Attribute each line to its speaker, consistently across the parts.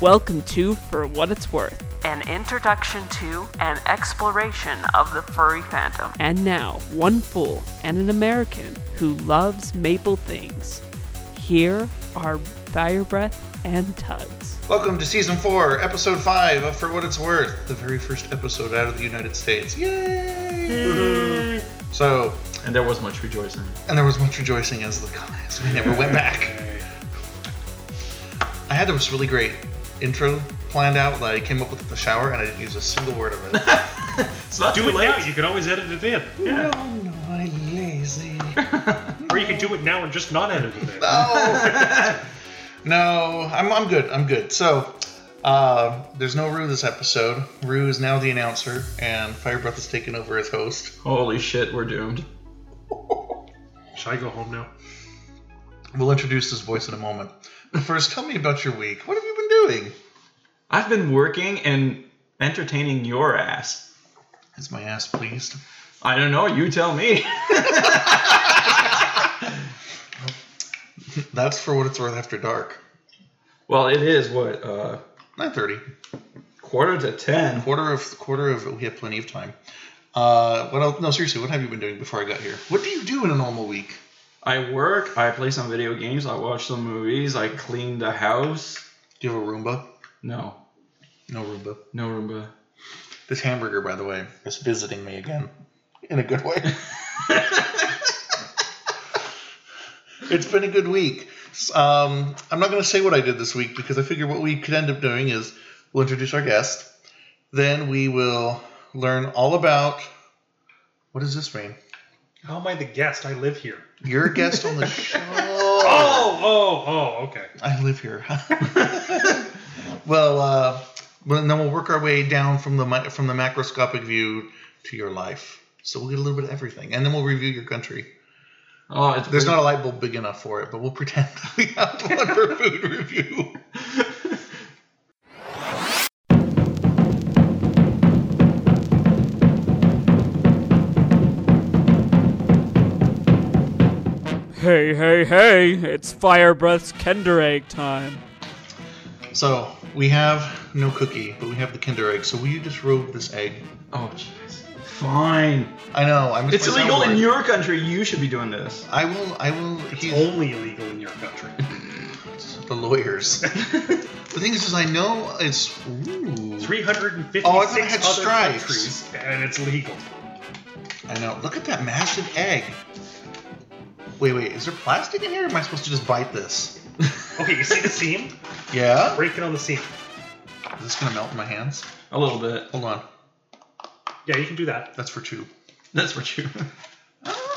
Speaker 1: Welcome to For What It's Worth.
Speaker 2: An introduction to and exploration of the furry fandom.
Speaker 1: And now, one fool and an American who loves maple things. Here are Firebreath and Tugs.
Speaker 3: Welcome to season four, episode five of For What It's Worth, the very first episode out of the United States. Yay! so,
Speaker 4: And there was much rejoicing.
Speaker 3: and there was much rejoicing as the as we never went back. I had this really great intro planned out that I came up with in the shower, and I didn't use a single word of it.
Speaker 4: It's not
Speaker 5: Do
Speaker 4: too
Speaker 5: it
Speaker 4: late.
Speaker 5: now. You can always edit it in. Yeah.
Speaker 3: oh no, I'm lazy.
Speaker 5: Or you can do it now and just not edit it in.
Speaker 3: No, no, I'm I'm good. I'm good. So. Uh, there's no Rue this episode. Rue is now the announcer, and Firebreath has taken over as host.
Speaker 4: Holy shit, we're doomed.
Speaker 5: Should I go home now?
Speaker 3: We'll introduce his voice in a moment. But first, tell me about your week. What have you been doing?
Speaker 4: I've been working and entertaining your ass.
Speaker 3: Is my ass pleased?
Speaker 4: I don't know, you tell me.
Speaker 3: That's for what it's worth after dark.
Speaker 4: well, it is what, uh,
Speaker 3: 9.30.
Speaker 4: quarter to ten.
Speaker 3: Quarter of, quarter of, we have plenty of time. Uh, what else? No, seriously, what have you been doing before I got here? What do you do in a normal week?
Speaker 4: I work, I play some video games, I watch some movies, I clean the house.
Speaker 3: Do you have a Roomba?
Speaker 4: No,
Speaker 3: No Roomba.
Speaker 4: no Roomba.
Speaker 3: This hamburger, by the way, is visiting me again. In a good way. it's been a good week. S- Um, I'm not going to say what I did this week because I figure what we could end up doing is we'll introduce our guest, then we will learn all about what does this mean?
Speaker 5: How am I the guest? I live here.
Speaker 3: You're a guest on the show.
Speaker 5: Oh, oh, oh, okay.
Speaker 3: I live here. well, uh, well, then we'll work our way down from the mi- from the macroscopic view to your life. So we'll get a little bit of everything, and then we'll review your country.
Speaker 4: Oh, it's
Speaker 3: There's not a light bulb big enough for it, but we'll pretend that we have one for food review.
Speaker 1: Hey, hey, hey, it's Firebreath's Kinder Egg time.
Speaker 3: So we have no cookie, but we have the Kinder egg. So will you disrobe this egg?
Speaker 4: Oh, jeez. Fine.
Speaker 3: I know. I'm.
Speaker 4: It's
Speaker 3: just my
Speaker 4: illegal in
Speaker 3: soundboard.
Speaker 4: your country. You should be doing this.
Speaker 3: I will. I will. He's
Speaker 5: Only illegal in your country.
Speaker 3: the lawyers. the thing is, is I know it's. Ooh.
Speaker 5: 356
Speaker 3: Oh, I thought it had
Speaker 5: other
Speaker 3: stripes.
Speaker 5: countries, and it's legal.
Speaker 3: I know. Look at that massive egg. Wait, wait. Is there plastic in here? Or am I supposed to just bite this?
Speaker 5: Okay, you see the seam?
Speaker 3: Yeah.
Speaker 5: Break it on the seam.
Speaker 3: Is this gonna melt in my hands?
Speaker 4: A little bit.
Speaker 3: Hold on.
Speaker 5: Yeah, you can do that.
Speaker 3: That's for two.
Speaker 4: That's what you.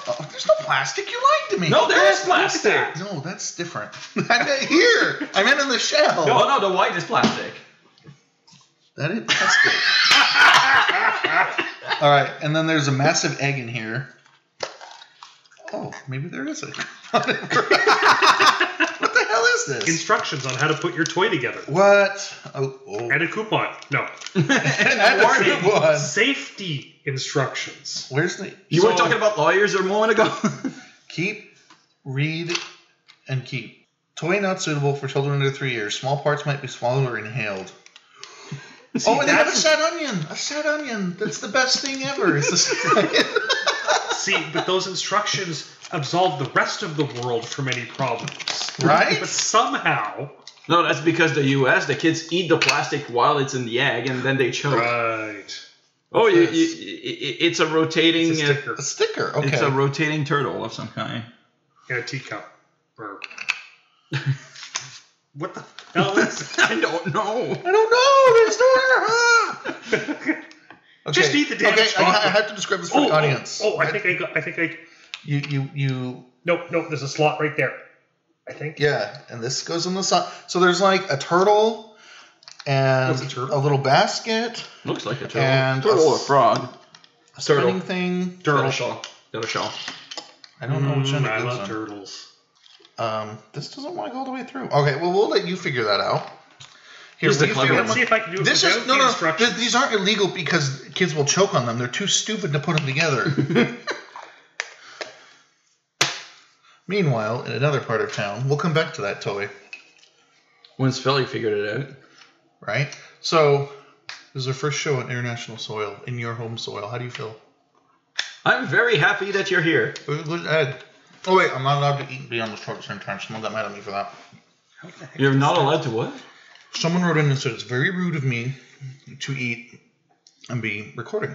Speaker 3: Oh, there's no plastic. You lied to me.
Speaker 4: no, there is plastic.
Speaker 3: No, that's different. I meant here. I meant in the shell.
Speaker 4: Oh, No, no, the white is plastic.
Speaker 3: That is, that's good. All right, and then there's a massive egg in here. Oh, maybe there is a. what the hell is this?
Speaker 5: Instructions on how to put your toy together.
Speaker 3: What? Oh, oh.
Speaker 5: And a coupon. No.
Speaker 3: And a
Speaker 4: warning.
Speaker 3: coupon.
Speaker 5: Safety instructions.
Speaker 3: Where's the?
Speaker 4: You
Speaker 3: so,
Speaker 4: were talking about lawyers a moment ago.
Speaker 3: keep, read, and keep. Toy not suitable for children under three years. Small parts might be swallowed or inhaled. oh, and they have a sad onion. A sad onion. That's the best thing ever. Is the sad onion.
Speaker 5: See, but those instructions absolve the rest of the world from any problems. But
Speaker 3: right?
Speaker 5: somehow.
Speaker 4: no, that's because the U.S. the kids eat the plastic while it's in the egg, and then they choke.
Speaker 5: Right.
Speaker 4: oh, you, you,
Speaker 3: Yes.
Speaker 4: i- i- it's a rotating. uh,
Speaker 5: It's a sticker.
Speaker 3: A sticker. Okay.
Speaker 4: it's a rotating turtle of some kind.
Speaker 5: And a teacup. Or... what the hell is
Speaker 4: I don't know.
Speaker 3: I don't know. There's no. Ah! Okay.
Speaker 5: Just eat the damn
Speaker 3: Okay, I,
Speaker 5: chocolate.
Speaker 3: I have to describe this for
Speaker 5: Oh,
Speaker 3: the audience.
Speaker 5: Oh, oh, I think I got. I think I.
Speaker 3: you, you, you.
Speaker 5: Nope, nope. There's a slot right there. I think.
Speaker 3: Yeah, and this goes in the side. So there's like a turtle, and
Speaker 5: What's a turtle?
Speaker 3: a little basket.
Speaker 4: Looks like a turtle.
Speaker 3: And
Speaker 4: turtle
Speaker 3: a
Speaker 4: or
Speaker 3: s-
Speaker 4: frog.
Speaker 3: a
Speaker 4: Turtle.
Speaker 3: spinning thing.
Speaker 4: Turtle shell. Turtle shell.
Speaker 3: I don't know which
Speaker 5: Mm,
Speaker 3: one
Speaker 5: I
Speaker 3: it
Speaker 5: love
Speaker 3: goes on.
Speaker 5: turtles.
Speaker 3: Um, this doesn't want to go all the way through. Okay, well we'll let you figure that out. Here,
Speaker 4: Here's the
Speaker 3: we-
Speaker 4: clever
Speaker 5: Let's see if I can do it
Speaker 3: This
Speaker 5: without
Speaker 3: is no,
Speaker 5: the
Speaker 3: no.
Speaker 5: instructions.
Speaker 3: th- these aren't illegal because kids will choke on them. They're too stupid to put them together. Meanwhile, in another part of town, we'll come back to that toy.
Speaker 4: When's Philly figured it out?
Speaker 3: right? So this is our first show on international soil, in your home soil. How do you feel?
Speaker 4: I'm very happy that you're here.
Speaker 3: Uh, uh, Ed. Oh wait, I'm not allowed to eat and be on the show at the same time. Someone got mad at me for that.
Speaker 4: You're not allowed to what?
Speaker 3: Someone wrote in and said it's very rude of me to eat and be recording.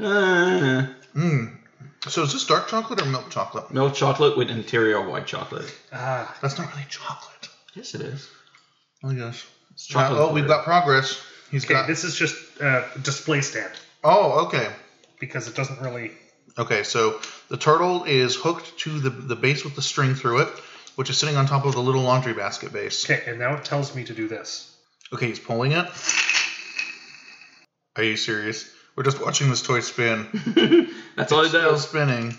Speaker 4: Uh,
Speaker 3: Mm. So is this dark chocolate or milk chocolate?
Speaker 4: milk chocolate with interior white chocolate.
Speaker 5: Ah,
Speaker 3: That's not really chocolate.
Speaker 4: Yes, it is.
Speaker 3: Oh yes.
Speaker 4: It's chocolate.
Speaker 3: oh, we've
Speaker 4: covered.
Speaker 3: got progress. He's
Speaker 5: okay,
Speaker 3: got.
Speaker 5: this is just uh, display stand
Speaker 3: oh, okay.
Speaker 5: because it doesn't really.
Speaker 3: Okay, so the turtle is hooked to the, the base with the string through it, which is sitting on top of the little laundry basket base.
Speaker 5: Okay, and now it tells me to do this.
Speaker 3: Okay, he's pulling it. Are you serious? We're just watching this toy spin.
Speaker 4: That's all it
Speaker 3: Still
Speaker 4: does.
Speaker 3: spinning.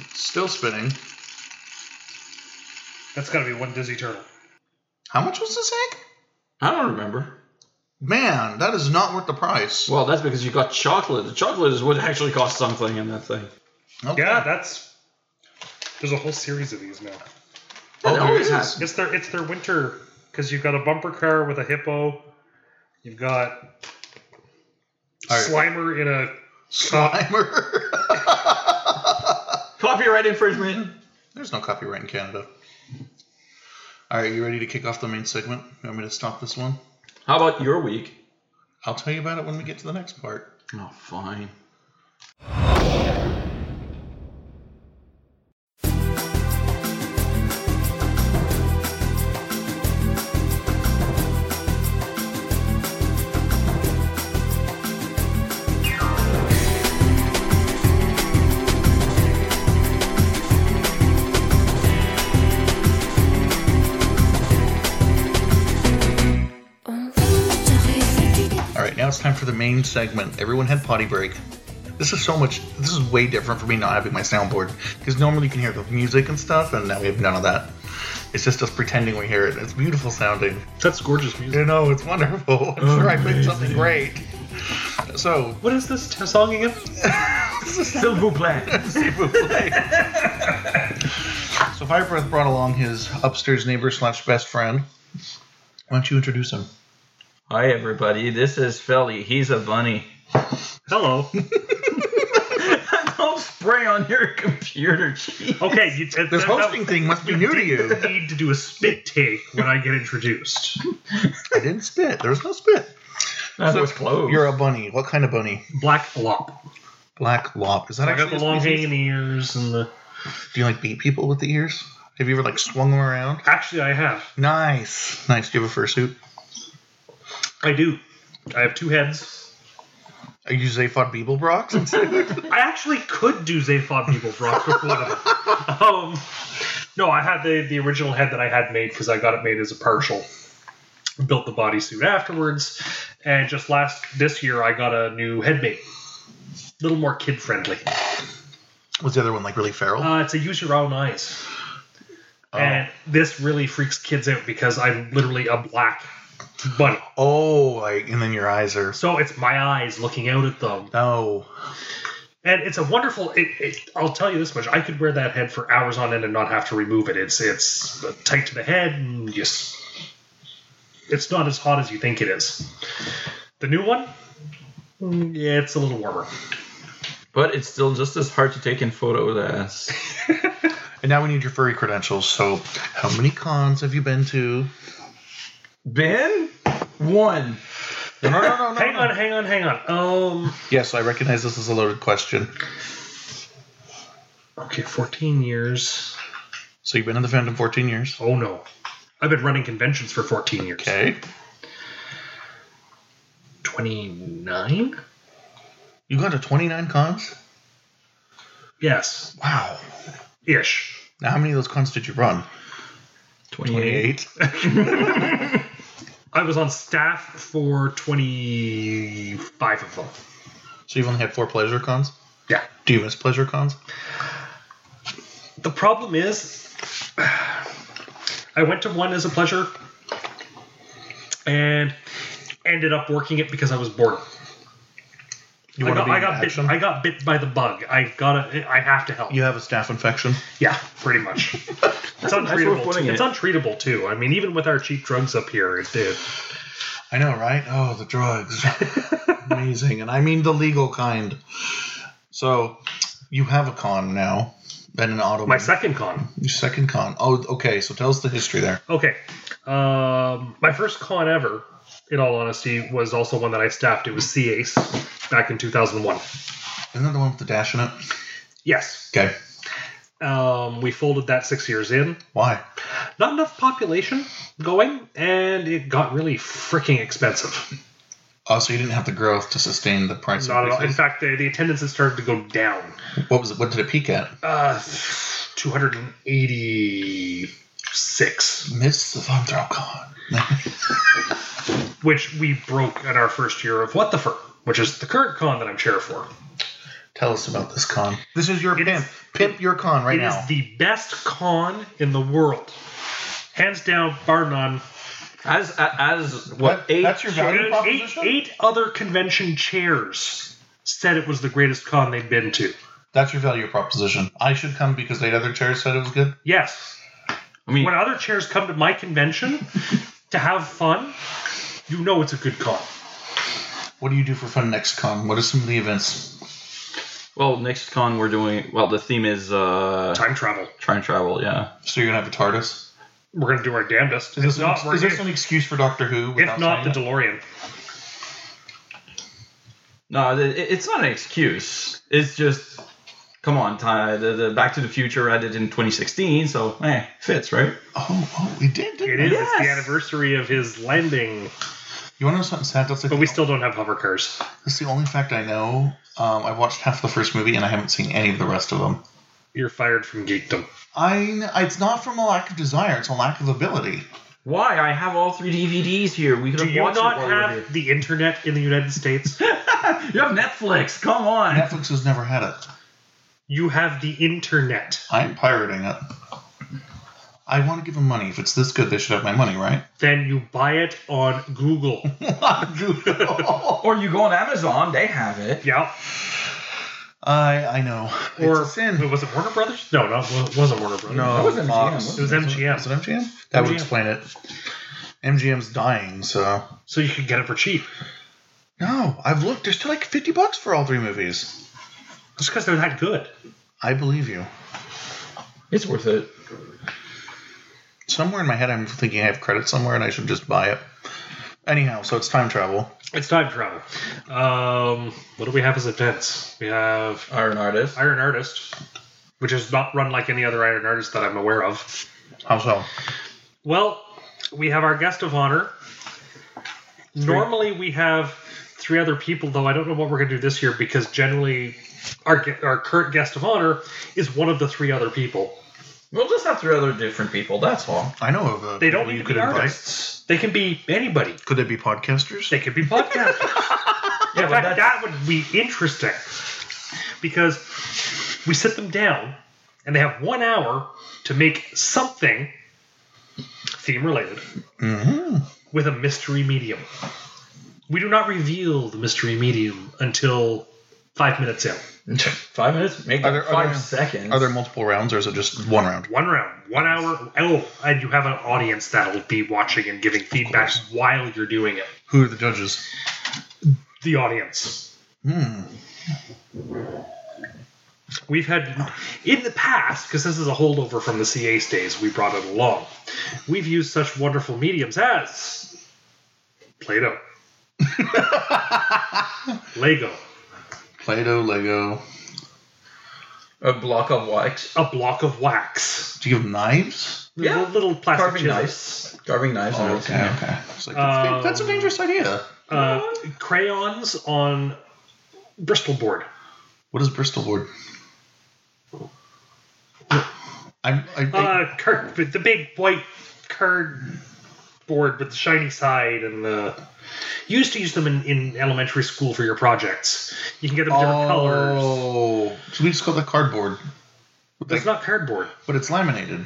Speaker 3: It's still spinning.
Speaker 5: That's got to be one dizzy turtle.
Speaker 3: How much was this egg?
Speaker 4: I don't remember.
Speaker 3: Man, that is not worth the price.
Speaker 4: Well, that's because you got chocolate. The chocolate is what actually costs something in that thing.
Speaker 3: Okay.
Speaker 5: Yeah, that's. There's a whole series of these now.
Speaker 3: Oh,
Speaker 4: That
Speaker 3: there
Speaker 4: always
Speaker 3: it is.
Speaker 4: happens.
Speaker 5: It's their it's their winter because you've got a bumper car with a hippo, you've got
Speaker 3: All right.
Speaker 5: Slimer in a
Speaker 3: Slimer.
Speaker 4: Copyright infringement.
Speaker 3: There's no copyright in Canada. All right, you ready to kick off the main segment? You want me to stop this one?
Speaker 4: How about your week?
Speaker 3: I'll tell you about it when we get to the next part.
Speaker 4: Oh, fine.
Speaker 3: All right, now it's time for the main segment. Everyone had potty break. This is so much. This is way different for me not having my soundboard because normally you can hear the music and stuff, and now we have none of that. It's just us pretending we hear it. It's beautiful sounding.
Speaker 5: that's gorgeous music.
Speaker 3: You know, it's wonderful. I'm sure I made something great. So,
Speaker 5: What is this t- song again?
Speaker 4: Silver black.
Speaker 3: so Fire Breath brought along his upstairs neighbor slash best friend. Why don't you introduce him?
Speaker 4: Hi, everybody. This is Philly. He's a bunny.
Speaker 5: Hello.
Speaker 4: Don't spray on your computer, jeez.
Speaker 3: Oh,
Speaker 5: Okay, you, that-
Speaker 3: This
Speaker 5: that-
Speaker 3: hosting thing must be new to you.
Speaker 5: that- need to do a spit take when I get introduced.
Speaker 3: I didn't spit. There was no spit.
Speaker 4: That
Speaker 3: So,
Speaker 4: was close.
Speaker 3: You're a bunny. What kind of bunny?
Speaker 5: Black flop.
Speaker 3: Black lop. Is that
Speaker 5: I
Speaker 3: actually
Speaker 5: got the
Speaker 3: a
Speaker 5: long
Speaker 3: species?
Speaker 5: hanging ears and the.
Speaker 3: Do you like beat people with the ears? Have you ever like swung them around?
Speaker 5: Actually, I have.
Speaker 3: Nice, nice. Do you have a fursuit?
Speaker 5: I do. I have two heads.
Speaker 3: Are Uh, you Zaphod Beeblebrox instead?
Speaker 5: I actually could do Zaphod Beebles Rock with one of them. Um, no, I had the, the original head that I had made because I got it made as a partial. Built the bodysuit afterwards, and just last this year I got a new head made. A little more kid friendly.
Speaker 3: Was the other one like really feral?
Speaker 5: Uh, it's a use your own eyes. And this really freaks kids out because I'm literally a black bunny.
Speaker 3: oh, like and then your eyes are oh.
Speaker 5: So it's my eyes looking out at them.
Speaker 3: no.
Speaker 5: And it's a wonderful. It, it, I'll tell you this much: I could wear that head for hours on end and not have to remove it. It's it's tight to the head, and yes, it's not as hot as you think it is. The new one, mm, yeah, it's a little warmer.
Speaker 4: But it's still just as hard to take in photos as.
Speaker 3: And now we need your furry credentials. So, how many cons have you been to?
Speaker 4: Ben? One.
Speaker 3: No, no, no, no. no,
Speaker 5: Hang
Speaker 3: no.
Speaker 5: on, hang on, hang on. Um,
Speaker 3: Yes, I recognize this is a loaded question.
Speaker 5: okay, fourteen years.
Speaker 3: So you've been in the fandom 14 years.
Speaker 5: Oh no, I've been running conventions for fourteen years.
Speaker 3: Okay.
Speaker 5: twenty nine.
Speaker 3: You gone to 29 cons?
Speaker 5: Yes,
Speaker 3: Wow.
Speaker 5: ish.
Speaker 3: Now, how many of those cons did you run?
Speaker 4: 28.
Speaker 5: I was on staff for twenty five of them.
Speaker 3: So you've only had four pleasure cons?
Speaker 5: Yeah.
Speaker 3: Do you miss pleasure cons?
Speaker 5: The problem is, I went to one as a pleasure and ended up working it because I was bored.
Speaker 3: You
Speaker 5: I
Speaker 3: want to
Speaker 5: got,
Speaker 3: be
Speaker 5: I
Speaker 3: in
Speaker 5: got bit.
Speaker 3: action?
Speaker 5: I got bit by the bug. I gotta. I have to help.
Speaker 3: You have a staph infection.
Speaker 5: Yeah, pretty much. it's
Speaker 4: a nice way of
Speaker 5: untreatable.
Speaker 4: putting
Speaker 5: too. It's
Speaker 4: it.
Speaker 5: untreatable too. I mean, even with our cheap drugs up here, it did.
Speaker 3: I know, right? Oh, the drugs. Amazing. And I mean the legal kind. So you have a con now and an auto.
Speaker 5: My second con.
Speaker 3: Your second con. Oh, okay. So tell us the history there.
Speaker 5: Okay. Um, my first con ever, in all honesty, was also one that I staffed. It was CACE back in 2001.
Speaker 3: Isn't that the one with the dash in it?
Speaker 5: Yes.
Speaker 3: Okay.
Speaker 5: Um, we folded that six years in.
Speaker 3: Why?
Speaker 5: Not enough population going, and it got really freaking expensive.
Speaker 3: Oh, so you didn't have the growth to sustain the price
Speaker 5: Not at all. In
Speaker 3: increases.
Speaker 5: fact, the, the attendances started to go down.
Speaker 3: What was it? What did it peak at?
Speaker 5: Uh, 286.
Speaker 3: Miss the Von Throw con.
Speaker 5: which we broke at our first year of What the Fur, which is the current con that I'm chair for.
Speaker 3: Tell us about this con. This is your
Speaker 5: It
Speaker 3: pimp.
Speaker 5: is-
Speaker 3: pimp your con
Speaker 5: It
Speaker 3: right
Speaker 5: is
Speaker 3: now.
Speaker 5: the best con in the world. Hands down, bar none.
Speaker 4: As a- as what
Speaker 3: That-
Speaker 4: eight?
Speaker 3: that's your value
Speaker 5: Eight,
Speaker 3: proposition.
Speaker 5: eight other convention chairs said it was the greatest con they'd been to.
Speaker 3: That's your value proposition. I should come because eight other chairs said it was good.
Speaker 5: Yes.
Speaker 4: I mean,
Speaker 5: When other chairs come to my convention to have fun, you know it's a good con.
Speaker 3: What do you do for fun next con? What are some of the events?
Speaker 4: well, next con we're doing. Well, the theme is uh,
Speaker 5: Time travel.
Speaker 4: try and travel. Yeah.
Speaker 3: So you're gonna have a TARDIS.
Speaker 5: We're going to do our damnedest.
Speaker 3: Is this,
Speaker 5: If not,
Speaker 3: an,
Speaker 5: we're
Speaker 3: is this an
Speaker 5: gonna-
Speaker 3: excuse for Doctor Who?
Speaker 5: if
Speaker 3: without
Speaker 5: not the
Speaker 3: saying
Speaker 5: DeLorean.
Speaker 4: No, it, it- it's not an excuse. It's just, come on, Ty. The, the Back to the Future I did in 2016, so eh, fits, right?
Speaker 3: it? Oh, oh, we did. Didn't
Speaker 5: It
Speaker 3: we?
Speaker 5: is. It's
Speaker 4: Yes.
Speaker 5: the anniversary of his landing,
Speaker 3: You want to know something sad? That's like
Speaker 5: but we still don't have hover cars.
Speaker 3: That's the only fact I know. Um, I watched half the first movie and I haven't seen any of the rest of them.
Speaker 5: You're fired from geekdom.
Speaker 3: I. It's not from a lack of desire. It's a lack of ability.
Speaker 4: Why? I have all three DVDs here. We could
Speaker 5: Do
Speaker 4: have
Speaker 5: you
Speaker 4: watched it
Speaker 5: not
Speaker 4: while we were
Speaker 5: have the internet in the United States?
Speaker 4: here. You have Netflix. Come on.
Speaker 3: Netflix has never had it.
Speaker 5: you have the internet.
Speaker 3: I'm pirating it. I want to give them money. If it's this good, they should have my money, right?
Speaker 5: Then you buy it on Google.
Speaker 3: I
Speaker 4: Or you go on Amazon. They have it.
Speaker 5: yeah.
Speaker 3: I know.
Speaker 5: Or
Speaker 3: it's a sin.
Speaker 5: wait, was it Warner Brothers? No, no, it wasn't Warner Brothers.
Speaker 3: No,
Speaker 4: was MGM,
Speaker 3: Fox.
Speaker 5: It was MGM.
Speaker 3: Was it MGM? That would
Speaker 5: MGM.
Speaker 3: explain it. MGM's dying, so
Speaker 5: So you could get it for cheap.
Speaker 3: no. I've looked. There's still like fifty bucks for all three movies.
Speaker 5: Just because they're that good.
Speaker 3: I believe you.
Speaker 4: It's worth it.
Speaker 3: somewhere in my head I'm thinking I have credit somewhere and I should just buy it. Anyhow, so it's time travel.
Speaker 5: It's time travel. Um, what do we have as events? We have
Speaker 4: Iron Artist.
Speaker 5: Iron Artist, which is not run like any other Iron Artist that I'm aware of.
Speaker 3: How so?
Speaker 5: Well, we have our guest of honor. Normally, we have three other people, though I don't know what we're going to do this year because generally, our gu- our current guest of honor is one of the three other people.
Speaker 4: We'll just have three other different people. That's all.
Speaker 3: I know of. Uh,
Speaker 5: They don't
Speaker 3: people
Speaker 5: need
Speaker 3: you
Speaker 5: to be
Speaker 3: invite.
Speaker 5: artists. They can be anybody.
Speaker 3: Could they be podcasters?
Speaker 5: They could be podcasters.
Speaker 4: Yeah,
Speaker 5: In
Speaker 4: but that's-
Speaker 5: fact, that would be interesting because we sit them down and they have one hour to make something theme related
Speaker 3: hmm
Speaker 5: with a mystery medium. We do not reveal the mystery medium until five minutes in.
Speaker 4: five minutes. Make
Speaker 3: Are
Speaker 4: it
Speaker 3: there- are
Speaker 4: five
Speaker 3: there-
Speaker 4: seconds.
Speaker 3: Are there multiple rounds or is it just one round?
Speaker 5: One round, one hour. Oh, and you have an audience that'll be watching and giving feedback
Speaker 3: course.
Speaker 5: while you're doing it.
Speaker 3: Who are the judges?
Speaker 5: The audience.
Speaker 3: Hmm.
Speaker 5: We've had in the past, because this is a holdover from the CA days, we brought it along. We've used such wonderful mediums as Play-Doh, Lego,
Speaker 3: Play-Doh, Lego.
Speaker 4: a block of wax?
Speaker 5: a block of wax,
Speaker 3: Do you have knives?
Speaker 4: Yeah.
Speaker 5: little, little plastic
Speaker 4: Carving
Speaker 5: chisels.
Speaker 4: knives. Carving knives.
Speaker 3: Oh,
Speaker 4: and
Speaker 3: okay,
Speaker 4: everything.
Speaker 3: okay. It's like, that's,
Speaker 5: Um,
Speaker 3: that's a dangerous idea.
Speaker 5: uh, crayons on Bristol board.
Speaker 3: What is Bristol board? I'm. I, I,
Speaker 5: Uh, card, the big white card board with the shiny side and the. You used to use them in, in elementary school for your projects. You can get them
Speaker 4: Oh.
Speaker 5: different colors.
Speaker 3: oh, so we just call that cardboard,
Speaker 5: That's not cardboard.
Speaker 3: but it's laminated.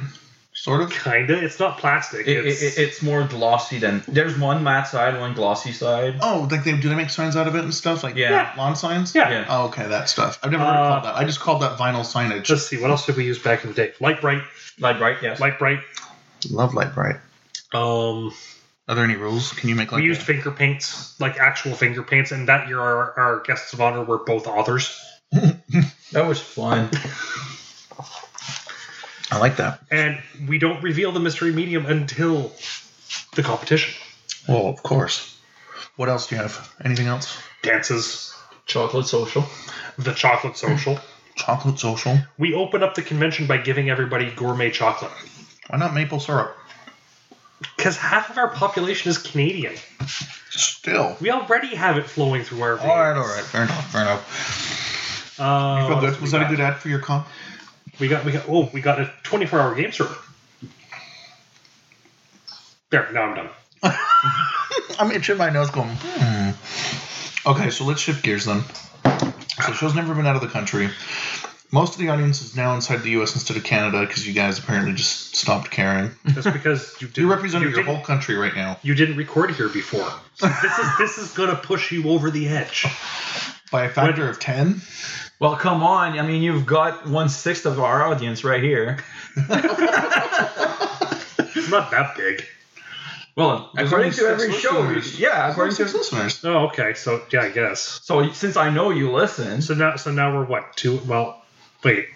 Speaker 3: sort of.
Speaker 5: Kinda. It's not plastic.
Speaker 4: It,
Speaker 5: it's,
Speaker 4: it, it's more glossy than there's one matte side, one glossy side.
Speaker 3: Oh, like they do they make signs out of it and stuff like
Speaker 4: Yeah.
Speaker 3: lawn signs.
Speaker 5: yeah.
Speaker 4: yeah.
Speaker 3: Oh, okay, that stuff. I've never heard it
Speaker 5: Uh,
Speaker 3: called that. I just called that vinyl signage.
Speaker 5: Let's see. What else did we use back in the day? Light bright.
Speaker 4: Light bright, yes.
Speaker 5: Light bright.
Speaker 3: Love light bright.
Speaker 5: Um,
Speaker 3: Are there any rules? Can you make like
Speaker 5: we used
Speaker 3: a-
Speaker 5: finger paints, like actual finger paints, and that year our, our guests of honor were both authors.
Speaker 4: That was fun.
Speaker 3: I like that.
Speaker 5: And we don't reveal the mystery medium until the competition.
Speaker 3: Well, of course. What else do you have? Anything else?
Speaker 5: Dances,
Speaker 4: Chocolate social.
Speaker 5: the chocolate social.
Speaker 3: Chocolate social.
Speaker 5: We open up the convention by giving everybody gourmet chocolate.
Speaker 3: Why not maple syrup?
Speaker 5: Because half of our population is Canadian.
Speaker 3: Still.
Speaker 5: We already have it flowing through our
Speaker 3: All right,
Speaker 5: veins.
Speaker 3: all right. Fair enough. Fair enough.
Speaker 5: Uh,
Speaker 3: Feel
Speaker 5: what
Speaker 3: good.
Speaker 5: else
Speaker 3: Was
Speaker 5: we
Speaker 3: that a
Speaker 5: got?
Speaker 3: good ad for your con?
Speaker 5: We got, we got, oh, we got a 24 hour game server. There, now I'm done.
Speaker 3: I'm itching my nose going, hmm. Okay, so let's shift gears then. So the show's never been out of the country. Most of the audience is now inside the U.S. instead of Canada because you guys apparently just stopped caring.
Speaker 5: That's because you didn't.
Speaker 3: Mhm. You're representing
Speaker 5: you
Speaker 3: your
Speaker 5: didn't-
Speaker 3: whole country right now
Speaker 5: You didn't record here before. So this is this is gonna push you over the edge.
Speaker 3: by a factor of ten.
Speaker 4: Well, come on. I mean, you've got one sixth of our audience right here.
Speaker 5: It's not that big.
Speaker 4: Well,
Speaker 3: There's
Speaker 4: according
Speaker 3: only
Speaker 4: to every
Speaker 3: six
Speaker 4: show,
Speaker 3: listeners.
Speaker 4: yeah,
Speaker 3: According
Speaker 4: according
Speaker 3: six
Speaker 4: to.
Speaker 3: listeners,
Speaker 5: Oh, okay. So yeah, I guess.
Speaker 4: So since I know you listen,
Speaker 5: So now, so now we're what? Two? Well, wait.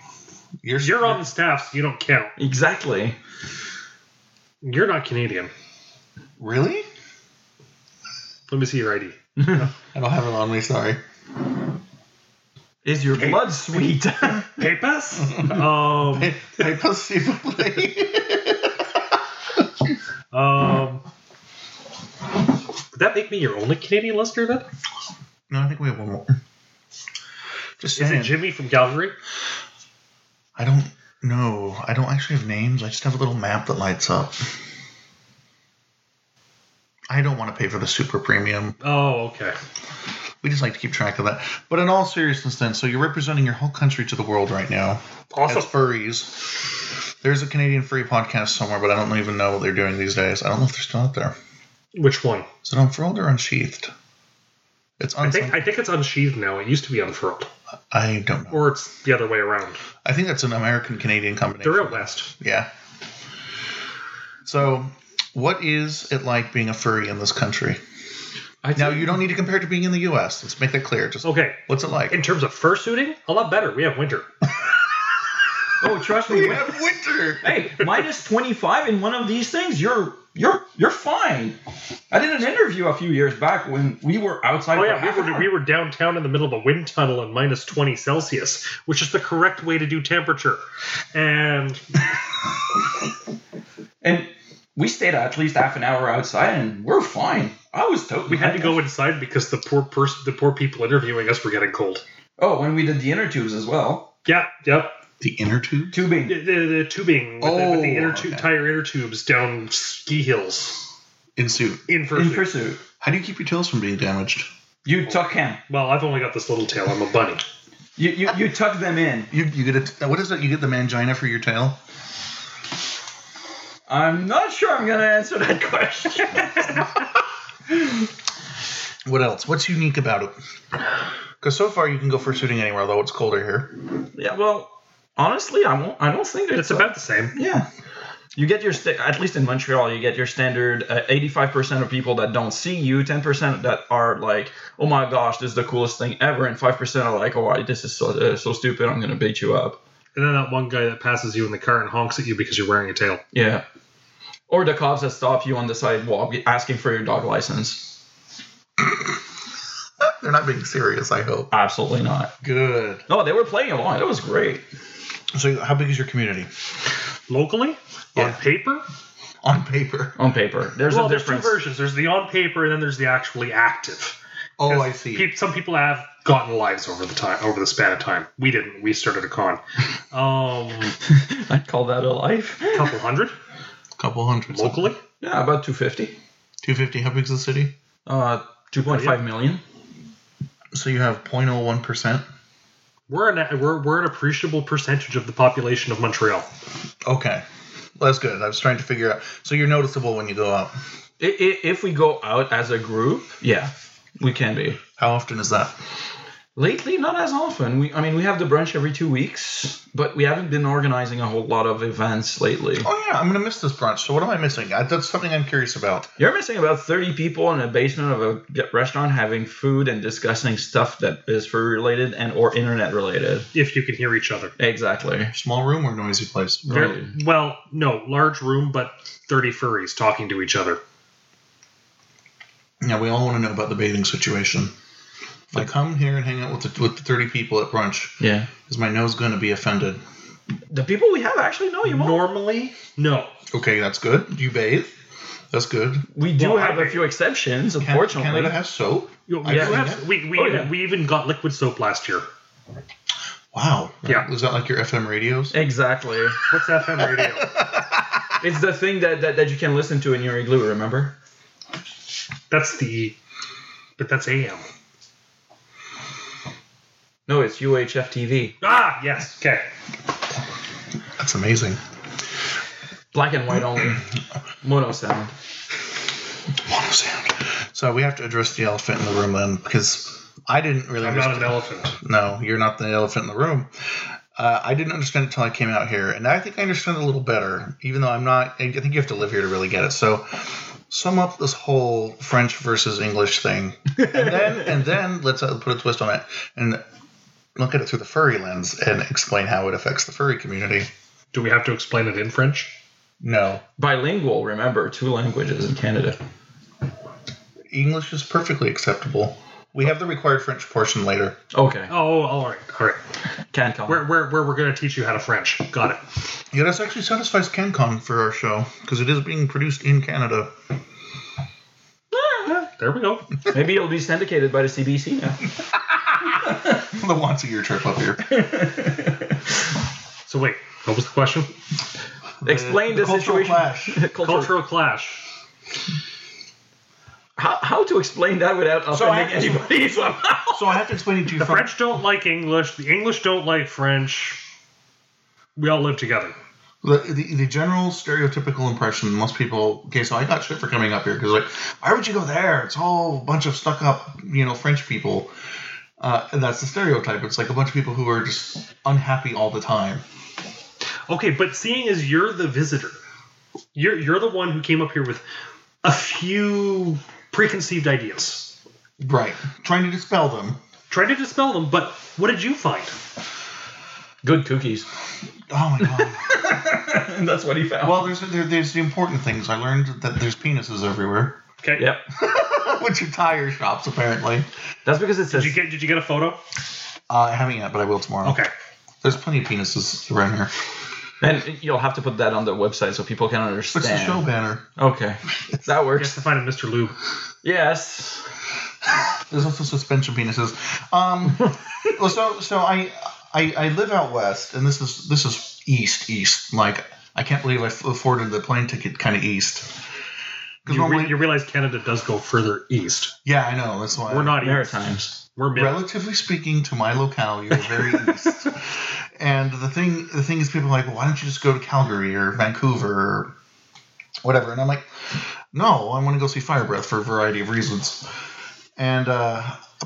Speaker 3: you're,
Speaker 5: You're on the staff, so you don't count.
Speaker 4: exactly.
Speaker 5: You're not Canadian.
Speaker 3: really.
Speaker 5: Let me see your ID.
Speaker 3: I don't have it on me. Sorry.
Speaker 4: Is your blood sweet?
Speaker 5: Papers? um,
Speaker 3: I, I possibly.
Speaker 5: um. Would that make me your only Canadian listener then?
Speaker 3: no, I think we have one more. Just
Speaker 5: Is it
Speaker 3: saying.
Speaker 5: Jimmy from Calgary?
Speaker 3: I don't know. I don't actually have names. I just have a little map that lights up. I don't want to pay for the super premium.
Speaker 5: Oh, okay.
Speaker 3: We just like to keep track of that. But in all seriousness, then, so you're representing your whole country to the world right now
Speaker 5: Awesome.
Speaker 3: as furries. There's a Canadian furry podcast somewhere, but I don't even know what they're doing these days. I don't know if they're still out there.
Speaker 5: Which one?
Speaker 3: Is it unfurled or unsheathed? It's
Speaker 5: I
Speaker 3: unsheathed.
Speaker 5: think
Speaker 3: I,
Speaker 5: I think it's unsheathed now. It used to be unfurled,
Speaker 3: don't know.
Speaker 5: or it's the other way around.
Speaker 3: I think that's an American Canadian combination.
Speaker 5: They're out west.
Speaker 3: Yeah. So, what is it like being a furry in this country?
Speaker 4: I
Speaker 3: Now, you don't need to compare it to being in the U.S. Let's make that clear. Just
Speaker 5: Okay.
Speaker 3: what's it like?
Speaker 5: In terms of fursuiting, a lot better. We have winter.
Speaker 4: Oh, trust me.
Speaker 3: We have winter.
Speaker 4: hey, minus 25 in one of these things, you're you're you're fine. I did an interview a few years back when we were outside.
Speaker 5: Oh
Speaker 4: for
Speaker 5: yeah,
Speaker 4: half
Speaker 5: we
Speaker 4: an
Speaker 5: were
Speaker 4: hour.
Speaker 5: we were downtown in the middle of a wind tunnel in minus twenty Celsius, which is the correct way to do temperature. And
Speaker 4: and we stayed at least half an hour outside, and we're fine. I was totally.
Speaker 5: we had to go inside because the poor person, the poor people interviewing us were getting cold.
Speaker 4: Oh, when we did the inner tubes as well,
Speaker 5: Yeah, yep.
Speaker 3: The inner tube.
Speaker 5: The,
Speaker 4: tubing.
Speaker 5: the, the tubing with, the, with the
Speaker 3: Oh,
Speaker 5: inner tube,
Speaker 3: okay.
Speaker 5: tire inner tubes down ski hills
Speaker 3: In suit.
Speaker 5: in
Speaker 4: In
Speaker 5: fursuit.
Speaker 4: pursuit,
Speaker 3: How do you keep your tails from being damaged?
Speaker 4: you tuck him.
Speaker 5: well, I've only got this little tail. I'm a bunny.
Speaker 4: You you, you tuck them in.
Speaker 3: You, you get a, what is it? You get the mangina for your tail.
Speaker 4: I'm not sure I'm gonna answer that question.
Speaker 3: What else? What's unique about it? Because so far you can go fursuiting anywhere, although it's colder here.
Speaker 4: yeah, well, honestly, I won't. I don't think
Speaker 5: It's about the same.
Speaker 4: Yeah. You get your sta at least in Montreal, you get your standard uh, 85% of people that don't see you, 10% that are like, oh my gosh, this is the coolest thing ever, and 5% are like, oh, I- this is so, uh, so stupid, I'm going to beat you up.
Speaker 5: And then that one guy that passes you in the car and honks at you because you're wearing a tail.
Speaker 4: Yeah. Or the cops that stop you on the sidewalk asking for your dog license.
Speaker 3: They're not being serious, I hope.
Speaker 4: Absolutely not.
Speaker 3: Good.
Speaker 4: No, they were playing along. That was great.
Speaker 3: So, how big is your community
Speaker 5: Locally, on
Speaker 3: Yeah.
Speaker 5: paper,
Speaker 3: on paper?
Speaker 4: On paper, there's
Speaker 5: well,
Speaker 4: a
Speaker 5: there's two
Speaker 4: difference.
Speaker 5: versions. There's the on paper, and then there's the actually active.
Speaker 3: Oh, I
Speaker 5: 'Cause
Speaker 3: see.
Speaker 5: peop- some people have gotten lives over the time, over the span of time. We didn't. We started a con. Um,
Speaker 4: I'd call that a life.
Speaker 5: a couple hundred
Speaker 3: couple hundred.
Speaker 5: locally.
Speaker 4: Yeah, about 250.
Speaker 3: Two fifty. How big is the city?
Speaker 4: Uh,
Speaker 5: Oh,
Speaker 4: 2.5 million.
Speaker 3: So you have 0.01 percent.
Speaker 5: We're an we're, we're an appreciable percentage of the population of Montreal.
Speaker 3: Okay. Well, that's good. I was trying to figure out. So you're noticeable when you go out.
Speaker 4: I- i- If we go out as a group, yeah, we can be.
Speaker 3: How often is that?
Speaker 4: Lately, not as often. We, I mean, we have the brunch every two weeks, but we haven't been organizing a whole lot of events lately.
Speaker 3: Oh yeah, I'm gonna miss this brunch. So what am I missing? I, that's something I'm curious about.
Speaker 4: You're missing about 30 people in a basement of a g- restaurant having food and discussing stuff that is food related and or internet related.
Speaker 5: if you can hear each other.
Speaker 4: Exactly.
Speaker 3: Small room or noisy place?
Speaker 5: They're-
Speaker 4: Really?
Speaker 5: Well, no, large room, but 30 furries talking to each other.
Speaker 3: Yeah, we all want to know about the bathing situation. If I come here and hang out with the, with the 30 people at brunch,
Speaker 4: Yeah.
Speaker 3: is my nose going to be offended?
Speaker 4: The people we have actually know you won't.
Speaker 5: Normally, no.
Speaker 3: Okay, that's good. You bathe. That's good.
Speaker 4: we do
Speaker 5: Well, I
Speaker 4: have a
Speaker 5: agree.
Speaker 4: few exceptions,
Speaker 3: Can-
Speaker 4: unfortunately.
Speaker 3: Canada has soap.
Speaker 5: You- We,
Speaker 3: Yeah.
Speaker 5: do have- we, we,
Speaker 4: Oh, yeah.
Speaker 5: we even got liquid soap last year.
Speaker 3: Wow.
Speaker 5: Yeah.
Speaker 3: Is that like your FM radios?
Speaker 4: exactly.
Speaker 5: What's FM radio?
Speaker 4: It's the thing that, that, that you can listen to in your igloo, remember?
Speaker 5: that's the. But that's AM.
Speaker 4: No, it's UHF TV.
Speaker 5: Ah, yes. Okay.
Speaker 3: That's amazing.
Speaker 4: Black and white only. Mono sound.
Speaker 3: Mono sound. So we have to address the elephant in the room then, because I didn't really.
Speaker 5: I'm not an elephant.
Speaker 3: No, you're not the elephant in the room. Uh, I didn't understand it until I came out here, and I think I understand it a little better. Even though I'm not, I think you have to live here to really get it. So, sum up this whole French versus English thing, and then and then let's uh, put a twist on it and look at it through the furry lens and explain how it affects the furry community.
Speaker 5: Do we have to explain it in French?
Speaker 3: No,
Speaker 4: Bilingual, remember, two languages in Canada.
Speaker 3: English is perfectly acceptable. We have the required French portion later.
Speaker 4: Okay.
Speaker 5: Oh, all right. All right.
Speaker 4: Can't call.
Speaker 5: Where, where, where we're going to teach you how to French. Got it.
Speaker 3: Yeah, this actually satisfies CanCon for our show because it is being produced in Canada.
Speaker 5: There we go.
Speaker 4: Maybe it'll be syndicated by the CBC now.
Speaker 3: the once a year trip up here.
Speaker 5: So, wait. What was the question?
Speaker 4: Explain the,
Speaker 3: cultural
Speaker 4: situation.
Speaker 3: clash.
Speaker 4: Culture-
Speaker 5: Cultural clash.
Speaker 4: How, how to explain that without offending
Speaker 3: I-
Speaker 4: anybody somehow?
Speaker 3: So I have to explain it to you.
Speaker 5: The French don't like English. The English don't like French. We all live together.
Speaker 3: The, the, the general stereotypical impression most people. Okay, so I got shit for coming up here because like, why would you go there? It's all a bunch of stuck up, you know, French people. Uh, and that's the stereotype. It's like a bunch of people who are just unhappy all the time.
Speaker 5: Okay, but seeing as you're the visitor, you're you're the one who came up here with a few preconceived ideas.
Speaker 3: Right. Trying to dispel them.
Speaker 5: Tried to dispel them, but what did you find?
Speaker 4: Good cookies.
Speaker 3: Oh my god.
Speaker 4: That's what he found.
Speaker 3: well, there's there, there's the important things. I learned that there's penises everywhere,
Speaker 5: Okay.
Speaker 4: yep.
Speaker 3: which are tire shops apparently.
Speaker 4: That's because it says
Speaker 5: Did you get did you get a photo?
Speaker 3: Uh, I haven't yet, but I will tomorrow.
Speaker 5: Okay.
Speaker 3: There's plenty of penises around here.
Speaker 4: And you'll have to put that on the website so people can understand.
Speaker 3: What's the show banner?
Speaker 4: Okay, that
Speaker 5: I have
Speaker 4: works.
Speaker 5: to find a Mr. Lou.
Speaker 4: Yes.
Speaker 3: There's also suspension penises. Um, well, so so I, I I live out west, and this is this is east east. Like I can't believe I f- afforded the plane ticket kind of east. 'Cause
Speaker 5: You,
Speaker 3: normally-
Speaker 5: re- you realize Canada does go further east.
Speaker 3: yeah, I know. That's why.
Speaker 5: We're not east.
Speaker 4: Maritimes.
Speaker 5: We're mid.
Speaker 3: Relatively speaking, to my locale, you're very east. And the thing, the thing is, people are like, well, why don't you just go to Calgary or Vancouver or whatever? And I'm like, no, I want to go see Fire Breath for a variety of reasons. And uh,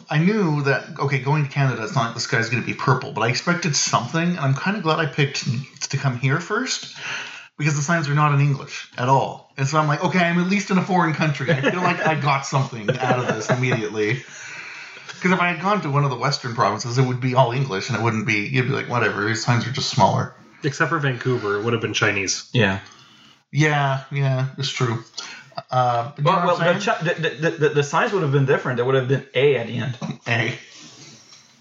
Speaker 3: I knew that okay, going to Canada, it's not like the sky's going to be purple, but I expected something, and I'm kind of glad I picked to come here first. Because the signs are not in English at all, and so I'm like, okay, I'm at least in a foreign country. I feel like I got something out of this immediately. Because if I had gone to one of the Western provinces, it would be all English, and it wouldn't be. You'd be like, whatever. These signs are just smaller.
Speaker 5: Except for Vancouver, it would have been Chinese.
Speaker 4: Yeah.
Speaker 3: Yeah, yeah, it's true. Uh, but you know
Speaker 4: Well, well
Speaker 3: what I'm
Speaker 4: the, chi- the, the, the, the signs would have been different. There would have been A at the end.
Speaker 3: saying? Hey.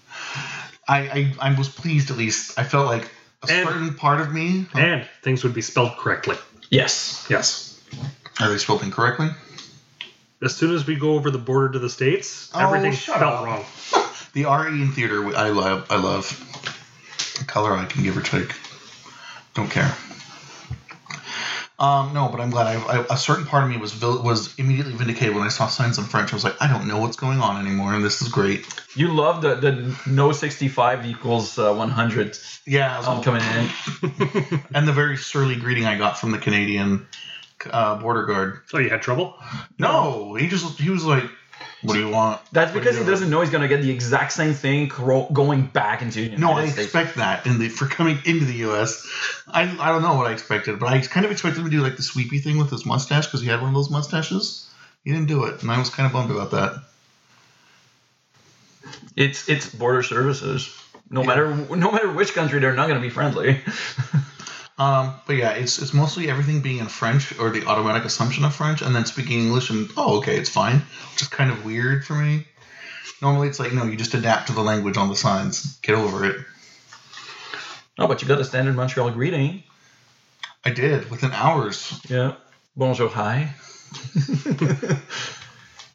Speaker 3: I, I, I was pleased at least. I felt like a
Speaker 5: And-
Speaker 3: certain part of me.
Speaker 5: And things would be spelled correctly.
Speaker 4: Yes.
Speaker 5: Yes.
Speaker 3: Are they spelled incorrectly?
Speaker 5: As soon as we go over the border to the States,
Speaker 3: Oh,
Speaker 5: everything's
Speaker 3: shut
Speaker 5: spelled
Speaker 3: up.
Speaker 5: wrong.
Speaker 3: The RE in theater, we- I love. I love. The color I can give or take. Don't care. Um, no, but I'm glad. I, I, a certain part of me was vil- was immediately vindicated when I saw signs in French. I was like, I don't know what's going on anymore, and this is great.
Speaker 4: You love the, the no 65 equals uh, 100
Speaker 3: Yeah, I was
Speaker 4: um, coming in.
Speaker 3: and the very surly greeting I got from the Canadian uh, border guard.
Speaker 5: Oh, you had trouble?
Speaker 3: No, he just he was like, "What do you want?"
Speaker 4: That's
Speaker 3: What do
Speaker 4: because
Speaker 3: you
Speaker 4: he
Speaker 3: do?
Speaker 4: doesn't know he's going to get the exact same thing cro- going back into the United
Speaker 3: No, I
Speaker 4: States.
Speaker 3: expect that in the for coming into the U.S. I, I don't know what I expected, but I kind of expected him to do like the sweepy thing with his mustache because he had one of those mustaches. He didn't do it, and I was kind of bummed about that.
Speaker 4: It's it's border services. No matter no matter which country, they're not going to be friendly.
Speaker 3: Um, but yeah, it's it's mostly everything being in French or the automatic assumption of French, and then speaking English and oh okay, it's fine, which is kind of weird for me. Normally, it's like no, you just adapt to the language on the signs. Get over it.
Speaker 4: No, but you got a standard Montreal greeting.
Speaker 3: I did within hours.
Speaker 4: Yeah. Bonjour, hi.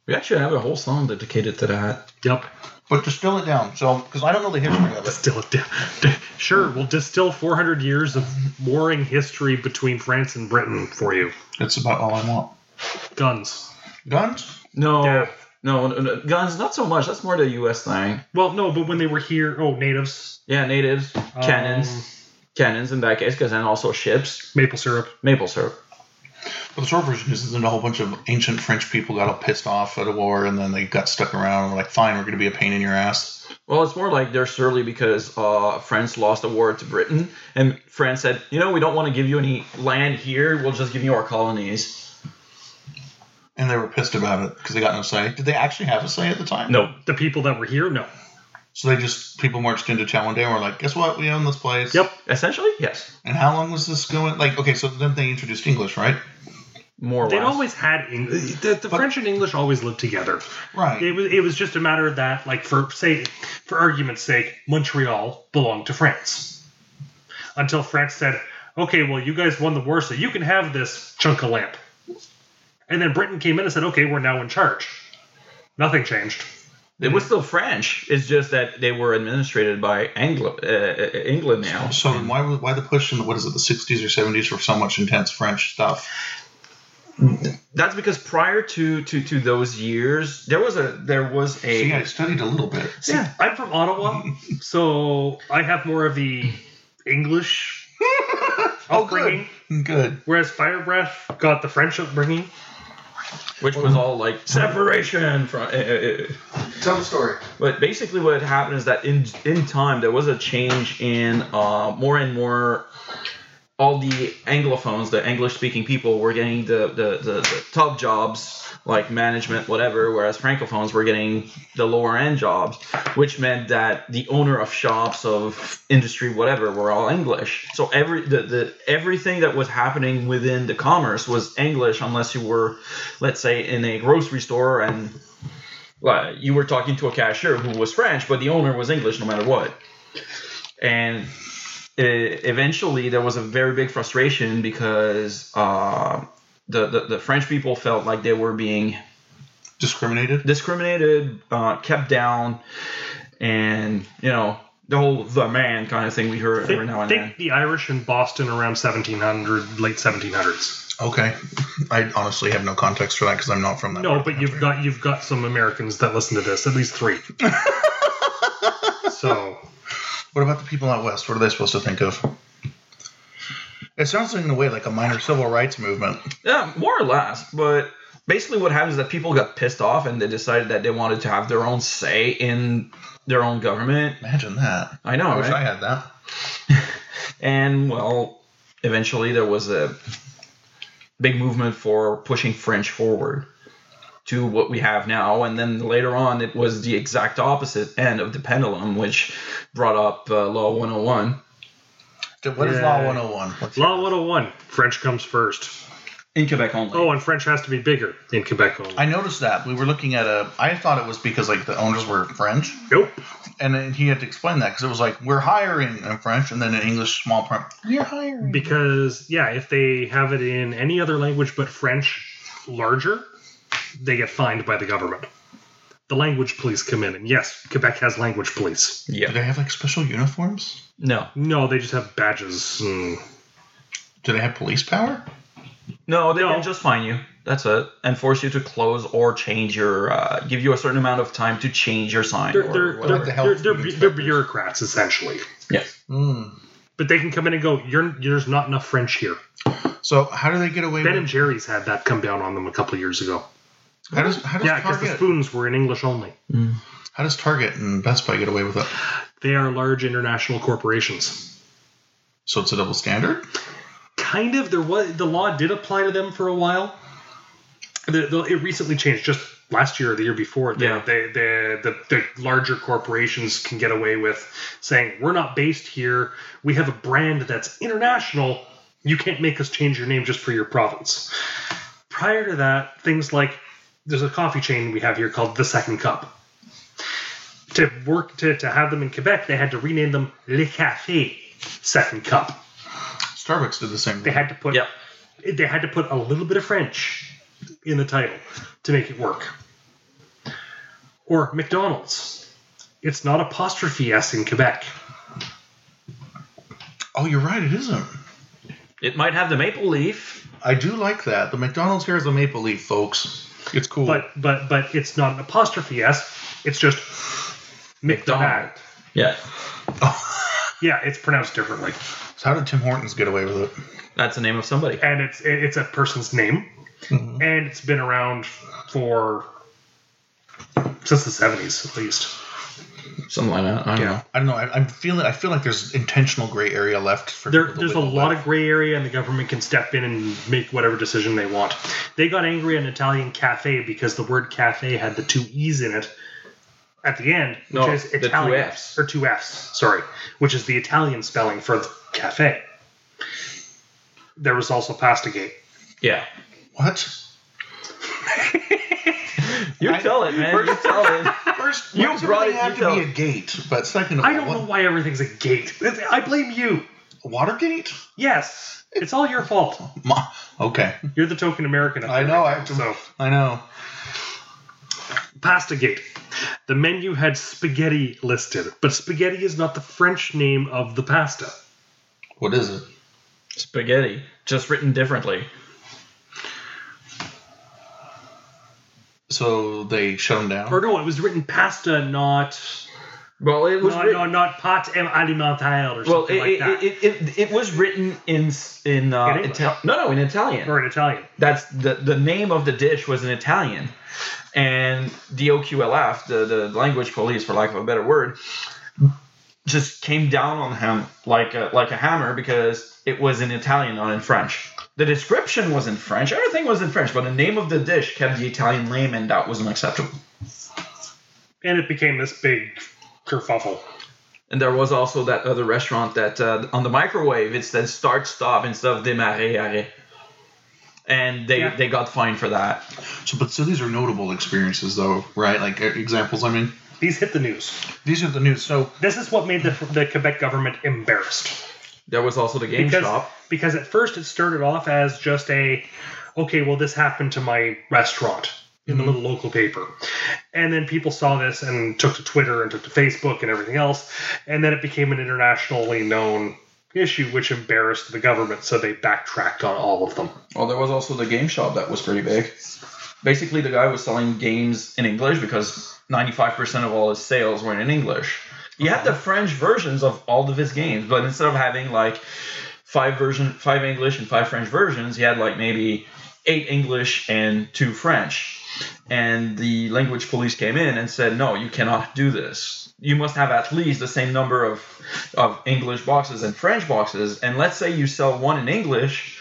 Speaker 4: we actually have a whole song dedicated to that.
Speaker 5: Yep.
Speaker 3: But distill it down, so because I don't know the history of it.
Speaker 5: Distill it down. D- Sure, we'll distill 400 years of warring history between France and Britain for you.
Speaker 3: That's about all I want.
Speaker 5: Guns. Oh,
Speaker 3: Guns.
Speaker 4: No,
Speaker 5: Yeah.
Speaker 4: no, no, no, guns, not so much. That's more the U.S. thing.
Speaker 5: Well, no, but when they were here, oh, natives,
Speaker 4: Yeah, natives,
Speaker 5: Um,
Speaker 4: cannons, cannons in that case, because then also ships,
Speaker 5: maple syrup.
Speaker 4: maple syrup.
Speaker 3: But the short version is that a whole bunch of ancient French people got all pissed off at a war, and then they got stuck around. And were like, "Fine, we're going to be a pain in your ass."
Speaker 4: Well, it's more like they're surly because uh, France lost a war to Britain, and France said, you know, we don't want to give you any land here. We'll just give you our colonies.
Speaker 3: And they were pissed about it because they got no say. Did they actually have a say at the time?
Speaker 4: No,
Speaker 5: The people that were here, no.
Speaker 3: So they just people marched into town one day and were like, "Guess what? We own this place."
Speaker 5: Yep.
Speaker 4: essentially, yes,
Speaker 3: And how long was this going? Like, okay, so then they introduced English, right?
Speaker 4: more or
Speaker 5: They'd
Speaker 4: less.
Speaker 5: always had English. The, the French and English always lived together.
Speaker 3: Right.
Speaker 5: It was, it was just a matter of that, like, for say, for argument's sake, Montreal belonged to France. Until France said, okay, well, you guys won the war, so you can have this chunk of land. And then Britain came in and said, okay, we're now in charge. Nothing changed.
Speaker 4: It was still French. It's just that they were administrated by Anglo- uh, uh, England now.
Speaker 3: so then why was- why the push in the, what is it the sixties or seventies for so much intense French stuff?
Speaker 4: That's because prior to, to, to those years, there was a there was a
Speaker 3: So yeah, I studied a little bit.
Speaker 5: See,
Speaker 4: Yeah.
Speaker 5: I'm from Ottawa, so I have more of the English
Speaker 4: Oh,
Speaker 5: upbringing,
Speaker 3: Oh, Good.
Speaker 5: whereas Fire Breath got the French upbringing.
Speaker 4: which was all like separation from. Uh, uh, uh.
Speaker 3: Tell the story.
Speaker 4: But basically, what happened is that in in time there was a change in uh, more and more. All the Anglophones, the English-speaking people, were getting the, the, the, the top jobs like management, whatever, whereas Francophones were getting the lower-end jobs, which meant that the owner of shops, of industry, whatever, were all English. So every the, the everything that was happening within the commerce was English, unless you were, let's say, in a grocery store and like you were talking to a cashier who was French, but the owner was English no matter what. And uh, eventually, there was a very big frustration because uh, the, the the French people felt like they were being
Speaker 3: Discriminated.
Speaker 4: discriminated, uh, kept down, and you know the whole the man kind of thing we heard every
Speaker 5: Think,
Speaker 4: now and then.
Speaker 5: think the Irish in Boston around 1700, late 1700s.
Speaker 3: Okay, I honestly have no context for that because I'm not from that.
Speaker 5: No, but you've got you've got some Americans that listen to this, at least three. so
Speaker 3: What about the people out west? What are they supposed to think of? It sounds in a way like a minor civil rights movement.
Speaker 4: Yeah, more or less. But basically, what happened is that people got pissed off and they decided that they wanted to have their own say in their own government.
Speaker 3: Imagine that.
Speaker 4: I know,
Speaker 3: I wish
Speaker 4: right?
Speaker 3: I had that.
Speaker 4: And well, eventually there was a big movement for pushing French forward to what we have now. And then later on, it was the exact opposite end of the pendulum, which brought up uh, Law 101.
Speaker 3: D- What is
Speaker 5: Yeah.
Speaker 3: Law 101? What's
Speaker 5: Law 101, French comes first.
Speaker 4: In Quebec only.
Speaker 5: Oh, and French has to be bigger in Quebec only.
Speaker 3: I noticed that we were looking at a. I thought it was because like the owners were French,
Speaker 5: nope.
Speaker 3: and then he had to explain that because it was like we're hiring in French, and then in English small print we're hiring.
Speaker 5: Because yeah, if they have it in any other language but French larger, they get fined by the government. The language police come in, and yes, Quebec has language police.
Speaker 3: Do
Speaker 4: Yeah.
Speaker 3: they have like special uniforms?
Speaker 4: No.
Speaker 5: No, they just have badges. and-
Speaker 3: Do they have police power?
Speaker 4: No, they
Speaker 5: No.
Speaker 4: can just fine you. That's it, and force you to close or change your, uh, give you a certain amount of time to change your sign.
Speaker 5: They're,
Speaker 4: or
Speaker 5: they're,
Speaker 4: whatever.
Speaker 5: they're,
Speaker 3: Like the health
Speaker 5: they're, they're,
Speaker 3: food
Speaker 5: bu- they're
Speaker 3: inspectors.
Speaker 5: bureaucrats, essentially.
Speaker 4: Yeah.
Speaker 3: Mm.
Speaker 5: But they can come in and go, You're, there's not enough French here.
Speaker 3: So how do they get away
Speaker 5: Ben and
Speaker 3: with?
Speaker 5: Jerry's had that come down on them a couple years ago.
Speaker 3: How does how does
Speaker 5: Yeah, because the
Speaker 3: Target
Speaker 5: spoons were in English only.
Speaker 3: how does Target and Best Buy get away with it?
Speaker 5: They are large international corporations.
Speaker 3: So it's a double standard.
Speaker 5: Kind of. There was the law did apply to them for a while. The, the, it recently changed, just last year or the year before. They,
Speaker 4: Yeah.
Speaker 5: They, the, the the larger corporations can get away with saying we're not based here. We have a brand that's international. You can't make us change your name just for your province. Prior to that, things like there's a coffee chain we have here called the Second Cup. to work to, to have them in Quebec, they had to rename them Le Café Second Cup.
Speaker 3: Starbucks did the same.
Speaker 5: They
Speaker 3: thing.
Speaker 5: had to put
Speaker 4: Yeah.
Speaker 5: they had to put a little bit of French in the title to make it work. Or McDonald's. It's not apostrophe S in Quebec.
Speaker 3: Oh, you're right. It isn't.
Speaker 4: It might have the maple leaf.
Speaker 3: I do like that. The McDonald's here is a maple leaf, folks. It's cool.
Speaker 5: But but but it's not an apostrophe S. It's just McDonald.
Speaker 4: Yeah,
Speaker 5: Yeah, it's pronounced differently.
Speaker 3: so how did Tim Hortons get away with it?
Speaker 4: that's the name of somebody.
Speaker 5: and it's it- it's a person's name, and it's been around for since the seventies at least.
Speaker 4: Something like that. I don't know.
Speaker 3: I don't know. I, I'm feeling. I feel like there's intentional gray area left for.
Speaker 5: There,
Speaker 3: people to
Speaker 5: there's a
Speaker 3: wiggle
Speaker 5: lot
Speaker 3: with.
Speaker 5: of gray area, and the government can step in and make whatever decision they want. They got angry at an Italian cafe because the word cafe had the two e's in it at the end, which
Speaker 4: No,
Speaker 5: is
Speaker 4: the two
Speaker 5: Italian
Speaker 4: Fs.
Speaker 5: or two f's. Sorry, which is the Italian spelling for the cafe. There was also pastigate.
Speaker 4: Yeah.
Speaker 3: what?
Speaker 4: You
Speaker 3: I-
Speaker 4: tell it, man. You tell it.
Speaker 3: First,
Speaker 4: You
Speaker 3: you
Speaker 4: brought
Speaker 3: brought
Speaker 4: it,
Speaker 3: Have
Speaker 4: you
Speaker 3: to be
Speaker 4: tell-
Speaker 3: a gate, but second of all,
Speaker 5: I don't know why everything's a gate. It's- I blame you.
Speaker 3: Watergate.
Speaker 5: Yes, it's all your fault.
Speaker 3: Ma- okay,
Speaker 5: You're the token American. up
Speaker 3: I
Speaker 5: there
Speaker 3: know. I
Speaker 5: right
Speaker 3: have to.
Speaker 5: now. So,
Speaker 3: I know.
Speaker 5: pastigate. The menu had spaghetti listed, but spaghetti is not the French name of the pasta.
Speaker 3: What is it?
Speaker 4: Spaghetti, just written differently.
Speaker 3: So they shut them down.
Speaker 5: Or no, it was written pasta, not
Speaker 4: Well, it was
Speaker 5: not,
Speaker 4: writ-
Speaker 5: no, not pot and alimentaire or
Speaker 4: well,
Speaker 5: something
Speaker 4: it,
Speaker 5: like that,
Speaker 4: it, it, it, it was written in s- in, uh,
Speaker 5: In English.
Speaker 4: Ital- no no in Italian.
Speaker 5: or in Italian.
Speaker 4: That's the the name of the dish was in Italian, and the OQLF, the the language police, for lack of a better word, just came down on him like a, like a hammer because it was in Italian, not in French. The description was in French. Everything was in French, but the name of the dish kept the Italian name, and that was unacceptable.
Speaker 5: And it became this big kerfuffle.
Speaker 4: And there was also that other restaurant that uh, on the microwave it said start stop instead of démarrer arrêt. And they,
Speaker 5: Yeah.
Speaker 4: they got fined for that.
Speaker 3: So, but so these are notable experiences, though, right? Like uh, examples. I mean,
Speaker 5: These hit the news.
Speaker 3: these are the news. So,
Speaker 5: This is what made the, the Quebec government embarrassed.
Speaker 4: There was also the game
Speaker 5: because
Speaker 4: shop.
Speaker 5: because at first it started off as just a okay well this happened to my restaurant in
Speaker 4: Mm-hmm.
Speaker 5: the little local paper and then people saw this and took to twitter and took to facebook and everything else and then it became an internationally known issue which embarrassed the government so they backtracked on all of them
Speaker 4: Well, there was also the game shop that was pretty big. Basically, the guy was selling games in English because 95% of all his sales were in English. He had the French versions of all of his games, but instead of having like five version, five English and five French versions, he had like maybe eight English and two French. And the language police came in and said, "No, you cannot do this. You must have at least the same number of of English boxes and French boxes. And let's say you sell one in English."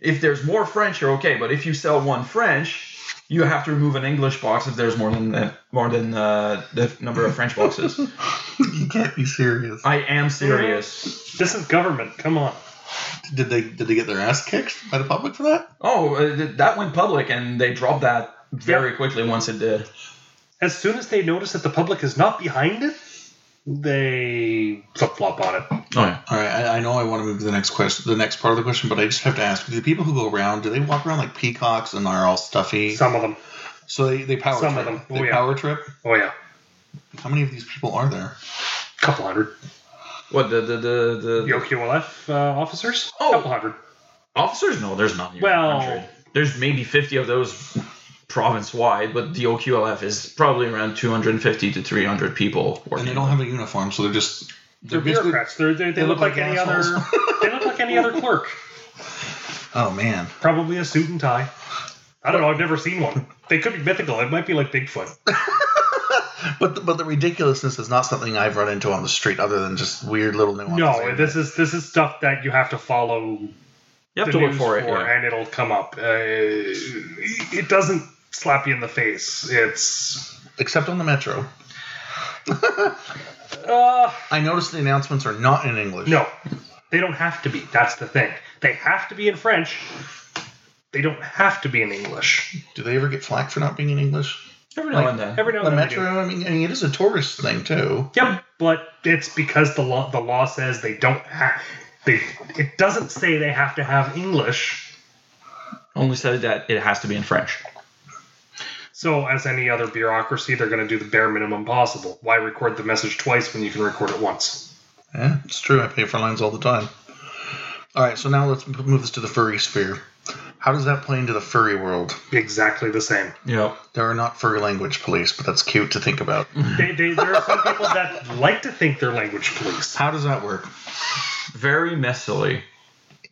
Speaker 4: if there's more French, you're okay. But if you sell one French, you have to remove an English box if there's more than the, more than uh, the number of French boxes.
Speaker 3: you can't be serious.
Speaker 4: I am serious.
Speaker 5: this is government come on
Speaker 3: Did they did they get their ass kicked by the public for that?
Speaker 4: Oh, uh, th- that went public, and they dropped that very
Speaker 5: Yeah.
Speaker 4: quickly once it did.
Speaker 5: as soon as they notice that the public is not behind it they flip-flop on it
Speaker 4: Oh yeah.
Speaker 3: All right, I, I know I want to move to the next question, the next part of the question, but I just have to ask: Do the people who go around, do they walk around like peacocks and are all stuffy?
Speaker 5: some of them
Speaker 3: so they, they power
Speaker 5: Some of
Speaker 3: trip.
Speaker 5: them. Oh,
Speaker 3: They
Speaker 5: yeah.
Speaker 3: power trip.
Speaker 5: oh yeah
Speaker 3: How many of these people are there?
Speaker 5: couple hundred
Speaker 4: What the the the, the
Speaker 5: the OQLF uh, officers
Speaker 4: Oh.
Speaker 5: couple hundred
Speaker 4: Officers? No, there's not even
Speaker 5: Well-
Speaker 4: 100. There's maybe 50 of those province wide, but the OQLF is probably around 250 to 300 people working.
Speaker 3: And they don't have a uniform, so they're just
Speaker 5: They're
Speaker 3: basically-
Speaker 5: bureaucrats. They're, they they, look, like, any other.
Speaker 3: assholes.
Speaker 5: they look like any other clerk.
Speaker 3: Oh man,
Speaker 5: Probably a suit and tie. I don't know. I've never seen one. They could be mythical. It might be like Bigfoot.
Speaker 3: but the, but the ridiculousness is not something I've run into on the street, other than just weird little nuances.
Speaker 5: No, this is this is stuff that you have to follow
Speaker 4: you have
Speaker 5: the
Speaker 4: to look
Speaker 5: news
Speaker 4: for it. yeah.
Speaker 5: and it'll come up. Uh, it doesn't slap you in the face. It's
Speaker 3: except on the metro.
Speaker 5: uh,
Speaker 3: I noticed the announcements are not in English.
Speaker 5: no, they don't have to be. That's the thing. They have to be in French. They don't have to be in English.
Speaker 3: Do they ever get flack for not being in English?
Speaker 4: Every now
Speaker 3: Like,
Speaker 4: and then.
Speaker 5: Every now and
Speaker 3: the
Speaker 5: then. they
Speaker 3: metro. I mean, I mean, it is a tourist thing too.
Speaker 5: do. Yep, but it's because the law the law says they don't have. They it doesn't say they have to have English.
Speaker 4: Only said that it has to be in French.
Speaker 5: So, as any other bureaucracy, they're going to do the bare minimum possible. Why record the message twice when you can record it once?
Speaker 3: Yeah, it's true. I pay for lines all the time. All right, so now let's m- move this to the furry sphere. How does that play into the furry world?
Speaker 5: Exactly the same.
Speaker 4: Yeah.
Speaker 3: There are not furry language police, but that's cute to think about.
Speaker 5: they, they, there are some people that like to think they're language police.
Speaker 3: How does that work?
Speaker 4: Very messily.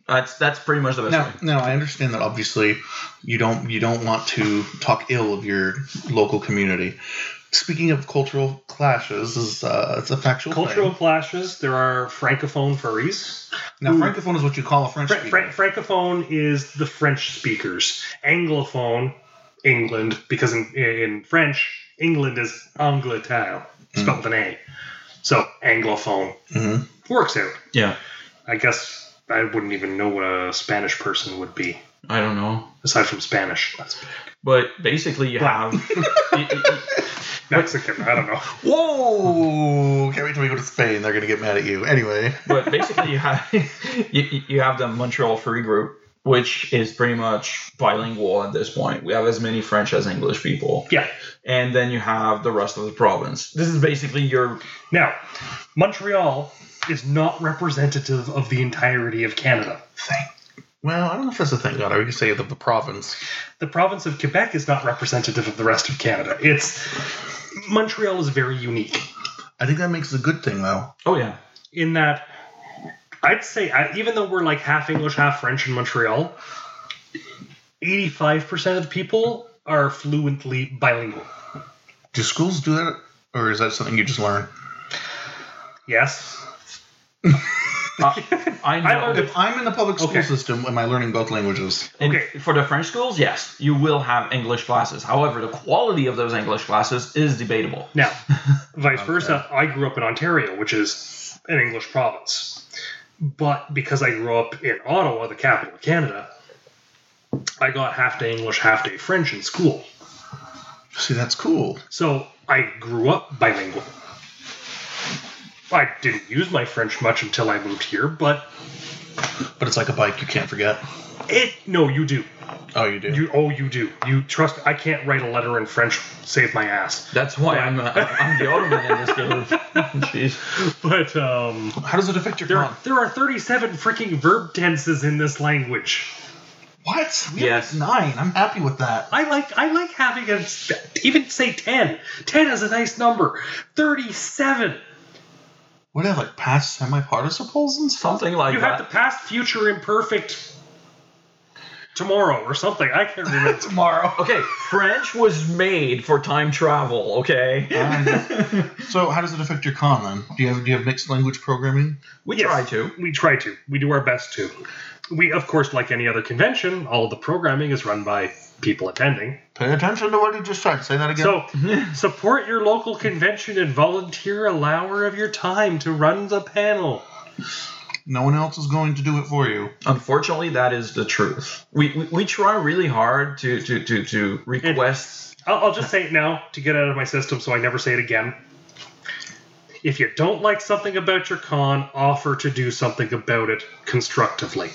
Speaker 4: That's that's pretty much the best
Speaker 3: Now,
Speaker 4: way.
Speaker 3: now I understand that obviously you don't you don't want to talk ill of your local community. Speaking of cultural clashes, is uh, it's a factual
Speaker 5: Cultural
Speaker 3: thing.
Speaker 5: clashes. There are francophone furries.
Speaker 3: Now, francophone is what you call a French
Speaker 5: Fra-
Speaker 3: speaker.
Speaker 5: Fra- francophone is the French speakers. Anglophone, England, because in, in French, England is Angleterre, spelled with an A. So Anglophone
Speaker 3: Mhm.
Speaker 5: works out.
Speaker 4: Yeah.
Speaker 5: I guess I wouldn't even know what a Spanish person would be
Speaker 4: I don't know.
Speaker 5: aside from Spanish.
Speaker 4: But basically, you have. y- y-
Speaker 5: Mexican. I don't know.
Speaker 3: Whoa! Can't wait till we go to Spain. They're gonna get mad at you. Anyway,
Speaker 4: but basically you have you, you have the Montreal Free Group, which is pretty much bilingual at this point. We have as many French as English people,
Speaker 5: Yeah.
Speaker 4: and then you have the rest of the province. This is basically your
Speaker 5: Now, Montreal is not representative of the entirety of Canada.
Speaker 3: well, I don't know if that's a thing, God. Or you can say the, the province.
Speaker 5: The province of Quebec is not representative of the rest of Canada. It's Montreal is very unique
Speaker 3: I think that makes it a good thing, though.
Speaker 4: oh yeah
Speaker 5: in that I'd say I, even though we're like half English, half French in Montreal, 85% of the people are fluently bilingual.
Speaker 3: Do schools do that, or is that something you just learn?
Speaker 5: Yes.
Speaker 4: Uh, I know.
Speaker 5: I learned
Speaker 3: If I'm in the public school
Speaker 5: Okay.
Speaker 3: system, am I learning both languages?
Speaker 4: And
Speaker 5: okay.
Speaker 4: for the French schools, yes, you will have English classes. However, the quality of those English classes is debatable.
Speaker 5: Now, vice versa, I grew up in Ontario, which is an English province. But because I grew up in Ottawa, the capital of Canada, I got half day English, half day French in school.
Speaker 3: See, that's cool.
Speaker 5: So I grew up bilingual. I didn't use my French much until I moved here, but
Speaker 3: But it's like a bike; you can't forget.
Speaker 5: it no, you do.
Speaker 3: Oh, you do.
Speaker 5: You oh you do. You trust I can't write a letter in French, save my ass.
Speaker 4: That's why I'm uh, I'm the Ottoman in this game. Jeez.
Speaker 5: But um
Speaker 3: How does it affect your
Speaker 5: there
Speaker 3: con?
Speaker 5: are, there are 37 freaking verb tenses in this language.
Speaker 3: What? We
Speaker 4: Yes.
Speaker 3: have nine. I'm happy with that.
Speaker 5: I like I like having a even say 10. 10 is a nice number. 37.
Speaker 3: What do I have, like past semi-participles and stuff?
Speaker 4: Something like
Speaker 5: You
Speaker 4: that.
Speaker 5: have the past, future, imperfect tomorrow or something. I can't remember.
Speaker 3: Tomorrow.
Speaker 4: okay, French was made for time travel. Okay. Um,
Speaker 3: so how does it affect your con then? Do you have do you have mixed language programming?
Speaker 4: We
Speaker 5: Yes.
Speaker 4: try to.
Speaker 5: we try to. We do our best to. We of course like any other convention, all the programming is run by people attending.
Speaker 3: Pay attention to what you just said. Say that again.
Speaker 5: So support your local convention and volunteer an hour of your time to run the panel.
Speaker 3: no one else is going to do it for you.
Speaker 4: Unfortunately, that is the truth. We we, we try really hard to to to, to request.
Speaker 5: I'll, I'll just say it now to get out of my system so I never say it again. If you don't like something about your con, offer to do something about it constructively.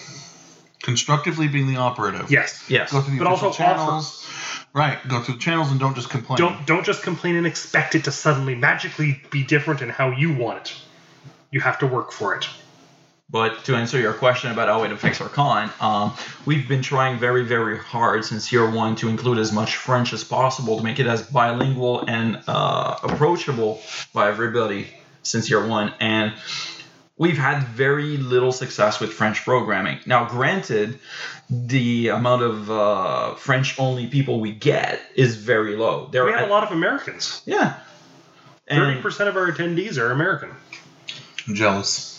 Speaker 3: Constructively being the operative.
Speaker 5: Yes.
Speaker 4: Yes.
Speaker 3: Go through the
Speaker 5: But
Speaker 3: official
Speaker 5: also offer.
Speaker 3: channels. Right. Go through the channels and don't just complain.
Speaker 5: Don't don't just complain and expect it to suddenly magically be different in how you want it. You have to work for it.
Speaker 4: But to answer your question about how it affects our con, um, we've been trying very, very hard since year one to include as much French as possible to make it as bilingual and uh, approachable by everybody since year one. And we've had very little success with French programming. Now, granted, the amount of uh, French only people we get is very low. There
Speaker 5: We
Speaker 4: are
Speaker 5: have a lot of Americans.
Speaker 4: Yeah.
Speaker 5: Thirty
Speaker 4: And
Speaker 5: percent of our attendees are American.
Speaker 3: I'm jealous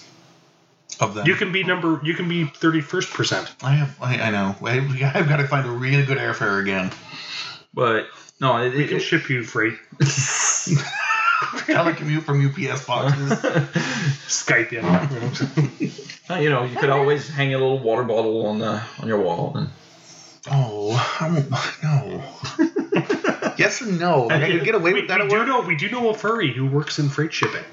Speaker 3: of them.
Speaker 5: You can be number. You can be thirty-first percent.
Speaker 3: I have. I, I know. I, I've got to find a really good airfare again.
Speaker 4: but no, it,
Speaker 5: We can ship you free.
Speaker 3: Telecommute from UPS boxes.
Speaker 5: Skype in.
Speaker 4: Uh, you know, you could always hang a little water bottle on the on your wall. And,
Speaker 3: oh, I won't, no. yes and no. Like, I could get away
Speaker 5: we,
Speaker 3: with that
Speaker 5: we
Speaker 3: at
Speaker 5: do
Speaker 3: work.
Speaker 5: know. We do know a furry who works in freight shipping.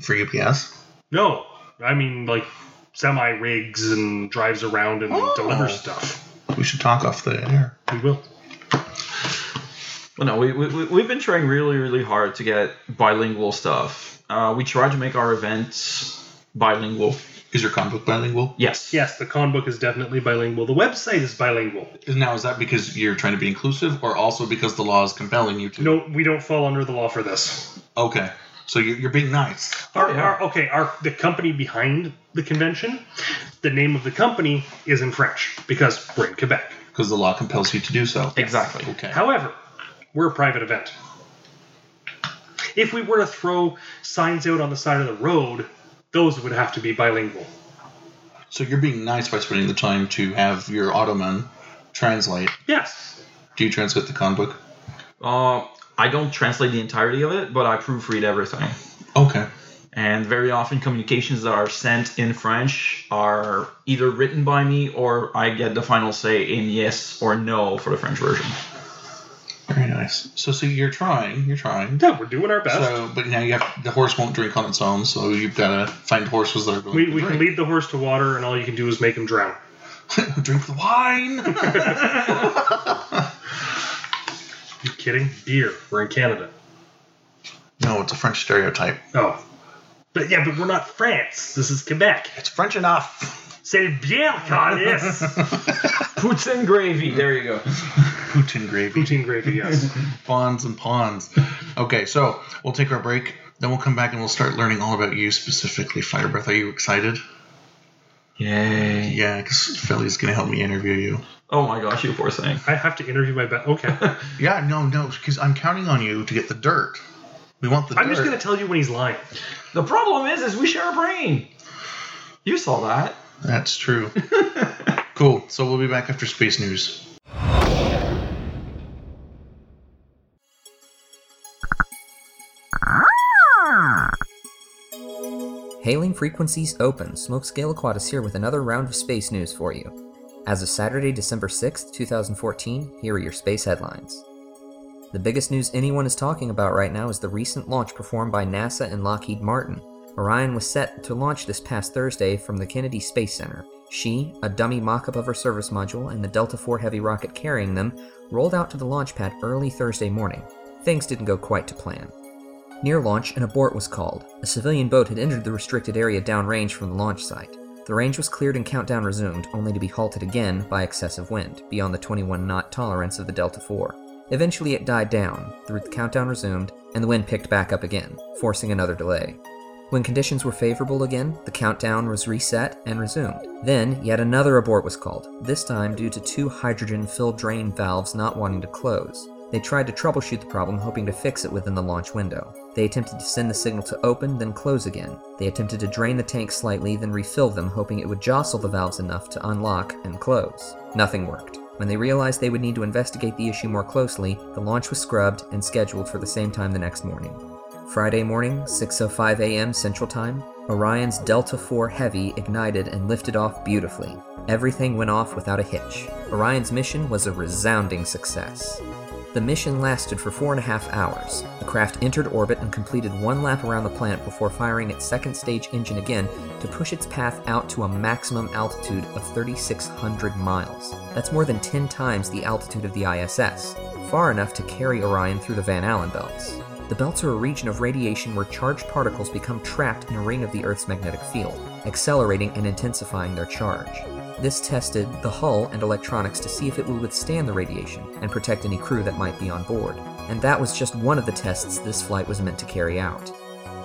Speaker 3: For UPS.
Speaker 5: No, I mean like semi rigs and drives around and
Speaker 3: Oh.
Speaker 5: delivers stuff.
Speaker 3: We should talk off the air.
Speaker 5: We will.
Speaker 4: but no, we, we we- we've been trying really really hard to get bilingual stuff. Uh, we try to make our events bilingual.
Speaker 3: Is your comic book bilingual?
Speaker 4: Yes.
Speaker 5: Yes, the con book is definitely bilingual. The website is bilingual.
Speaker 3: Now, is that because you're trying to be inclusive or also because the law is compelling you to?
Speaker 5: No, we don't fall under the law for this.
Speaker 3: Okay. So you're, you're being nice.
Speaker 5: Our,
Speaker 4: yeah.
Speaker 5: our, okay, our the company behind the convention, the name of the company is in French because we're in Quebec.
Speaker 3: Because the law compels you to do so.
Speaker 4: Exactly.
Speaker 3: Okay.
Speaker 5: However, we're a private event. If we were to throw signs out on the side of the road, those would have to be bilingual.
Speaker 3: So you're being nice by spending the time to have your Ottoman translate.
Speaker 5: Yes.
Speaker 3: Do you translate the con book?
Speaker 4: Uh, I don't translate the entirety of it, but I proofread everything.
Speaker 3: Okay.
Speaker 4: And very often, communications that are sent in French are either written by me or I get the final say in yes or no for the French version.
Speaker 3: Very nice. So, so you're trying. You're trying.
Speaker 5: Yeah, we're doing our best.
Speaker 3: So, but now you have the horse won't drink on its own. So you've got to find horses that are going
Speaker 5: We,
Speaker 3: to
Speaker 5: we can
Speaker 3: drink.
Speaker 5: lead the horse to water, and all you can do is make him drown.
Speaker 3: drink the wine.
Speaker 5: You kidding? Beer. We're in Canada.
Speaker 3: no, it's a French stereotype.
Speaker 5: Oh. But yeah, but we're not France. This is Quebec.
Speaker 3: It's French enough.
Speaker 5: C'est le bière, Carlis.
Speaker 4: Poutine gravy. There you go.
Speaker 3: Putin gravy.
Speaker 5: Poutine gravy, yes.
Speaker 3: Pawns and pawns. Okay, so we'll take our break. Then we'll come back and we'll start learning all about you specifically, Fire Breath. Are you excited?
Speaker 4: Yay.
Speaker 3: Yeah, because Philly's going to help me interview you.
Speaker 4: Oh my gosh, you poor thing.
Speaker 5: I have to interview my best. Okay.
Speaker 3: Yeah, no, no, because I'm counting on you to get the dirt. We want the
Speaker 5: I'm
Speaker 3: dirt.
Speaker 5: just going to tell you when he's lying.
Speaker 4: The problem is, is we share a brain. You saw that.
Speaker 3: That's true. cool. So we'll be back after space news.
Speaker 6: Hailing Frequencies Open, Smokescale Aquat is here with another round of space news for you. As of Saturday, December 6th, 2014, here are your space headlines. The biggest news anyone is talking about right now is the recent launch performed by NASA and Lockheed Martin. Orion was set to launch this past Thursday from the Kennedy Space Center. She, a dummy mock up of her service module, and the Delta IV heavy rocket carrying them rolled out to the launch pad early Thursday morning. Things didn't go quite to plan. Near launch, an abort was called. A civilian boat had entered the restricted area downrange from the launch site. The range was cleared and countdown resumed, only to be halted again by excessive wind, beyond the 21 knot tolerance of the Delta IV. Eventually, it died down, the countdown resumed, and the wind picked back up again, forcing another delay. When conditions were favorable again, the countdown was reset and resumed. Then, yet another abort was called, this time due to two hydrogen filled drain valves not wanting to close. They tried to troubleshoot the problem, hoping to fix it within the launch window. They attempted to send the signal to open, then close again. They attempted to drain the tanks slightly, then refill them, hoping it would jostle the valves enough to unlock and close. Nothing worked. When they realized they would need to investigate the issue more closely, the launch was scrubbed and scheduled for the same time the next morning. Friday morning, 6:05 a.m. Central Time, Orion's Delta IV Heavy ignited and lifted off beautifully. Everything went off without a hitch. Orion's mission was a resounding success. The mission lasted for four and a half hours. The craft entered orbit and completed one lap around the planet before firing its second stage engine again to push its path out to a maximum altitude of 3,600 miles. That's more than 10 times the altitude of the ISS, far enough to carry Orion through the Van Allen belts. The The belts are a region of radiation where charged particles become trapped in a ring of the Earth's magnetic field, accelerating and intensifying their charge. This tested the hull and electronics to see if it would withstand the radiation and protect any crew that might be on board, and that was just one of the tests this flight was meant to carry out.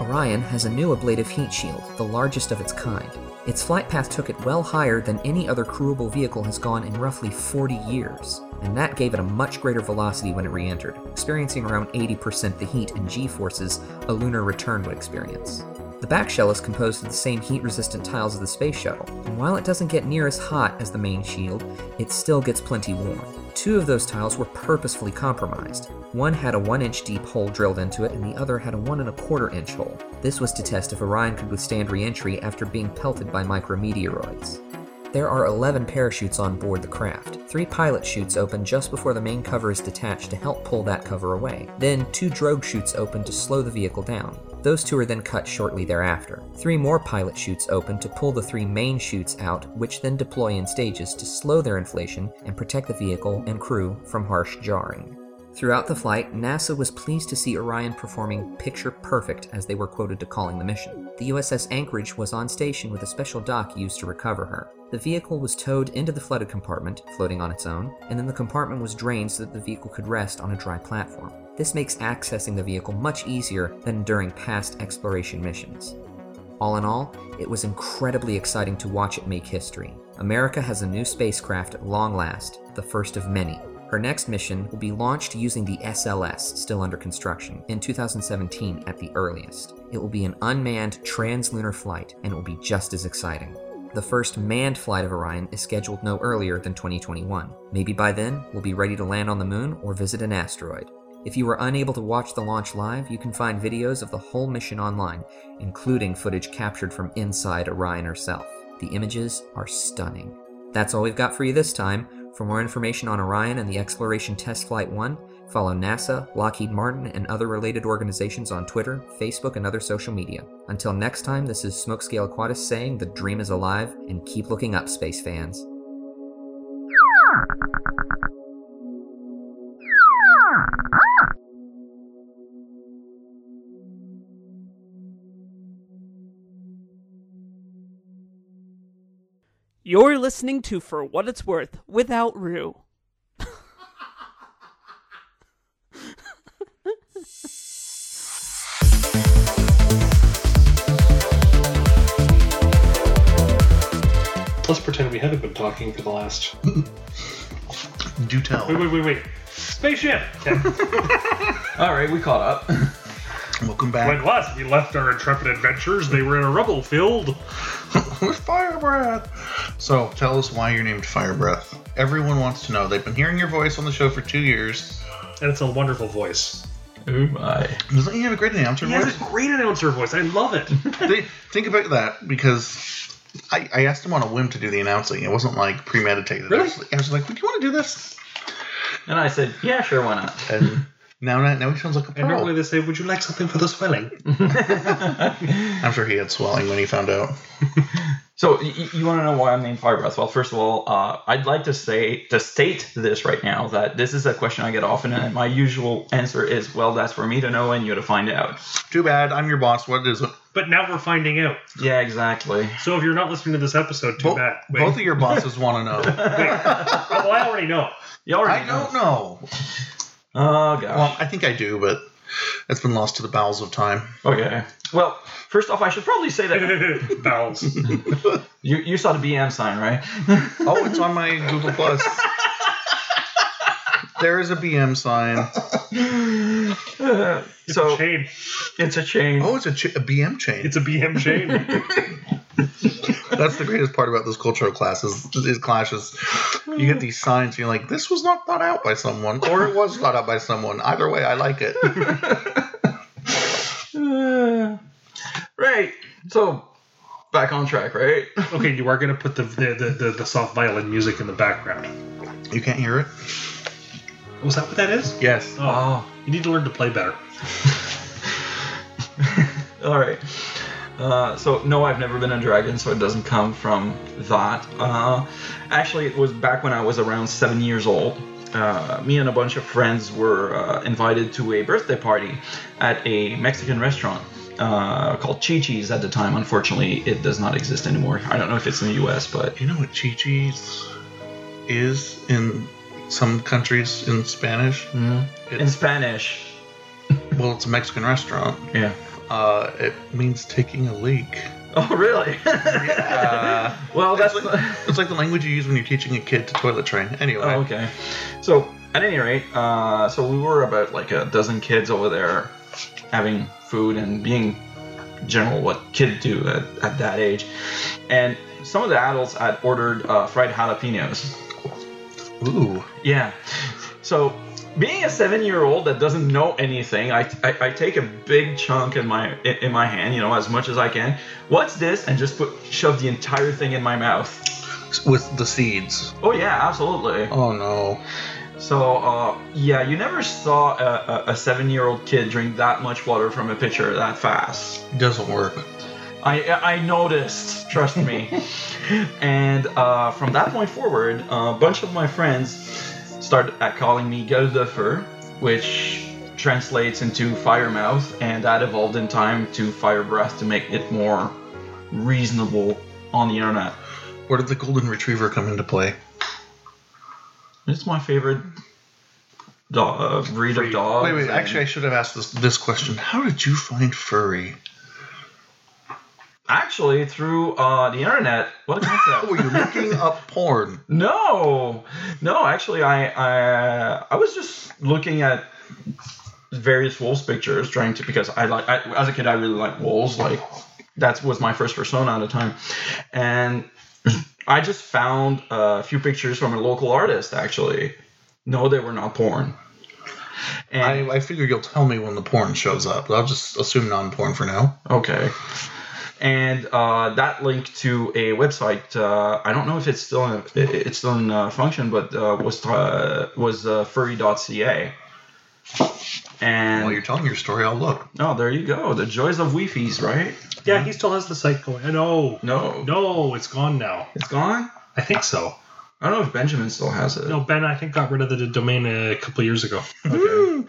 Speaker 6: Orion has a new ablative heat shield, the largest of its kind. Its flight path took it well higher than any other crewable vehicle has gone in roughly 40 years, and that gave it a much greater velocity when it re entered, experiencing around 80% the heat and g forces a lunar return would experience. The back shell is composed of the same heat resistant tiles as the space shuttle, and while it doesn't get near as hot as the main shield, it still gets plenty warm. Two of those tiles were purposefully compromised. One had a 1 inch deep hole drilled into it, and the other had a 1 and a quarter inch hole. This was to test if Orion could withstand re entry after being pelted by micrometeoroids. There are 11 parachutes on board the craft. Three pilot chutes open just before the main cover is detached to help pull that cover away. Then, two drogue chutes open to slow the vehicle down. Those two are then cut shortly thereafter. Three more pilot chutes open to pull the three main chutes out, which then deploy in stages to slow their inflation and protect the vehicle and crew from harsh jarring. Throughout the flight, NASA was pleased to see Orion performing picture perfect as they were quoted to calling the mission. The USS Anchorage was on station with a special dock used to recover her. The vehicle was towed into the flooded compartment, floating on its own, and then the compartment was drained so that the vehicle could rest on a dry platform. This makes accessing the vehicle much easier than during past exploration missions. All in all, it was incredibly exciting to watch it make history. America has a new spacecraft at long last, the first of many. Her next mission will be launched using the SLS, still under construction, in 2017 at the earliest. It will be an unmanned translunar flight, and it will be just as exciting. The first manned flight of Orion is scheduled no earlier than 2021. Maybe by then, we'll be ready to land on the moon or visit an asteroid. If you were unable to watch the launch live, you can find videos of the whole mission online, including footage captured from inside Orion herself. The images are stunning. That's all we've got for you this time. For more information on Orion and the Exploration Test Flight 1, follow NASA, Lockheed Martin, and other related organizations on Twitter, Facebook, and other social media. Until next time, this is Smokescale Aquatus saying the dream is alive and keep looking up, space fans.
Speaker 1: You're listening to For What It's Worth without Rue.
Speaker 5: Let's pretend we haven't been talking for the last.
Speaker 3: Do tell.
Speaker 5: Wait, wait, wait, wait. Spaceship! Okay.
Speaker 4: All right, we caught up.
Speaker 3: Welcome
Speaker 5: when
Speaker 3: back.
Speaker 5: last we left our intrepid adventurers, they were in a rubble field.
Speaker 3: with fire breath. So tell us why you're named Fire Breath. Everyone wants to know. They've been hearing your voice on the show for two years.
Speaker 5: And it's a wonderful voice.
Speaker 4: oh my!
Speaker 3: Doesn't he have a great announcer
Speaker 5: He has
Speaker 3: voice?
Speaker 5: a great announcer voice. I love it.
Speaker 3: They- think about that because I, I asked him on a whim to do the announcing. It wasn't like premeditated. I
Speaker 5: Really?
Speaker 3: was, I was like, "Would you want to do this?"
Speaker 4: And I said, yeah, sure, why not?
Speaker 3: And now, now he sounds like a
Speaker 5: And
Speaker 3: pro.
Speaker 5: normally they say, Would you like something for the swelling?
Speaker 3: I'm sure he had swelling when he found out.
Speaker 4: So y- y- you want to know why I'm named Fire Breath? Well, first of all, uh, I'd like to say to state this right now that this is a question I get often, and my usual answer is, well, that's for me to know and you to find out.
Speaker 3: Too bad. I'm your boss. What is it?
Speaker 5: But now we're finding out.
Speaker 4: Yeah, exactly.
Speaker 5: So if you're not listening to this episode, too
Speaker 3: Bo-
Speaker 5: bad. Wait,
Speaker 3: both of your bosses want to know.
Speaker 5: oh, well, I already know.
Speaker 4: You already
Speaker 3: I don't know.
Speaker 4: Oh gosh.
Speaker 3: Well, I think I do, but it's been lost to the bowels of time.
Speaker 4: Okay. Well, first off, I should probably say that
Speaker 5: Bowels.
Speaker 4: you, you saw the BM sign, right?
Speaker 3: Oh, it's on my Google Plus. there is a BM sign.
Speaker 5: It's a
Speaker 4: so
Speaker 5: chain.
Speaker 4: it's a chain.
Speaker 3: Oh, it's a, ch- a BM chain.
Speaker 5: It's a BM chain.
Speaker 3: That's the greatest part about those cultural classes is clashes. You get these signs, and you're like, this was not thought out by someone, or it was thought out by someone. Either way, I like it.
Speaker 4: Uh, right. So back on track, right?
Speaker 5: okay, you are going to put the the, the, the the soft violin music in the background.
Speaker 3: You can't hear it.
Speaker 5: Was that what that is?
Speaker 3: Yes.
Speaker 5: Oh,
Speaker 4: Oh.
Speaker 5: you need to learn to play better.
Speaker 4: All right. Uh, so no, I've never been a dragon, so it doesn't come from that. Uh, actually, it was back when I was around seven years old. uh, me and a bunch of friends were uh, invited to a birthday party at a Mexican restaurant uh, called Chi Chi's at the time. Unfortunately, it does not exist anymore. I don't know if it's in the US, but
Speaker 3: Do you know what Chi Chi's is in some countries in Spanish?
Speaker 5: Hmm?
Speaker 4: in Spanish.
Speaker 3: Well, it's a Mexican restaurant.
Speaker 4: Yeah.
Speaker 3: Uh, it means taking a leak.
Speaker 4: Oh, really?
Speaker 3: Uh,
Speaker 4: well, that's.
Speaker 3: it's, like, it's like the language you use when you're teaching a kid to toilet train. Anyway,
Speaker 4: Oh, okay. So at any rate, uh, so we were about like a dozen kids over there having food and being general what kids do at, at that age. And some of the adults had ordered uh, fried jalapenos.
Speaker 3: ooh,
Speaker 4: Yeah. So being a seven-year-old that doesn't know anything, I, I, I take a big chunk in my in, in my hand, you know, as much as I can. What's this? And just put shove the entire thing in my mouth.
Speaker 3: with the seeds.
Speaker 4: Oh yeah, absolutely.
Speaker 3: Oh no.
Speaker 4: So, uh, yeah, you never saw a, a, a seven-year-old kid drink that much water from a pitcher that fast.
Speaker 3: doesn't work.
Speaker 4: I I noticed, trust me. and uh, from that point forward, a bunch of my friends started uh, calling me Gulduffer, which translates into fire mouth, and that evolved in time to fire breath to make it more reasonable on the internet.
Speaker 3: Where did the golden retriever come into play?
Speaker 4: It's my favorite dog, uh, breed of dog.
Speaker 3: Wait, wait. Actually, I should have asked this this question. How did you find furry?
Speaker 4: Actually, through uh, the internet. What a
Speaker 3: Were you
Speaker 4: concept!
Speaker 3: Oh, looking up porn?
Speaker 4: no, no. Actually, I, I I was just looking at various wolves pictures, trying to because I like I, as a kid I really liked wolves. Like that was my first persona at the time, and I just found a few pictures from a local artist. Actually, no, they were not porn. And,
Speaker 3: I, I figure you'll tell me when the porn shows up. I'll just assume non-porn for now.
Speaker 4: Okay. And uh, that linked to a website. Uh, I don't know if it's still in, it- it's still in uh, function, but uh, was uh, was uh, furry.ca.
Speaker 3: While you're
Speaker 4: And
Speaker 3: telling your story, I'll look.
Speaker 4: oh, there you go. The joys of Wi-Fi's, right?
Speaker 5: Yeah, he still has the site going. I know.
Speaker 4: No,
Speaker 5: No, it's gone now.
Speaker 4: it's gone.
Speaker 5: I think so.
Speaker 4: I don't know if Benjamin still has it.
Speaker 5: No, Ben, I think got rid of the domain a couple years ago.
Speaker 4: Okay.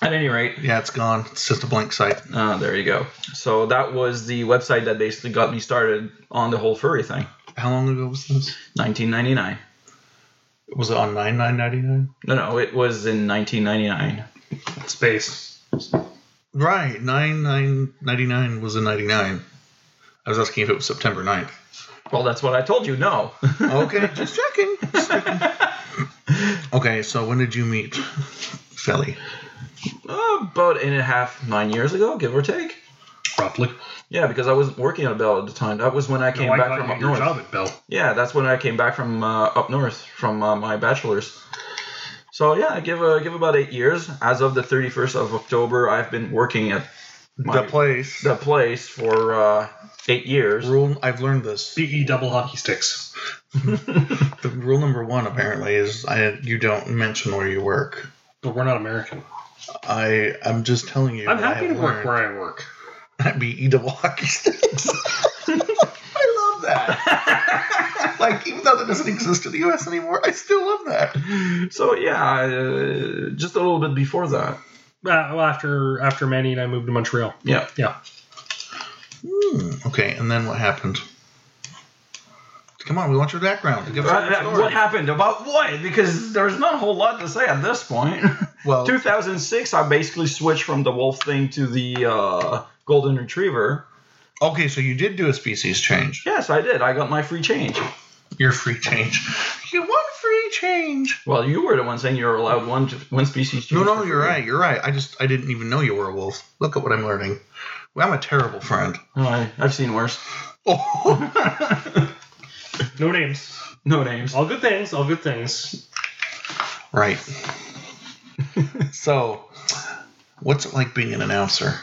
Speaker 4: At any rate,
Speaker 3: Yeah, it's gone. It's just a blank site.
Speaker 4: uh, there you go. So that was the website that basically got me started on the whole furry thing.
Speaker 3: How long ago was this?
Speaker 4: 1999.
Speaker 3: Was it on nine nine ninety nine?
Speaker 4: No, no, it was in 1999.
Speaker 5: Space.
Speaker 3: Right, nine nine ninety nine was in ninety nine. I was asking if it was September 9th.
Speaker 4: Well, that's what I told you. No.
Speaker 3: Okay, just checking. Just checking. okay, so when did you meet Felly?
Speaker 4: About eight and a half, nine years ago, give or take.
Speaker 5: Roughly.
Speaker 4: Yeah, because I wasn't working at Bell at the time. That was when I came
Speaker 5: No, I
Speaker 4: back
Speaker 5: got
Speaker 4: from
Speaker 5: you
Speaker 4: up
Speaker 5: your
Speaker 4: north.
Speaker 5: job at Bell.
Speaker 4: Yeah, that's when I came back from uh, up north from uh, my bachelor's. So yeah, I give uh, give about eight years. As of the thirty first of October, I've been working at my,
Speaker 3: the place.
Speaker 4: the place for uh, eight years.
Speaker 3: rule I've learned this.
Speaker 5: BE double hockey sticks.
Speaker 3: The rule number one apparently is I, you don't mention where you work.
Speaker 5: But we're not American.
Speaker 3: I I'm just telling you.
Speaker 5: I'm
Speaker 3: what I
Speaker 5: happy to
Speaker 3: have
Speaker 5: work
Speaker 3: learned.
Speaker 5: where I work.
Speaker 3: That'd be E double hockey sticks. I love that. like, even though that doesn't exist in the US anymore, I still love that.
Speaker 4: So yeah, uh, just a little bit before that.
Speaker 5: Uh, well, after after Manny and I moved to Montreal.
Speaker 4: Yeah.
Speaker 5: Yeah.
Speaker 3: Hmm, okay, and then what happened? Come on, we want your background. Give us
Speaker 4: Uh,
Speaker 3: your
Speaker 4: uh,
Speaker 3: story.
Speaker 4: what happened about what? Because there's not a whole lot to say at this point.
Speaker 3: Well,
Speaker 4: 2006, I basically switched from the wolf thing to the uh, golden retriever.
Speaker 3: okay, so you did do a species change.
Speaker 4: Yes, I did. I got my free change.
Speaker 3: Your free change. You want free change.
Speaker 4: Well, you were the one saying you were allowed one one species.
Speaker 3: No,
Speaker 4: change
Speaker 3: no,
Speaker 4: for
Speaker 3: you're
Speaker 4: free.
Speaker 3: right. You're right. I just I didn't even know you were a wolf. Look at what I'm learning. Well, I'm a terrible friend.
Speaker 4: Oh, I, I've seen worse.
Speaker 3: Oh,
Speaker 5: No names.
Speaker 4: No names.
Speaker 5: All good things. All good things.
Speaker 3: right. so, what's it like being an announcer?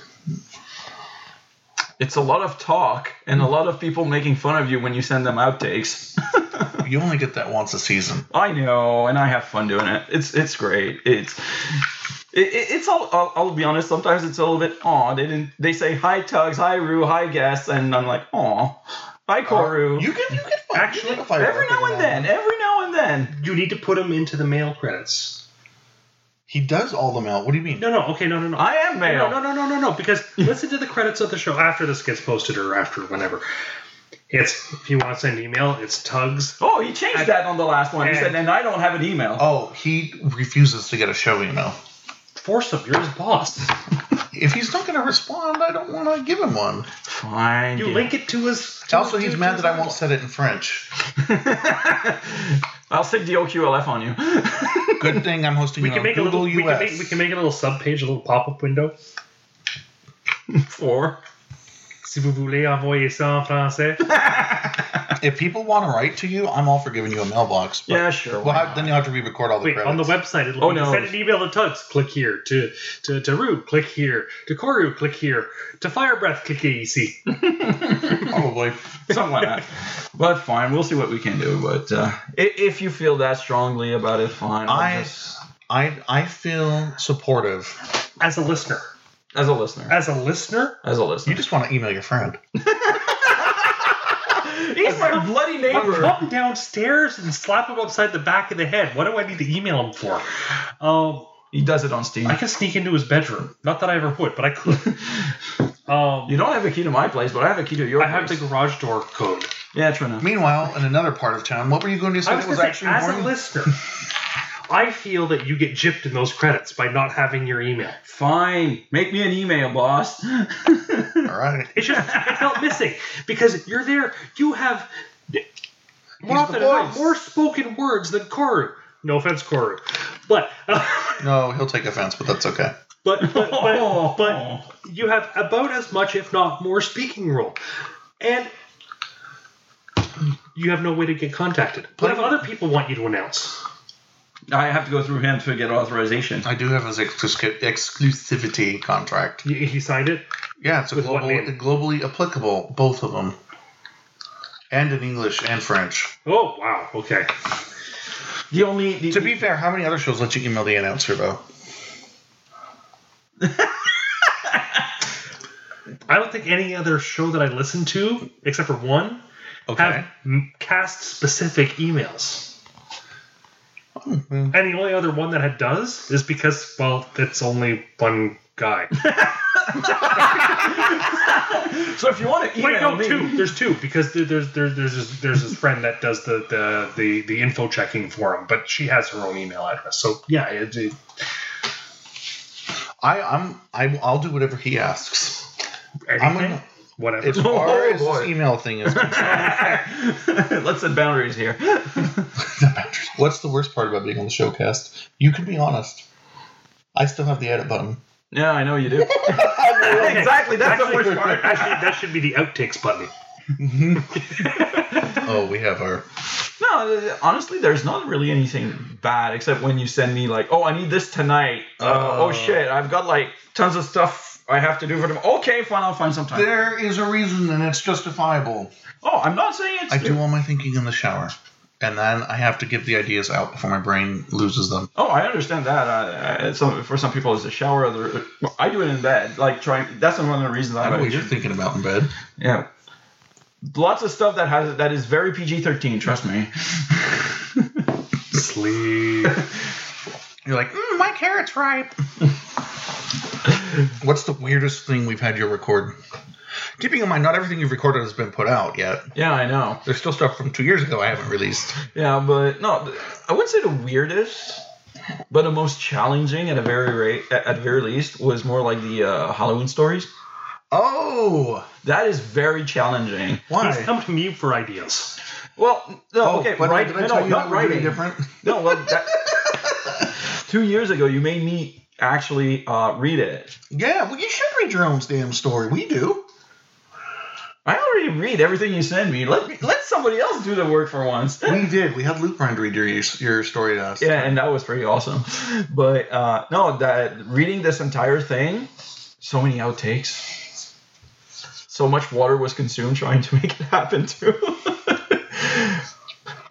Speaker 4: It's a lot of talk and a lot of people making fun of you when you send them outtakes.
Speaker 3: You only get that once a season.
Speaker 4: I know, and I have fun doing it. It's it's great. It's it, it- it's all. I'll, I'll be honest. Sometimes it's a little bit. Aw, they didn't. They say hi, Tugs. Hi, Rue. Hi, guests. And I'm like, aw. Hi, Koru.
Speaker 3: Uh, You can you can find- you
Speaker 5: Actually,
Speaker 3: can find work
Speaker 4: every
Speaker 3: in
Speaker 4: now and
Speaker 3: that.
Speaker 4: then. Every now and then?
Speaker 5: You need to put him into the mail credits.
Speaker 3: He does all them out. What do you mean?
Speaker 5: No, no, okay, no, no, no.
Speaker 4: I am male.
Speaker 5: No, no, no, no, no, no. Because listen to the credits of the show after this gets posted or after whenever. It's if you want to send an email, it's Tugs.
Speaker 4: Oh, he changed
Speaker 5: I-
Speaker 4: that on the last one. He
Speaker 5: and-
Speaker 4: said, and I don't have an email.
Speaker 3: Oh, he refuses to get a show email.
Speaker 5: Force him. You're his boss.
Speaker 3: If he's not going to respond, I don't want to give him one.
Speaker 4: Fine.
Speaker 5: You
Speaker 4: yeah.
Speaker 5: link it to his. to
Speaker 3: Also,
Speaker 5: his-
Speaker 3: he's
Speaker 5: to
Speaker 3: mad
Speaker 5: his
Speaker 3: that I
Speaker 5: email.
Speaker 3: won't set it in French.
Speaker 4: I'll stick the OQLF on you.
Speaker 3: Good thing I'm hosting
Speaker 5: We
Speaker 3: it
Speaker 5: can
Speaker 3: on
Speaker 5: make a
Speaker 3: Google
Speaker 5: little. We can
Speaker 3: US.
Speaker 5: make, we can make a little sub page, a little pop up window.
Speaker 4: Four.
Speaker 5: Si vous voulez envoyer ça en français.
Speaker 3: If people want to write to you, I'm all for giving you a mailbox. But
Speaker 4: Yeah, sure.
Speaker 3: Well,
Speaker 4: why
Speaker 3: how, then you will have to re-record all the
Speaker 5: Wait,
Speaker 3: credits.
Speaker 5: on the website, it'll
Speaker 4: Oh,
Speaker 5: be
Speaker 4: no.
Speaker 5: send an email to Tugs, click here. To to to Rube, click here. To Koru, click here. To Fire Breath, click ici.
Speaker 3: Probably.
Speaker 4: not? Something like that. But fine, we'll see what we can do. But uh, i- if you feel that strongly about it, fine.
Speaker 5: Oh,
Speaker 4: I'll
Speaker 3: I,
Speaker 4: just-
Speaker 3: I, I feel supportive.
Speaker 5: As a listener,
Speaker 4: as a listener,
Speaker 5: as a listener,
Speaker 4: as a
Speaker 3: You
Speaker 4: listener,
Speaker 3: just want to email your friend.
Speaker 4: he's my bloody neighbor.
Speaker 5: come downstairs and slap him upside the back of the head. What do I need to email him for? Um,
Speaker 4: He does it on Steam.
Speaker 5: I could sneak into his bedroom. Not that I ever would, but I could. Um,
Speaker 4: You don't have a key to my place, but I have a key to your
Speaker 5: I have the
Speaker 4: place.
Speaker 5: garage door code.
Speaker 4: yeah, true enough.
Speaker 3: Meanwhile, in another part of town, what were you going to say
Speaker 5: I was,
Speaker 3: that was
Speaker 5: gonna say,
Speaker 3: actually
Speaker 5: as a
Speaker 3: morning?
Speaker 5: listener, I feel that you get gypped in those credits by not having your email.
Speaker 4: Fine, make me an email, boss.
Speaker 3: All right.
Speaker 5: It's just it felt missing because you're there. You have more
Speaker 3: He's
Speaker 5: often
Speaker 3: the
Speaker 5: than not,
Speaker 3: voice.
Speaker 5: more spoken words than Koru. No offense, Koru, but
Speaker 3: No, he'll take offense, but that's okay.
Speaker 5: but but, but, but you have about as much, if not more, speaking role, and you have no way to get contacted. What if other people want you to announce?
Speaker 4: I have to go through him to get authorization.
Speaker 3: I do have his exclus- exclusivity contract.
Speaker 5: You, you signed it.
Speaker 3: Yeah, it's a
Speaker 5: With what
Speaker 3: global,
Speaker 5: name?
Speaker 3: globally applicable, both of them, and in English and French.
Speaker 5: Oh wow, okay.
Speaker 4: The only the,
Speaker 3: To be fair, how many other shows let you email the announcer though?
Speaker 5: I don't think any other show that I listen to, except for one, have m- cast specific emails. And the only other one that it does is because, well, it's only one guy.
Speaker 4: so if you want to
Speaker 5: Wait,
Speaker 4: email
Speaker 5: no,
Speaker 4: me,
Speaker 5: two. There's two because there- there's there, there's this, there's this friend that does the, the the the info checking for him, but she has her own email address. So yeah, it, it,
Speaker 3: I, I'm I, I'll do whatever he asks. I'm
Speaker 5: anything,
Speaker 3: gonna-
Speaker 5: whatever.
Speaker 3: As far
Speaker 4: Oh,
Speaker 3: as this
Speaker 4: boy.
Speaker 3: email thing is concerned,
Speaker 4: let's set boundaries here.
Speaker 3: what's the worst part about being on the showcast? You can be honest. I still have the edit button.
Speaker 4: yeah, I know you do. exactly, that's the worst part.
Speaker 5: Actually, that should be the outtakes button.
Speaker 3: Oh, we have our.
Speaker 4: No, honestly, there's not really anything bad except when you send me like, oh, I need this tonight. Uh, oh shit, I've got like tons of stuff I have to do for them. Okay, fine, I'll find some time.
Speaker 3: There is a reason, and it's justifiable.
Speaker 4: Oh, I'm not saying it's.
Speaker 3: I do all my thinking in the shower, and then I have to give the ideas out before my brain loses them.
Speaker 4: Oh, I understand that. Uh, uh, some, for some people, it's a shower. Other, I do it in bed. Like trying. That's one of the reasons
Speaker 3: I
Speaker 4: I.
Speaker 3: know what you're thinking about in bed.
Speaker 4: Yeah. Lots of stuff that has that is very PG thirteen. Trust me.
Speaker 5: Sleep.
Speaker 3: You're like, mm, my carrot's ripe. What's the weirdest thing we've had you record? Keeping in mind, not everything you've recorded has been put out yet.
Speaker 4: Yeah, I know.
Speaker 3: There's still stuff from two years ago I haven't released.
Speaker 4: Yeah, but no, th- I wouldn't say the weirdest, but the most challenging at a very rate, at at very least, was more like the uh, Halloween stories.
Speaker 3: Oh,
Speaker 4: That is very challenging.
Speaker 5: He's
Speaker 3: why?
Speaker 5: come to me for ideas.
Speaker 4: Well, no, okay,
Speaker 3: Oh, but
Speaker 4: right?
Speaker 3: did I
Speaker 4: No,
Speaker 3: tell
Speaker 4: no,
Speaker 3: you
Speaker 4: not
Speaker 3: that we're doing
Speaker 4: writing.
Speaker 3: Different.
Speaker 4: No, well, that, two years ago, you made me actually uh, read it.
Speaker 3: Yeah, well, you should read your own damn story. We do.
Speaker 4: I already read everything you send me. Let me, let somebody else do the work for once.
Speaker 3: We did. We had Luke Bryan read your, your story to us.
Speaker 4: yeah, and that was pretty awesome. But uh, no, that reading this entire thing, so many outtakes, so much water was consumed trying to make it happen too.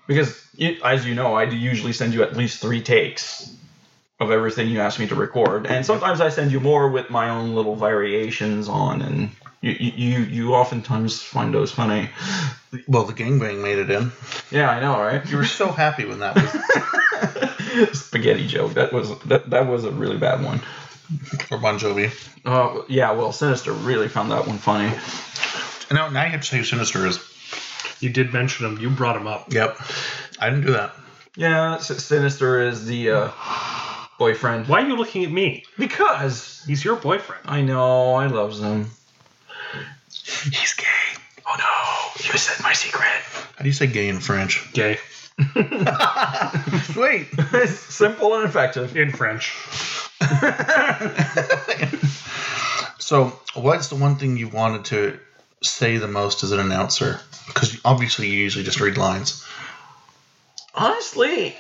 Speaker 4: because you, as you know, I do usually send you at least three takes. of everything you ask me to record. And sometimes I send you more with my own little variations on, and you you you oftentimes find those funny.
Speaker 3: Well, the gangbang made it in.
Speaker 4: Yeah, I know, right?
Speaker 3: You were so happy when that was,
Speaker 4: Spaghetti joke. That was that, that was a really bad one.
Speaker 3: or Bon Jovi.
Speaker 4: Oh yeah, well, Sinister really found that one funny.
Speaker 3: And now, now you have to say who Sinister is.
Speaker 5: You did mention him. You brought him up.
Speaker 3: Yep. I didn't do that.
Speaker 4: Yeah, S- Sinister is the uh, boyfriend.
Speaker 5: Why are you looking at me?
Speaker 4: Because
Speaker 5: He's your boyfriend.
Speaker 4: I know I love them.
Speaker 3: He's gay.
Speaker 4: Oh no, you said my secret.
Speaker 3: How do you say gay in French?
Speaker 5: Gay.
Speaker 3: Wait.
Speaker 4: it's simple and effective.
Speaker 5: In French.
Speaker 3: So, what's the one thing you wanted to say the most as an announcer? Because obviously, you usually just read lines.
Speaker 4: Honestly,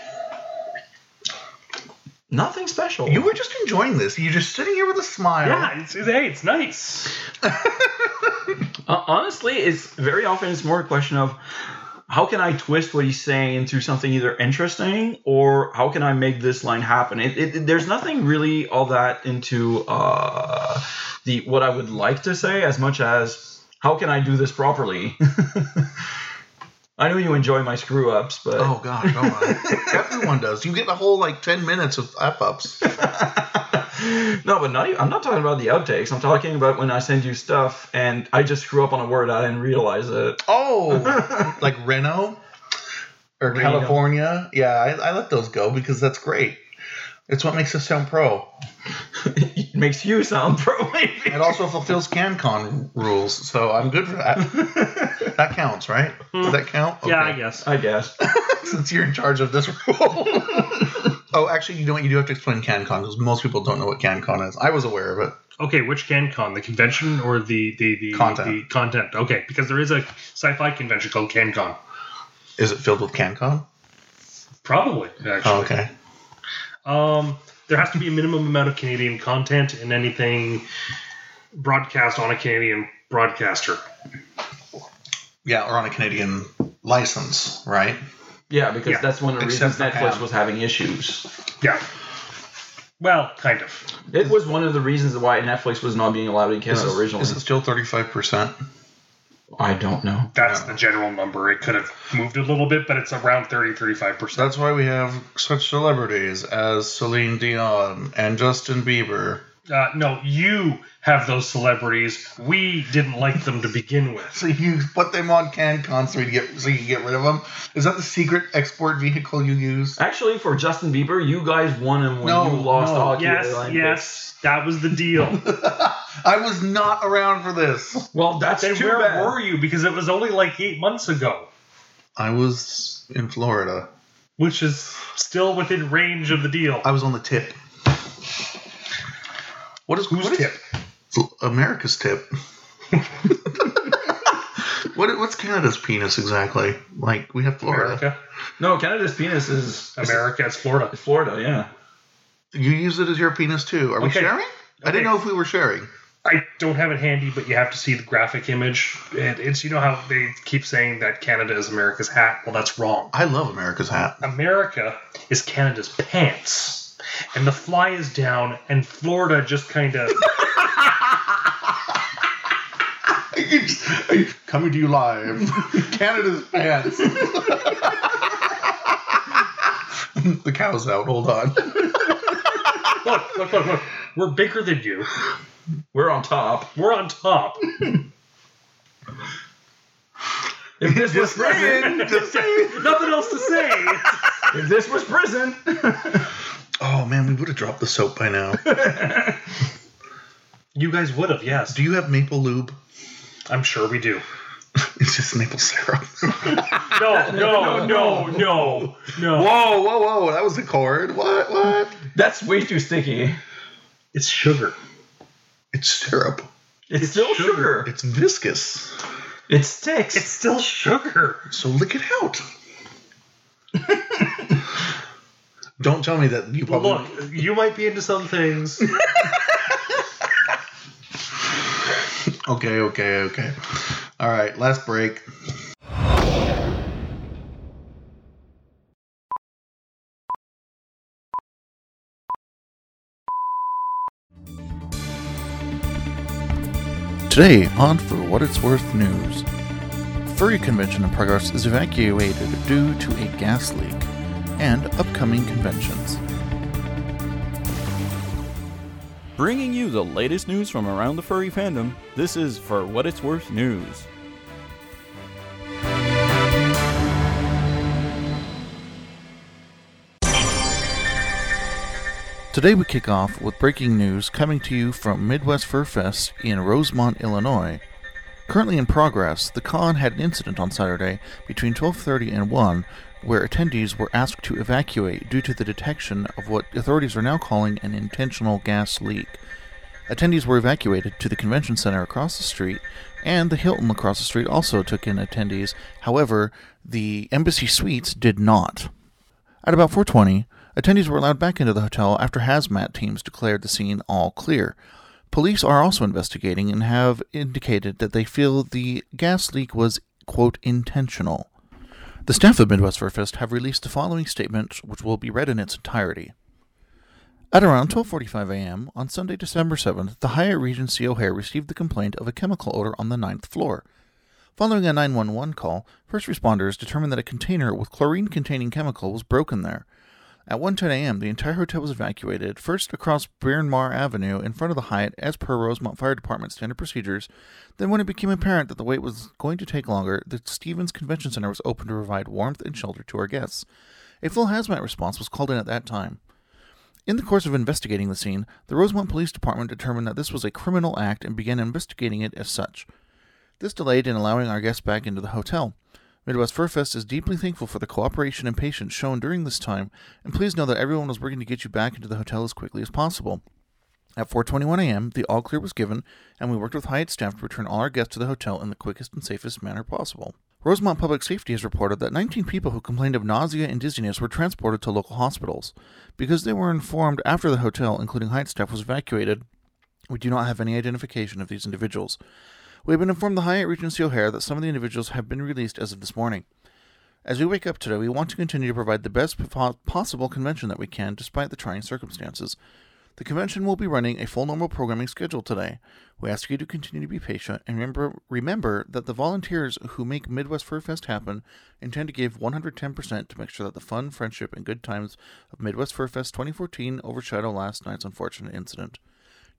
Speaker 4: nothing special.
Speaker 3: You were just enjoying this. You're just sitting here with a smile.
Speaker 5: Yeah, it's, it's- hey, it's nice.
Speaker 4: Uh, honestly, it's very often it's more a question of how can I twist what he's saying into something either interesting or how can I make this line happen. It, it, there's nothing really all that into uh, the what I would like to say as much as how can I do this properly. I know you enjoy my screw ups, but
Speaker 3: Oh gosh, oh my. everyone does. You get the whole like ten minutes of f ups.
Speaker 4: no, but not even, I'm not talking about the outtakes. I'm talking about when I send you stuff and I just screw up on a word I didn't realize it.
Speaker 3: Oh, like Reno or
Speaker 4: Reno.
Speaker 3: California. Yeah, I, I let those go because that's great. It's what makes us sound pro.
Speaker 4: it makes you sound pro. maybe.
Speaker 3: It also fulfills CanCon rules, so I'm good for that. that counts, right? Does that count?
Speaker 5: Yeah,
Speaker 3: Okay.
Speaker 5: I guess.
Speaker 4: I guess.
Speaker 3: Since you're in charge of this rule. oh, actually, you know what? You do have to explain CanCon because most people don't know what CanCon is. I was aware of it.
Speaker 5: Okay, which CanCon? The convention or the the the
Speaker 3: Content.
Speaker 5: The content. Okay, because there is a sci-fi convention called CanCon.
Speaker 3: Is it filled with CanCon?
Speaker 5: Probably actually.
Speaker 3: Oh, okay.
Speaker 5: Um, there has to be a minimum amount of Canadian content in anything broadcast on a Canadian broadcaster.
Speaker 3: Yeah, or on a Canadian license, right?
Speaker 4: Yeah, because
Speaker 5: Yeah.
Speaker 4: that's one of the
Speaker 3: Except
Speaker 4: reasons
Speaker 3: for
Speaker 4: Netflix
Speaker 3: Pam.
Speaker 4: was having issues.
Speaker 5: Yeah. Well, kind of.
Speaker 4: It was one of the reasons why Netflix was not being allowed in
Speaker 3: Is
Speaker 4: Canada
Speaker 3: it,
Speaker 4: originally.
Speaker 3: is it still 35%?
Speaker 4: I don't know.
Speaker 5: That's the general number. It could have moved a little bit, but it's around 30 35%.
Speaker 3: That's why we have such celebrities as Celine Dion and Justin Bieber.
Speaker 5: Uh, no, you have those celebrities. We didn't like them to begin with.
Speaker 3: So you put them on CanCon so you get so you can get rid of them. Is that the secret export vehicle you use?
Speaker 4: Actually, for Justin Bieber, you guys won him when
Speaker 3: No,
Speaker 4: you lost
Speaker 3: no.
Speaker 4: hockey.
Speaker 5: Yes,
Speaker 4: Olympics.
Speaker 5: yes, that was the deal.
Speaker 3: I was not around for this.
Speaker 4: Well, that's
Speaker 5: then
Speaker 4: too
Speaker 5: where
Speaker 4: bad.
Speaker 5: were you? Because it was only like eight months ago,
Speaker 3: I was in Florida.
Speaker 5: which is still within range of the deal.
Speaker 3: I was on the tip. What is whose
Speaker 5: tip?
Speaker 3: America's tip. what what's Canada's penis exactly? Like we have Florida.
Speaker 5: America.
Speaker 4: No, Canada's penis is
Speaker 5: America, it's Florida.
Speaker 4: Florida. Yeah.
Speaker 3: You use it as your penis too. Are we
Speaker 5: Okay.
Speaker 3: sharing? I didn't
Speaker 5: Okay.
Speaker 3: know if we were sharing.
Speaker 5: I don't have it handy, but you have to see the graphic image. And it's you know how they keep saying that Canada is America's hat. Well, that's wrong.
Speaker 3: I love America's hat.
Speaker 5: America is Canada's pants, and the fly is down, and Florida just kind of.
Speaker 3: Coming to you live, Canada's pants. the cow's out. Hold on.
Speaker 5: look, look, look, look. We're bigger than you.
Speaker 4: We're on top.
Speaker 5: We're on top.
Speaker 4: If this was
Speaker 3: Just
Speaker 4: prison,
Speaker 3: saying, just saying.
Speaker 5: Nothing else to say.
Speaker 4: if this was prison,
Speaker 3: Oh man, we would have dropped the soap by now.
Speaker 5: You guys would have, yes.
Speaker 3: Do you have maple lube?
Speaker 5: I'm sure we do.
Speaker 3: It's just maple syrup.
Speaker 5: No, no, no, no, no.
Speaker 3: whoa, Oh, whoa, whoa! That was a chord. What? What?
Speaker 4: that's way too sticky.
Speaker 5: It's sugar.
Speaker 3: It's syrup.
Speaker 4: It's, still sugar.
Speaker 3: It's viscous.
Speaker 4: It sticks.
Speaker 5: It's still sugar.
Speaker 3: So lick it out. Don't tell me that you probably
Speaker 5: Look, you might be into some things.
Speaker 3: Okay, okay, okay. All right, last break. Today on For What It's Worth News. Furry convention in progress is evacuated due to a gas leak and upcoming conventions.
Speaker 7: Bringing you the latest news from around the furry fandom, this is For What It's Worth News.
Speaker 3: Today we kick off with breaking news coming to you from Midwest Fur Fest in Rosemont, Illinois. Currently in progress, the con had an incident on Saturday between 12:30 and 1 where attendees were asked to evacuate due to the detection of what authorities are now calling an intentional gas leak. Attendees were evacuated to the convention center across the street, and the Hilton across the street also took in attendees. However, the embassy suites did not. At about 4:20, attendees were allowed back into the hotel after hazmat teams declared the scene all clear. Police are also investigating and have indicated that they feel the gas leak was quote intentional. The staff of Midwest Fur Fest have released the following statement, which will be read in its entirety. At around 12:45 a.m. on Sunday, December 7th, the Hyatt Regency O'Hare received the complaint of a chemical odor on the ninth floor. Following a 911 call, first responders determined that a container with chlorine-containing chemical was broken there. At 1:10 a.m., the entire hotel was evacuated, first across Bryn Mawr Avenue in front of the Hyatt as per Rosemont Fire Department standard procedures. Then when it became apparent that the wait was going to take longer, the Stevens Convention Center was open to provide warmth and shelter to our guests. A full hazmat response was called in at that time. In the course of investigating the scene, the Rosemont Police Department determined that this was a criminal act and began investigating it as such. This delayed in allowing our guests back into the hotel. Midwest Fur Fest is deeply thankful for the cooperation and patience shown during this time, and please know that everyone was working to get you back into the hotel as quickly as possible. At 4:21 a.m., the all clear was given, and we worked with Hyatt staff to return all our guests to the hotel in the quickest and safest manner possible. Rosemont Public Safety has reported that 19 people who complained of nausea and dizziness were transported to local hospitals. Because they were informed after the hotel, including Hyatt staff, was evacuated, we do not have any identification of these individuals. We have been informed the Hyatt Regency O'Hare that some of the individuals have been released as of this morning. As we wake up today, we want to continue to provide the best po- possible convention that we can despite the trying circumstances. The convention will be running a full normal programming schedule today. We ask you to continue to be patient and remember remember that the volunteers who make Midwest Fur Fest happen intend to give 110% to make sure that the fun, friendship, and good times of Midwest Fur Fest 2014 overshadow last night's unfortunate incident.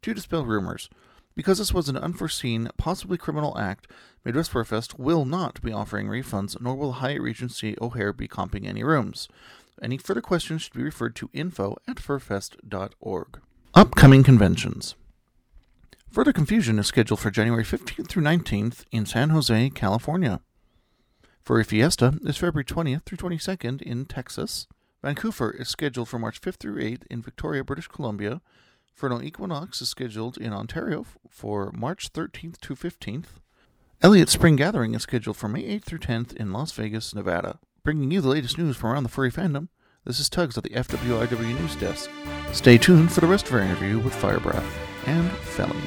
Speaker 3: To dispel rumors, because this was an unforeseen, possibly criminal act, Midwest Furfest will not be offering refunds, nor will Hyatt Regency O'Hare be comping any rooms. Any further questions should be referred to info at furfest.org. Upcoming conventions. Further confusion is scheduled for January 15th through 19th in San Jose, California. Furry Fiesta is February 20th through 22nd in Texas. Vancouver is scheduled for March 5th through 8th in Victoria, British Columbia. Vernal Equinox is scheduled in Ontario f- for March 13th to 15th. Elliott Spring Gathering is scheduled for May 8th through 10th in Las Vegas, Nevada. Bringing you the latest news from around the furry fandom, this is Tugs at the FWIW News Desk. Stay tuned for the rest of our interview with Fire Breath and Felony.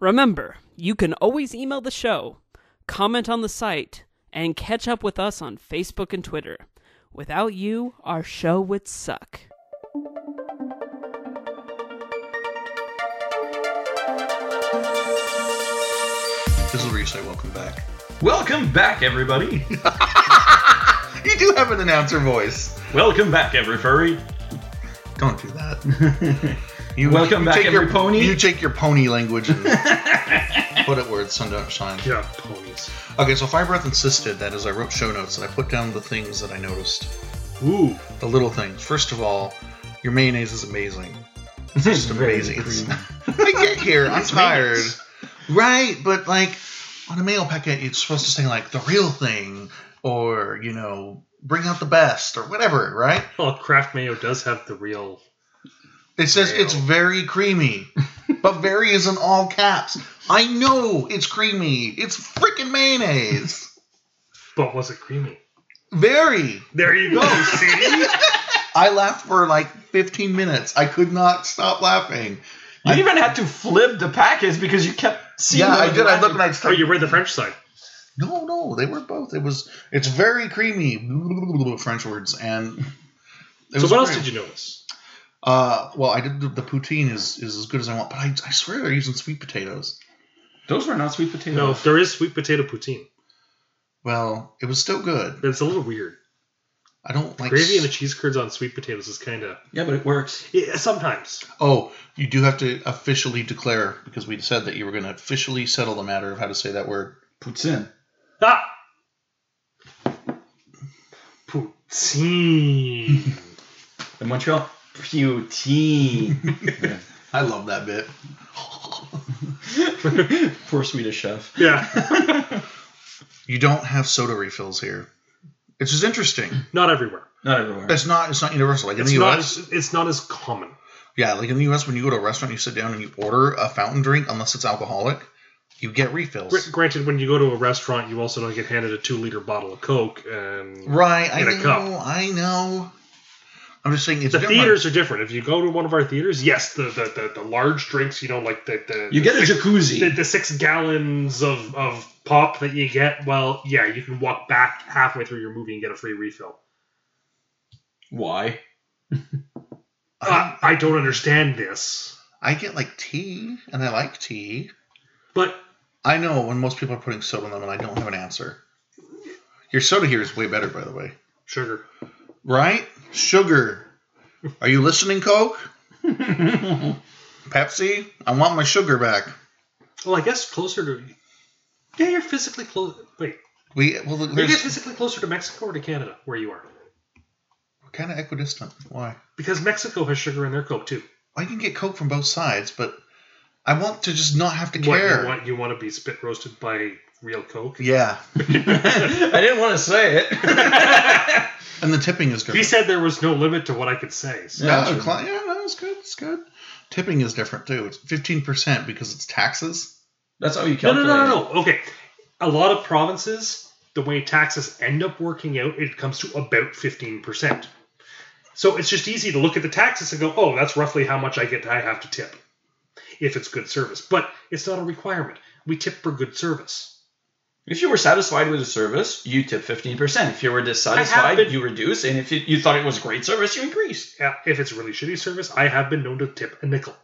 Speaker 1: Remember, you can always email the show, comment on the site, and catch up with us on Facebook and Twitter. Without you, our show would suck.
Speaker 3: This is where you say welcome back.
Speaker 4: Welcome back, everybody.
Speaker 3: You do have an announcer voice.
Speaker 4: Welcome back, every furry.
Speaker 3: Don't do that. You
Speaker 4: Welcome back,
Speaker 3: take your-
Speaker 4: every pony.
Speaker 3: You take your pony language and put it where it's sunshine.
Speaker 5: Yeah, ponies.
Speaker 3: Okay, so Fire Breath insisted that as I wrote show notes, that I put down the things that I noticed,
Speaker 5: Ooh,
Speaker 3: the little things. First of all, your mayonnaise is amazing. It's just
Speaker 4: Very
Speaker 3: amazing. It's-
Speaker 4: creamy.
Speaker 3: I get here, I'm
Speaker 4: It's
Speaker 3: tired.
Speaker 4: mayonnaise.
Speaker 3: Right, but like on a mail packet, it's supposed to say like the real thing, or you know, bring out the best, or whatever. Right?
Speaker 5: well, craft Oh, mayo does have the real.
Speaker 3: It says it's
Speaker 5: Mayo.
Speaker 3: very creamy, but very is in all caps. I know it's creamy. It's freaking mayonnaise.
Speaker 5: But was it creamy?
Speaker 3: Very.
Speaker 5: There you go. See,
Speaker 3: I laughed for like 15 minutes. I could not stop laughing.
Speaker 4: You even had to flip the package because you kept seeing.
Speaker 3: yeah,
Speaker 4: them
Speaker 3: I
Speaker 4: and
Speaker 3: did. I
Speaker 4: laughing.
Speaker 3: looked and I
Speaker 5: oh,
Speaker 3: started.
Speaker 5: you read the French side.
Speaker 3: No, no, they were both. It was. It's very creamy. French words and.
Speaker 5: So what else did you notice?
Speaker 3: Uh, well, I did the, the poutine is, is as good as I want, but I, I swear they're using sweet potatoes.
Speaker 4: Those were not sweet
Speaker 5: No,
Speaker 4: potatoes.
Speaker 5: there is sweet potato poutine.
Speaker 3: Well, it was still good.
Speaker 5: That's a little weird.
Speaker 3: I don't like
Speaker 5: Gravy
Speaker 3: s-
Speaker 5: and the cheese curds on sweet potatoes is kind of
Speaker 4: Yeah, but it works.
Speaker 5: yeah, sometimes.
Speaker 3: Oh, you do have to officially declare because we said that you were going to officially settle the matter of how to say that word.
Speaker 4: Poutine.
Speaker 5: Ah! Poutine.
Speaker 4: In Montreal, poutine.
Speaker 3: I love that bit.
Speaker 4: Poor Swedish chef.
Speaker 5: yeah,
Speaker 3: You don't have soda refills here. It's just interesting.
Speaker 5: not everywhere.
Speaker 4: Not everywhere.
Speaker 3: It's not. It's not universal. Like in
Speaker 5: It's
Speaker 3: the
Speaker 5: not.
Speaker 3: U.S.
Speaker 5: It's not as common.
Speaker 3: Yeah, like in the U.S. when you go to a restaurant, you sit down and you order a fountain drink, unless it's alcoholic, you get refills.
Speaker 5: Gr- granted, when you go to a restaurant, you also don't get handed a two-liter bottle of Coke. And
Speaker 3: right. I
Speaker 5: In a
Speaker 3: know.
Speaker 5: cup.
Speaker 3: I know. I'm just saying it's
Speaker 5: the
Speaker 3: different.
Speaker 5: theaters are different. If you go to one of our theaters, yes, the the, the, the large drinks, you know, like the the
Speaker 4: You get a
Speaker 5: the,
Speaker 4: jacuzzi.
Speaker 5: the six gallons of, of pop that you get. Well, yeah, you can walk back halfway through your movie and get a free refill.
Speaker 4: Why?
Speaker 5: Uh, I don't understand this,
Speaker 3: I get like tea, and I like tea.
Speaker 5: but
Speaker 3: I know when most people are putting soda in them, and I don't have an answer. Your soda here is way better, by the way.
Speaker 5: sugar.
Speaker 3: Right? Sugar. Are you listening, Coke? Pepsi? I want my sugar back.
Speaker 5: Well, I guess closer to. Yeah, you're physically close. Wait,
Speaker 3: We well,
Speaker 5: are you guys
Speaker 3: there's
Speaker 5: physically closer to Mexico or to Canada, where you are?
Speaker 3: we're kind of equidistant. Why?
Speaker 5: Because Mexico has sugar in their Coke too.
Speaker 3: I can get Coke from both sides, but I want to just not have to
Speaker 5: What
Speaker 3: care.
Speaker 5: you want? You want to be spit roasted by real Coke?
Speaker 3: Yeah,
Speaker 4: I didn't want to say it.
Speaker 3: and the tipping is different.
Speaker 5: He said there was no limit to what I could say. So.
Speaker 3: no,
Speaker 4: Yeah, sure.
Speaker 3: cli- yeah, no, it's good. It's good. Tipping is different too. It's fifteen percent because it's taxes.
Speaker 4: That's how you
Speaker 5: No, no,
Speaker 4: calculate.
Speaker 5: no,
Speaker 4: it.
Speaker 5: no, no. Okay. A lot of provinces, the way taxes end up working out, it comes to about 15%. So it's just easy to look at the taxes and go, oh, that's roughly how much I get I have to tip if it's good service. But it's not a requirement. We tip for good service.
Speaker 4: If you were satisfied with the service, you tip 15%. If you were dissatisfied,
Speaker 5: been-
Speaker 4: you reduce. And if you, you thought it was great service, you increase.
Speaker 5: Yeah, If it's really shitty service, I have been known to tip a nickel.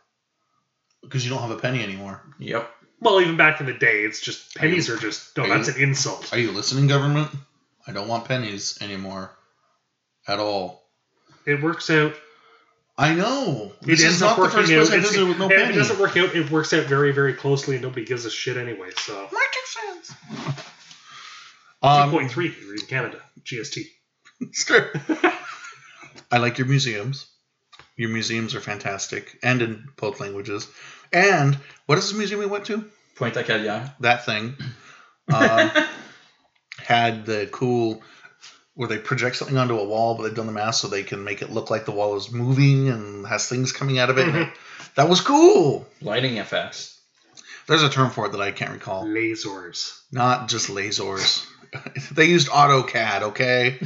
Speaker 3: Because you don't have a penny anymore.
Speaker 4: Yep.
Speaker 5: Well, even back in the day, it's just pennies are just, no,
Speaker 3: are
Speaker 5: that's
Speaker 3: you-
Speaker 5: an insult.
Speaker 3: Are you listening, government? I don't want pennies anymore, at all.
Speaker 5: It works out.
Speaker 3: I know.
Speaker 5: It
Speaker 3: This
Speaker 5: ends
Speaker 3: is not
Speaker 5: up
Speaker 3: the
Speaker 5: working
Speaker 3: first
Speaker 5: out.
Speaker 3: place I
Speaker 5: It's-
Speaker 3: visited with no
Speaker 5: and if it
Speaker 3: penny.
Speaker 5: doesn't work out, it works out very, very closely, and nobody gives a shit anyway, so.
Speaker 3: My two cents.
Speaker 5: Two
Speaker 3: Um,
Speaker 5: point three in Canada GST.
Speaker 3: Sure. I like your museums. Your museums are fantastic, and in both languages. And what is the museum we went to?
Speaker 4: Point à Calière.
Speaker 3: That thing um, had the cool where they project something onto a wall, but they've done the math so they can make it look like the wall is moving and has things coming out of it. And that was cool.
Speaker 4: Lighting effects.
Speaker 3: There's a term for it that I can't recall.
Speaker 5: Lasers.
Speaker 3: Not just lasers. they used AutoCAD, okay?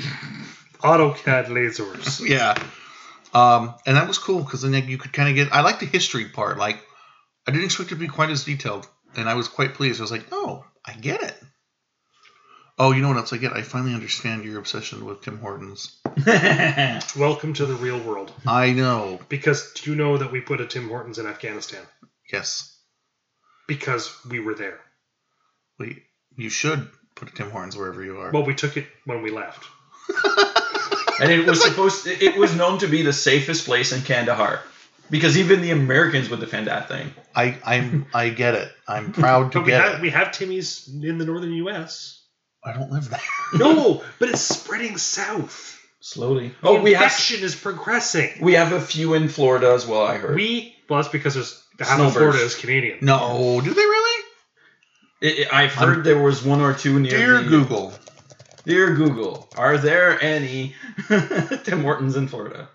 Speaker 5: AutoCAD lasers.
Speaker 3: yeah um and that was cool because then like, you could kind of get i like the history part like i didn't expect it to be quite as detailed and i was quite pleased i was like oh i get it oh you know what else i get i finally understand your obsession with tim hortons
Speaker 5: Welcome to the real world.
Speaker 3: i know
Speaker 5: Because do you know that we put a Tim Hortons in Afghanistan?
Speaker 3: yes
Speaker 5: Because we were there.
Speaker 3: we you should put a tim hortons wherever you are
Speaker 5: Well, we took it when we left.
Speaker 4: and it was supposed it was known to be the safest place in Kandahar. Because even the Americans would defend that thing.
Speaker 3: i i'm i get it i'm proud to
Speaker 5: But we
Speaker 3: get
Speaker 5: have,
Speaker 3: it
Speaker 5: we have Timmy's in the northern U.S.
Speaker 3: i don't live there
Speaker 5: No, but it's spreading south.
Speaker 4: Slowly. Oh, we have
Speaker 5: Infection is progressing.
Speaker 4: we have a few in Florida as well, I heard.
Speaker 5: We well, that's because there's half of
Speaker 4: Snowbirds.
Speaker 5: Florida is Canadian.
Speaker 3: no do they really
Speaker 4: I- I- I've heard there was one or two near
Speaker 3: dear
Speaker 4: the-
Speaker 3: google
Speaker 4: Dear Google, are there any Tim Hortons in Florida?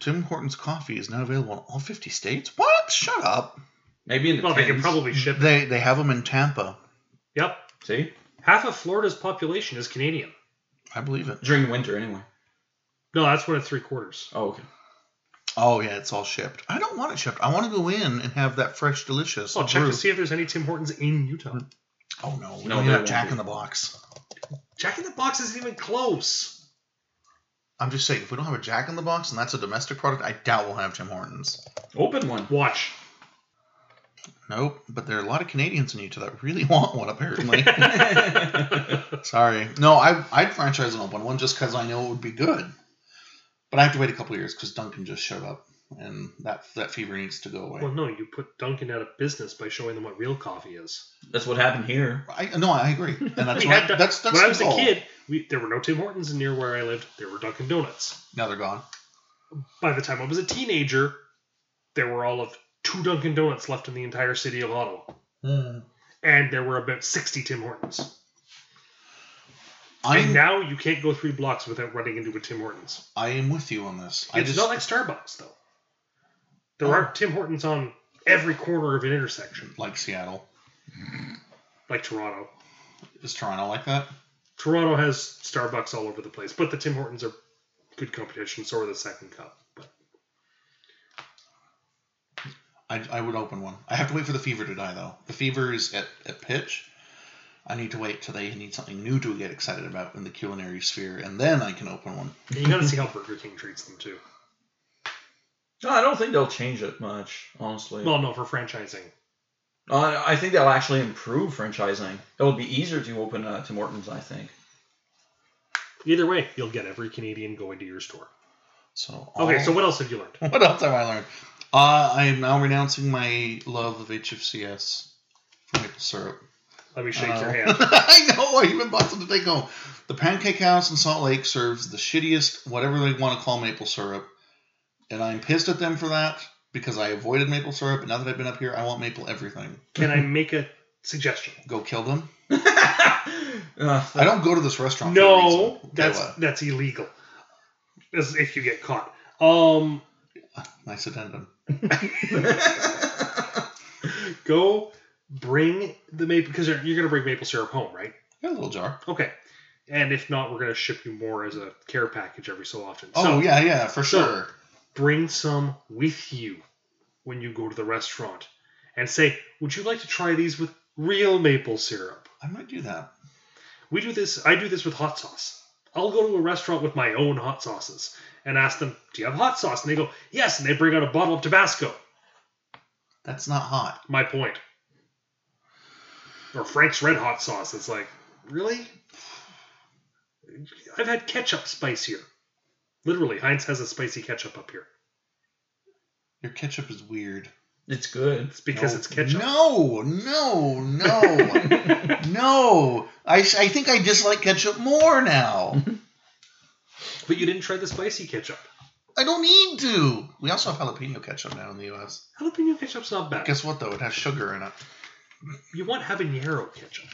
Speaker 3: tim hortons coffee is now available in all 50 states what shut up
Speaker 4: Maybe in the
Speaker 5: Well, they can
Speaker 4: tens.
Speaker 5: probably ship.
Speaker 3: They they have them in Tampa.
Speaker 5: Yep,
Speaker 4: see
Speaker 5: half of Florida's population is Canadian.
Speaker 3: I believe it.
Speaker 4: during winter anyway.
Speaker 5: No, that's one of three quarters.
Speaker 4: Oh, okay.
Speaker 3: Oh yeah, it's all shipped. I don't want it shipped. I want to go in and have that fresh, delicious.
Speaker 5: I'll check
Speaker 3: brew.
Speaker 5: to see if there's any Tim Hortons in Utah.
Speaker 3: Oh no, we
Speaker 4: No,
Speaker 3: don't
Speaker 4: there
Speaker 3: have
Speaker 4: won't
Speaker 3: Jack
Speaker 4: be.
Speaker 3: in the Box.
Speaker 5: Jack in the Box isn't even close.
Speaker 3: I'm just saying, if we don't have a Jack in the Box and that's a domestic product, I doubt we'll have Tim Hortons.
Speaker 4: Open one.
Speaker 5: Watch.
Speaker 3: Nope, but there are a lot of Canadians in Utah that really want one, apparently. Sorry. No, I, I'd franchise an open one just because I know it would be good. But I have to wait a couple years because Duncan just showed up, and that that fever needs to go away.
Speaker 5: Well, no, you put Duncan out of business by showing them what real coffee is.
Speaker 4: That's what happened here.
Speaker 3: I, no, I agree, and that's
Speaker 5: We
Speaker 3: what,
Speaker 5: had Dun-
Speaker 3: that's that's
Speaker 5: when I
Speaker 3: the
Speaker 5: was a
Speaker 3: goal.
Speaker 5: kid, we, there were no Tim Hortons near where I lived. There were Dunkin' Donuts.
Speaker 3: Now they're gone.
Speaker 5: By the time I was a teenager, there were all of two Dunkin' Donuts left in the entire city of Ottawa,
Speaker 3: Hmm.
Speaker 5: and there were about sixty Tim Hortons.
Speaker 3: I'm Hmm.
Speaker 5: And now you can't go three blocks without running into a Tim Hortons.
Speaker 3: I am with you on this. I
Speaker 5: It's
Speaker 3: just
Speaker 5: not like Starbucks though. There
Speaker 3: Oh.
Speaker 5: aren't Tim Hortons on every corner of an intersection,
Speaker 3: like Seattle.
Speaker 5: like Toronto.
Speaker 3: Is Toronto like that?
Speaker 5: Toronto has Starbucks all over the place, but the Tim Hortons are good competition. So are the Second Cup. But
Speaker 3: I, I would open one. I have to wait for the fever to die though. The fever is at, at pitch. I need to wait till they need something new to get excited about in the culinary sphere, and then I can open one.
Speaker 5: you got to see how Burger King treats them too.
Speaker 4: No, I don't think they'll change it much, honestly.
Speaker 5: Well, no, for franchising.
Speaker 4: Uh, I think they'll actually improve franchising. It'll be easier to open uh, Tim Hortons, I think.
Speaker 5: Either way, you'll get every Canadian going to your store.
Speaker 3: So all-
Speaker 5: Okay, so what else have you learned?
Speaker 3: what else have I learned? Uh, I am now renouncing my love of HFCS for maple syrup.
Speaker 5: Let me shake
Speaker 3: Uh,
Speaker 5: your hand.
Speaker 3: I know. I even bought some to take home. The Pancake House in Salt Lake serves the shittiest, whatever they want to call maple syrup, and I'm pissed at them for that because I avoided maple syrup. And now that I've been up here, I want maple everything.
Speaker 5: Can I make a suggestion?
Speaker 3: Go kill them.
Speaker 4: Uh,
Speaker 3: I don't go to this restaurant. for a
Speaker 5: No,
Speaker 3: reason. uh, Okay,
Speaker 5: that's
Speaker 3: what?
Speaker 5: that's illegal. As if you get caught. Um,
Speaker 3: nice addendum.
Speaker 5: go bring the maple because you're, you're gonna bring maple syrup home, right?
Speaker 3: Got a little jar.
Speaker 5: Okay. And if not, we're gonna ship you more as a care package every so often.
Speaker 3: Oh
Speaker 5: so
Speaker 3: yeah, yeah, for
Speaker 5: so-
Speaker 3: sure.
Speaker 5: bring some with you when you go to the restaurant, and say, "Would you like to try these with real maple syrup?"
Speaker 3: I might do that.
Speaker 5: We do this. I do this with hot sauce. I'll go to a restaurant with my own hot sauces and ask them, "Do you have hot sauce?" And they go, "Yes." And they bring out a bottle of Tabasco.
Speaker 3: That's not hot.
Speaker 5: My point. Or Frank's Red Hot sauce. It's like, really? I've had ketchup spice here. Literally, Heinz has a spicy ketchup up here.
Speaker 3: Your ketchup is weird.
Speaker 4: it's good.
Speaker 5: It's because it's ketchup.
Speaker 3: No, no, no, no. I, s- I think I dislike ketchup more now.
Speaker 5: But you didn't try the spicy ketchup.
Speaker 3: I don't need to. We also have jalapeno ketchup now in the U.S.
Speaker 5: Jalapeno ketchup's not bad.
Speaker 3: Guess what though? It has sugar in it.
Speaker 5: You want habanero ketchup.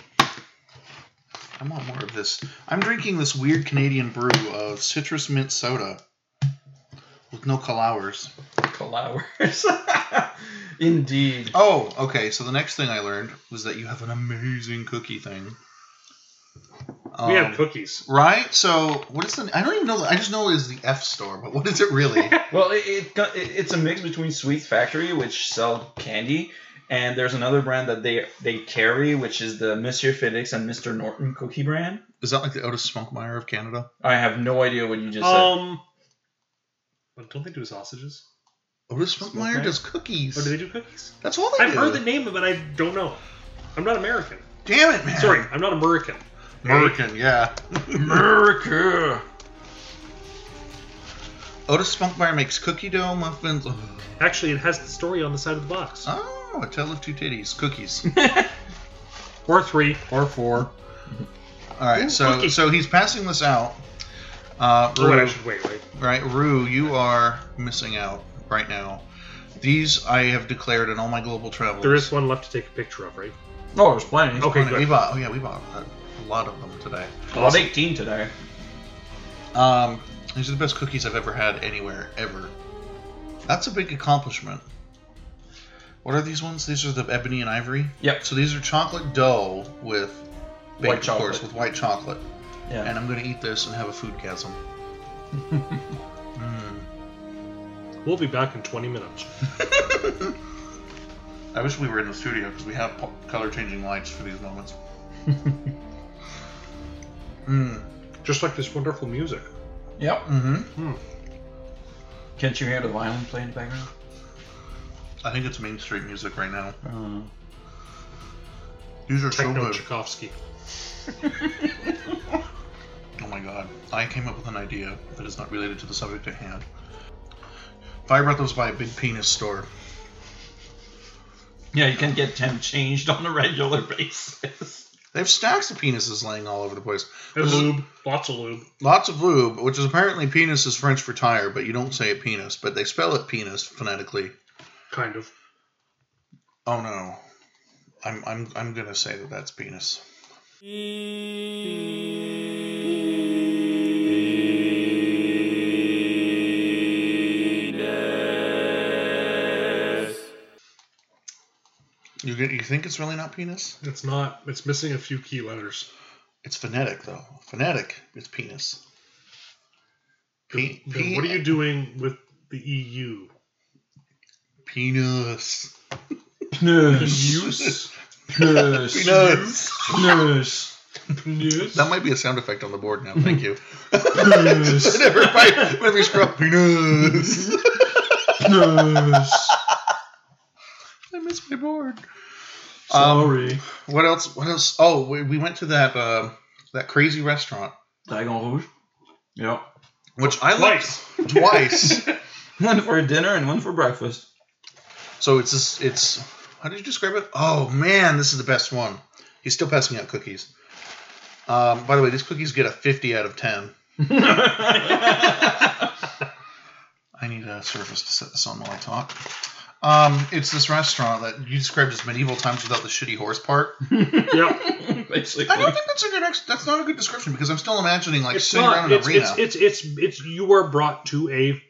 Speaker 3: I want more of this. I'm drinking this weird Canadian brew of citrus mint soda with no calowers.
Speaker 4: Flowers. Indeed.
Speaker 3: Oh, okay. So the next thing I learned was that you have an amazing cookie thing. Um,
Speaker 5: we have cookies.
Speaker 3: Right? So what is the? I don't even know. I just know it is the F store, but what is it really?
Speaker 4: Well, it, it, got- it it's a mix between Sweet Factory, which sell candy, and there's another brand that they they carry, which is the Monsieur Felix and Mr. Norton cookie brand.
Speaker 3: is that like the Otis Spunkmeyer of Canada?
Speaker 4: I have no idea what you just said.
Speaker 5: Um, but don't they do sausages?
Speaker 3: Otis
Speaker 4: Spunkmeyer?
Speaker 3: Spunkmeyer does cookies.
Speaker 5: Or do they do cookies?
Speaker 3: That's all they
Speaker 5: Oh, I've
Speaker 3: do.
Speaker 5: heard the name of it. I don't know. I'm not American.
Speaker 3: Damn it, man.
Speaker 5: Sorry, I'm not American.
Speaker 3: American, yeah.
Speaker 4: America.
Speaker 3: Otis Spunkmeyer makes cookie dough muffins. Ugh.
Speaker 5: Actually, it has the story on the side of the box.
Speaker 3: Oh, a tale of two titties, cookies,
Speaker 5: Or three.
Speaker 3: or four. All right, so
Speaker 5: cookie.
Speaker 3: so he's passing this out. Uh,
Speaker 5: Oh, wait, I
Speaker 3: Rue,
Speaker 5: should wait, wait.
Speaker 3: right, Rue, you are missing out right now. These I have declared in all my global travels.
Speaker 5: There is one left to take a picture of, right?
Speaker 4: Oh, there's plenty.
Speaker 5: Okay,
Speaker 3: Funny, we
Speaker 5: good.
Speaker 3: bought. Oh yeah, we bought a lot of them today.
Speaker 4: I was 18 today.
Speaker 3: Um, these are the best cookies I've ever had anywhere ever. That's a big accomplishment. What are these ones? These are the ebony and ivory.
Speaker 4: Yep.
Speaker 3: So these are chocolate dough with baked,
Speaker 4: White
Speaker 3: of course,
Speaker 4: chocolate.
Speaker 3: with white chocolate.
Speaker 4: Yeah.
Speaker 3: and I'm gonna eat this and have a food chasm. Mm.
Speaker 5: We'll be back in 20 minutes.
Speaker 3: I wish we were in the studio because we have color changing lights for these moments. mm.
Speaker 5: Just like this wonderful music.
Speaker 4: Yep.
Speaker 3: Mm-hmm.
Speaker 4: Can't you hear the violin playing in the background?
Speaker 3: I think it's Main Street music right now.
Speaker 4: Oh.
Speaker 3: These are so
Speaker 5: Techno
Speaker 3: good.
Speaker 5: Tchaikovsky.
Speaker 3: Oh my god. I came up with an idea that is not related to the subject at hand. Fire Breath was by a big penis store.
Speaker 4: Yeah, you can get them changed on a regular basis.
Speaker 3: They have stacks of penises laying all over the place.
Speaker 5: And
Speaker 3: This is-
Speaker 5: lube. Lots of lube.
Speaker 3: Lots of lube, which is apparently penis is French for tire, but you don't say it penis, but they spell it penis phonetically.
Speaker 5: Kind of.
Speaker 3: Oh no. I'm, I'm, I'm gonna say that that's penis. You, get- you think it's really not penis?
Speaker 5: It's not. It's missing a few key letters.
Speaker 3: It's phonetic though. Phonetic is penis. Pe-
Speaker 5: Then
Speaker 3: pe-
Speaker 5: what are you doing with the E EU?
Speaker 3: Penis.
Speaker 4: Pneus. Pneus.
Speaker 3: Penis.
Speaker 4: Pneus.
Speaker 3: That might be a sound effect on the board now. Thank you.
Speaker 4: Pneus.
Speaker 3: Everybody, whenever you scroll, penis.
Speaker 4: Pneus.
Speaker 3: I miss my board.
Speaker 4: Sorry.
Speaker 3: What else? What else? Oh, we, we went to that uh, that crazy restaurant,
Speaker 4: Dragon Rouge. Yep.
Speaker 3: which I liked
Speaker 5: Twice.
Speaker 3: twice.
Speaker 4: One for dinner and one for breakfast.
Speaker 3: so it's this. It's how did you describe it? Oh man, this is the best one. He's still passing out cookies. Um, by the way, these cookies get a fifty out of ten. I need a surface to set this on while I talk. Um, it's this restaurant that you described as medieval times without the shitty horse part.
Speaker 5: Yep.
Speaker 4: Basically.
Speaker 3: I don't think that's a good. Ex- that's not a good description because I'm still imagining like
Speaker 5: It's
Speaker 3: sitting around
Speaker 5: not.
Speaker 3: an
Speaker 5: It's,
Speaker 3: arena.
Speaker 5: it's, it's, it's, it's, you are brought to a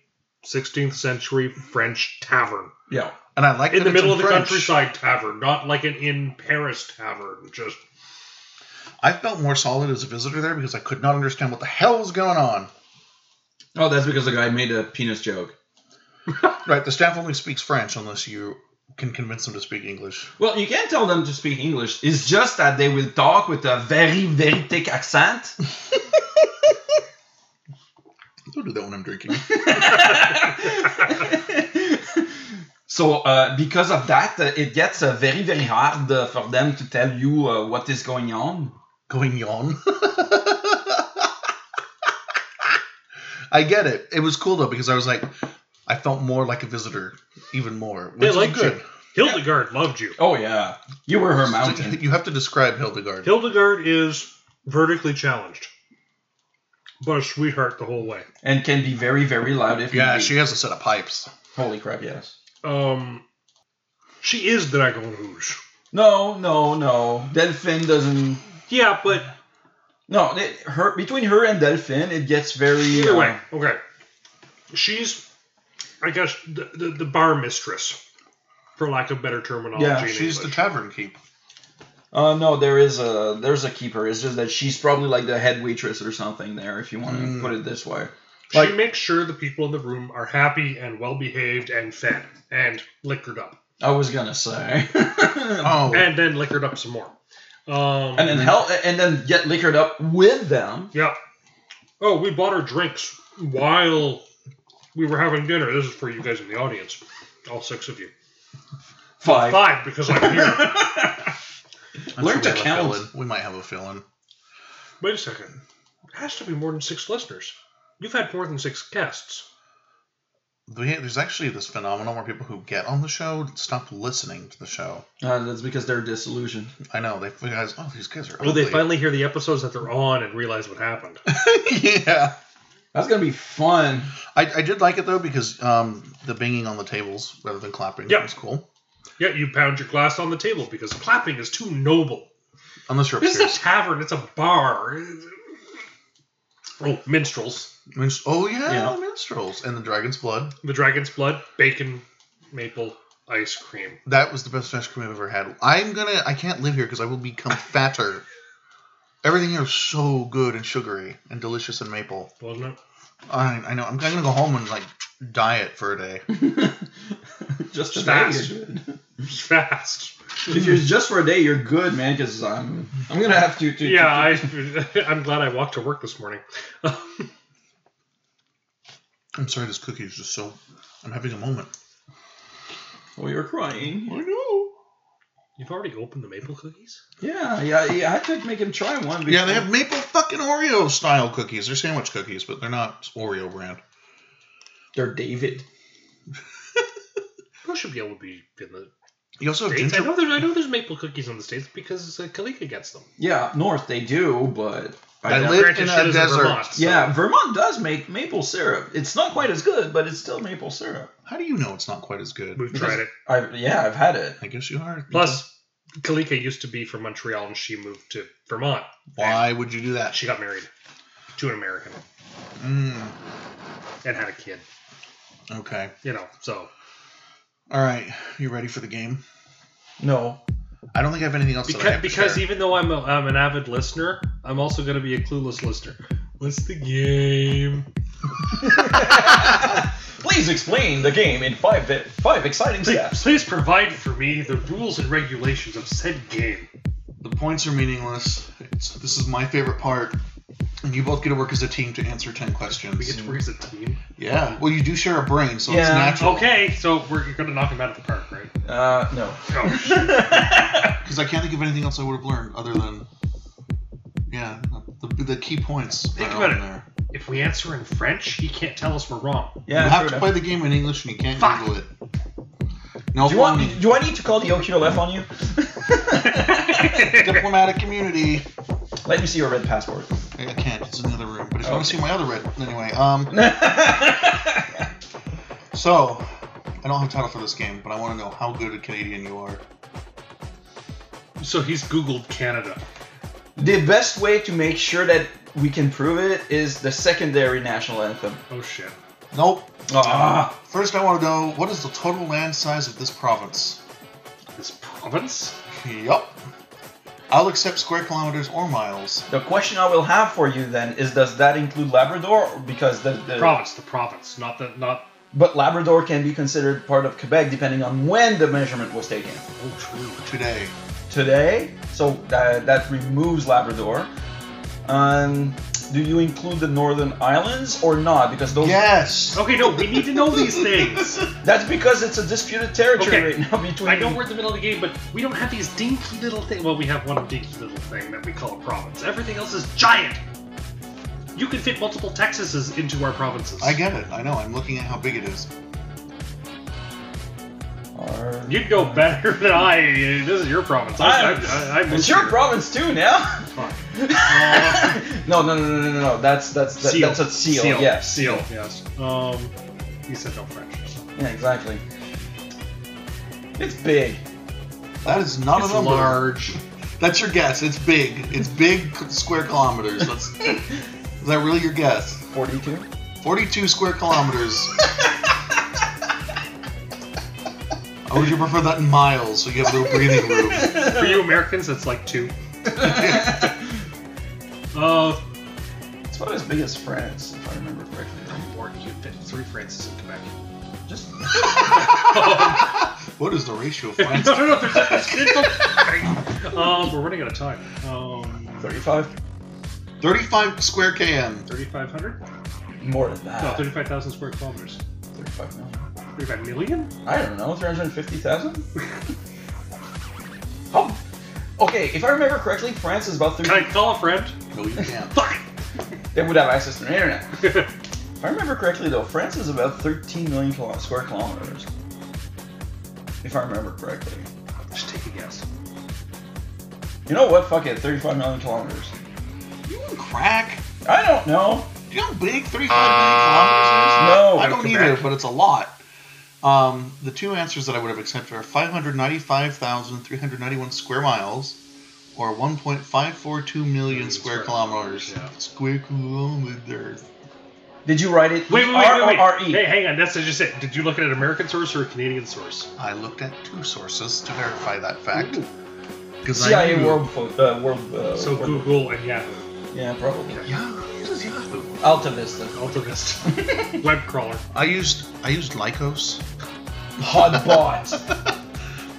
Speaker 5: 16th century French tavern.
Speaker 4: Yeah.
Speaker 3: and I like
Speaker 5: In
Speaker 3: that
Speaker 5: the
Speaker 3: it's
Speaker 5: middle of the
Speaker 3: French.
Speaker 5: countryside tavern, not like an in Paris tavern. Just
Speaker 3: I felt more solid as a visitor there because I could not understand what the hell was going on.
Speaker 4: Oh, that's because the guy made a penis joke.
Speaker 3: Right, the staff only speaks French unless you can convince them to speak English.
Speaker 4: Well, you can't tell them to speak English. It's just that they will talk with a very, very thick accent.
Speaker 3: Don't do that when I'm drinking.
Speaker 4: so, uh, because of that, uh, it gets uh, very, very hard uh, for them to tell you uh, what is going on.
Speaker 3: going yon. I get it. It was cool though because I was like, I felt more like a visitor, even more. Which
Speaker 5: they
Speaker 3: is
Speaker 5: liked
Speaker 3: good.
Speaker 5: you. Hildegard loved you.
Speaker 4: Oh, yeah. You were her mountain.
Speaker 3: You have to describe Hildegard.
Speaker 5: Hildegard is vertically challenged, but a sweetheart the whole way.
Speaker 4: and can be very, very loud if
Speaker 3: yeah,
Speaker 4: need be.
Speaker 3: she has a set of pipes.
Speaker 4: Holy crap, yes.
Speaker 5: Um, she is Dragon Rouge.
Speaker 4: No, no, no. Delphine doesn't.
Speaker 5: Yeah, but
Speaker 4: No, it, her between her and Delphine, it gets very.
Speaker 5: either
Speaker 4: uh,
Speaker 5: way, okay. She's, I guess, the, the, the bar mistress, for lack of better terminology.
Speaker 4: Yeah,
Speaker 5: in
Speaker 3: She's the
Speaker 5: English.
Speaker 3: tavern keep.
Speaker 4: Uh, no, there is a there's a keeper. It's just that she's probably like the head waitress or something there, if you want to
Speaker 3: Mm.
Speaker 4: put it this way.
Speaker 5: she
Speaker 4: like-
Speaker 5: makes sure the people in the room are happy and well behaved and fed and liquored up,
Speaker 4: I was gonna say.
Speaker 3: Oh,
Speaker 5: and then liquored up some more. Um,
Speaker 4: and then hell, and then get liquored up with them.
Speaker 5: Yeah. Oh, we bought our drinks while we were having dinner. This is for you guys in the audience, all six of you.
Speaker 4: Five.
Speaker 5: Five, because I'm here.
Speaker 3: I'm
Speaker 4: learn
Speaker 3: sure
Speaker 4: to
Speaker 3: we have a
Speaker 4: count.
Speaker 3: fill-in. We might have a fill-in.
Speaker 5: Wait a second. It has to be more than six listeners. You've had more than six guests.
Speaker 3: We- There's actually this phenomenon where people who get on the show stop listening to the show.
Speaker 4: Uh, that's because they're disillusioned.
Speaker 3: I know they realize, oh, these guys are.
Speaker 5: Will they
Speaker 3: ugly."
Speaker 5: finally hear the episodes that they're on and realize what happened?
Speaker 3: yeah,
Speaker 4: That's gonna be fun.
Speaker 3: I, I did like it though because um, the banging on the tables rather than clapping
Speaker 5: Yeah.
Speaker 3: was cool.
Speaker 5: yeah, you pound your glass on the table because clapping is too noble.
Speaker 3: Unless you're
Speaker 5: This is
Speaker 3: upstairs.
Speaker 5: a tavern, it's a bar. Oh, minstrels.
Speaker 3: Min- oh yeah,
Speaker 4: Yeah.
Speaker 3: the minstrels and the dragon's blood.
Speaker 5: The dragon's blood, bacon, maple, ice cream.
Speaker 3: That was the best ice cream I've ever had. I'm gonna. I can't live here because I will become fatter. Everything here is so good and sugary and delicious and maple.
Speaker 5: Wasn't it?
Speaker 3: I, I know. I'm gonna go home and like diet for a day.
Speaker 4: Just a day.
Speaker 5: Fast.
Speaker 4: you're good.
Speaker 5: Fast.
Speaker 4: If you're just for a day, you're good, man. Because I'm I'm gonna have to. to
Speaker 5: Yeah, I, I'm glad I walked to work this morning.
Speaker 3: I'm sorry, this cookie is just so. I'm having a moment.
Speaker 4: Well, you're crying.
Speaker 3: I know.
Speaker 5: You've already opened the maple cookies?
Speaker 4: Yeah, yeah, yeah. I could make him try one. Before.
Speaker 3: Yeah, they have maple fucking Oreo style cookies. They're sandwich cookies, but they're not Oreo brand.
Speaker 4: They're David.
Speaker 5: Those should be able to be in the
Speaker 3: Oh, You also have
Speaker 5: States. I know,
Speaker 3: ginger.
Speaker 5: there's, I know there's maple cookies in the States because uh, Kalika gets them.
Speaker 4: Yeah, up north they do, but
Speaker 3: I
Speaker 4: doubt-
Speaker 3: live
Speaker 5: Granted,
Speaker 3: in
Speaker 5: she
Speaker 3: a
Speaker 5: lives
Speaker 3: desert.
Speaker 5: Vermont, so-
Speaker 4: Yeah, Vermont does make maple syrup. It's not quite as good, but it's still maple syrup.
Speaker 3: How do you know it's not quite as good?
Speaker 5: We've tried it.
Speaker 4: I yeah, I've had it.
Speaker 3: I guess you are.
Speaker 5: Plus, Kalika used to be from Montreal and she moved to Vermont.
Speaker 3: why would you do that?
Speaker 5: She got married to an American
Speaker 3: Mm,
Speaker 5: and had a kid.
Speaker 3: okay.
Speaker 5: You know, so
Speaker 3: All right. You ready for the game?
Speaker 4: No,
Speaker 3: I don't think I have anything else. that I
Speaker 5: because,
Speaker 3: have to
Speaker 5: because
Speaker 3: share.
Speaker 5: even though I'm, a, I'm an avid listener, I'm also going to be a clueless listener. What's the game?
Speaker 4: please explain the game in five five exciting
Speaker 5: Please,
Speaker 4: steps.
Speaker 5: please provide for me the rules and regulations of said game.
Speaker 3: The points are meaningless. It's, this is my favorite part. And you both get to work as a team to answer 10 questions.
Speaker 5: We get to work as a team.
Speaker 3: yeah. Well, you do share a brain, so it's
Speaker 4: Yeah,
Speaker 3: natural.
Speaker 5: Okay, so we're going to knock him out of the park, right?
Speaker 4: Uh, no.
Speaker 5: Oh,
Speaker 3: Because I can't think of anything else I would have learned other than, yeah, the, the key points.
Speaker 5: Think
Speaker 3: are
Speaker 5: about
Speaker 3: on
Speaker 5: it.
Speaker 3: There.
Speaker 5: If we answer in French, he can't tell us we're wrong.
Speaker 3: you
Speaker 4: Yeah,
Speaker 3: have
Speaker 4: sure
Speaker 3: to
Speaker 4: enough.
Speaker 3: play the game in English and you can't
Speaker 5: Fuck.
Speaker 3: Google it. No
Speaker 4: do you want?
Speaker 3: phony.
Speaker 4: Do I need to call the OQLF on you?
Speaker 3: diplomatic community.
Speaker 4: Let me see your red passport.
Speaker 3: I can't. It's in the other room. But if you want to
Speaker 4: Okay.
Speaker 3: see my other red, anyway. Um. So, I don't have a title for this game, but I want to know how good a Canadian you are.
Speaker 5: So he's Googled Canada.
Speaker 4: the best way to make sure that we can prove it is the secondary national anthem.
Speaker 5: Oh shit.
Speaker 3: Nope.
Speaker 4: Ah,
Speaker 3: First, I want to know what is the total land size of this province.
Speaker 5: This province?
Speaker 3: Yup. I'll accept square kilometers or miles.
Speaker 4: the question I will have for you then is: Does that include Labrador? Because the, the
Speaker 5: Province, the province, not the not
Speaker 4: But Labrador can be considered part of Quebec depending on when the measurement was taken.
Speaker 5: oh true.
Speaker 3: Today,
Speaker 4: Today, so that, that removes Labrador. Um, do you include the Northern Islands or not? Because
Speaker 5: Oh.
Speaker 4: those
Speaker 3: yes.
Speaker 5: Okay, no, we need to know these things.
Speaker 4: that's because it's a disputed territory
Speaker 5: Okay.
Speaker 4: right now between.
Speaker 5: I know we're in the middle of the game, but we don't have these dinky little things. Well, we have one dinky little thing that we call a province. Everything else is giant. You can fit multiple Texases into our provinces.
Speaker 3: I get it. I know. I'm looking at how big it is.
Speaker 4: Are-
Speaker 5: You'd know better than I. This is your province. I, I, I, I
Speaker 4: it's
Speaker 5: moved
Speaker 4: your
Speaker 5: here.
Speaker 4: province too now.
Speaker 5: Fuck.
Speaker 4: no, no, no, no, no, no, no. That's that's that, that's a seal. Yeah,
Speaker 5: Seal. Yes. Um, you said no French.
Speaker 4: Yeah, exactly. It's big.
Speaker 3: That is not
Speaker 5: It's
Speaker 3: a number.
Speaker 5: large.
Speaker 3: That's your guess. It's big. It's big c- square kilometers. That's, is that really your guess?
Speaker 4: Forty-two.
Speaker 3: 42 square kilometers. I would you prefer that in miles so you have a little breathing room?
Speaker 5: For you Americans, it's like two. Uh,
Speaker 4: It's about as big as France, if I remember correctly.
Speaker 5: or you fit three Frances in Quebec.
Speaker 4: Just
Speaker 3: What is the ratio of
Speaker 5: no,
Speaker 3: France?
Speaker 5: no, no. There's, there's no um, we're running out of time. Um,
Speaker 4: 35?
Speaker 3: 35 square km.
Speaker 5: 3,500?
Speaker 4: More than that.
Speaker 5: No, 35,000 square kilometers.
Speaker 4: 35 no.
Speaker 5: 35 million?
Speaker 4: I don't know, 350,000? oh, okay, if I remember correctly, France is about 30.
Speaker 5: Can I call a friend?
Speaker 3: No, you can't.
Speaker 5: Fuck!
Speaker 4: They would have access to the internet. if I remember correctly, though, France is about 13 million kilo- square kilometers. If I remember correctly.
Speaker 5: Just take a guess.
Speaker 4: You know what? Fuck it, 35 million kilometers.
Speaker 3: You on crack?
Speaker 4: I don't know.
Speaker 3: Do you know how big 35 million kilometers is?
Speaker 4: No.
Speaker 3: I don't
Speaker 4: Quebec.
Speaker 3: either, but it's a lot. Um, the two answers that I would have accepted are 595,391 square miles, or 1.542 million square kilometers. Square kilometers.
Speaker 4: Did you write it?
Speaker 5: Wait, wait, wait, wait, wait.
Speaker 3: E.
Speaker 4: R-R-R-E?
Speaker 5: Hey, hang on. That's just it. Did you look at an American source or a Canadian source?
Speaker 3: I looked at two sources to verify that fact. Because
Speaker 4: CIA World, Fo- uh, World. Uh,
Speaker 5: So
Speaker 4: World-
Speaker 5: Google and Yahoo.
Speaker 4: Yeah, probably.
Speaker 3: Yeah, I used Yahoo.
Speaker 4: Alta Vista.
Speaker 5: Altivist. Web crawler.
Speaker 3: I used I used Lycos.
Speaker 4: Podbot.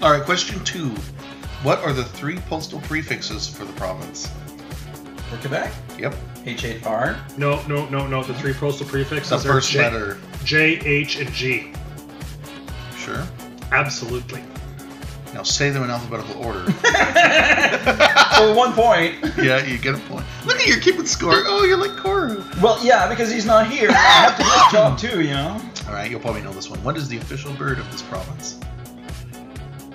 Speaker 3: All right, question two. What are the three postal prefixes for the province?
Speaker 4: for Quebec.
Speaker 3: Yep.
Speaker 4: H8R.
Speaker 5: No, no, no, no. The three postal prefixes
Speaker 3: The
Speaker 5: are
Speaker 3: first
Speaker 5: J,
Speaker 3: letter.
Speaker 5: J, H, and G.
Speaker 3: Sure.
Speaker 5: Absolutely.
Speaker 3: Now say them in alphabetical order.
Speaker 4: For one point.
Speaker 3: yeah, you get a point. Look at you're keeping score. Oh, you're like Koru.
Speaker 4: Well, yeah, because he's not here. I have to do his job too, you know?
Speaker 3: All right, you'll probably know this one. What is the official bird of this province?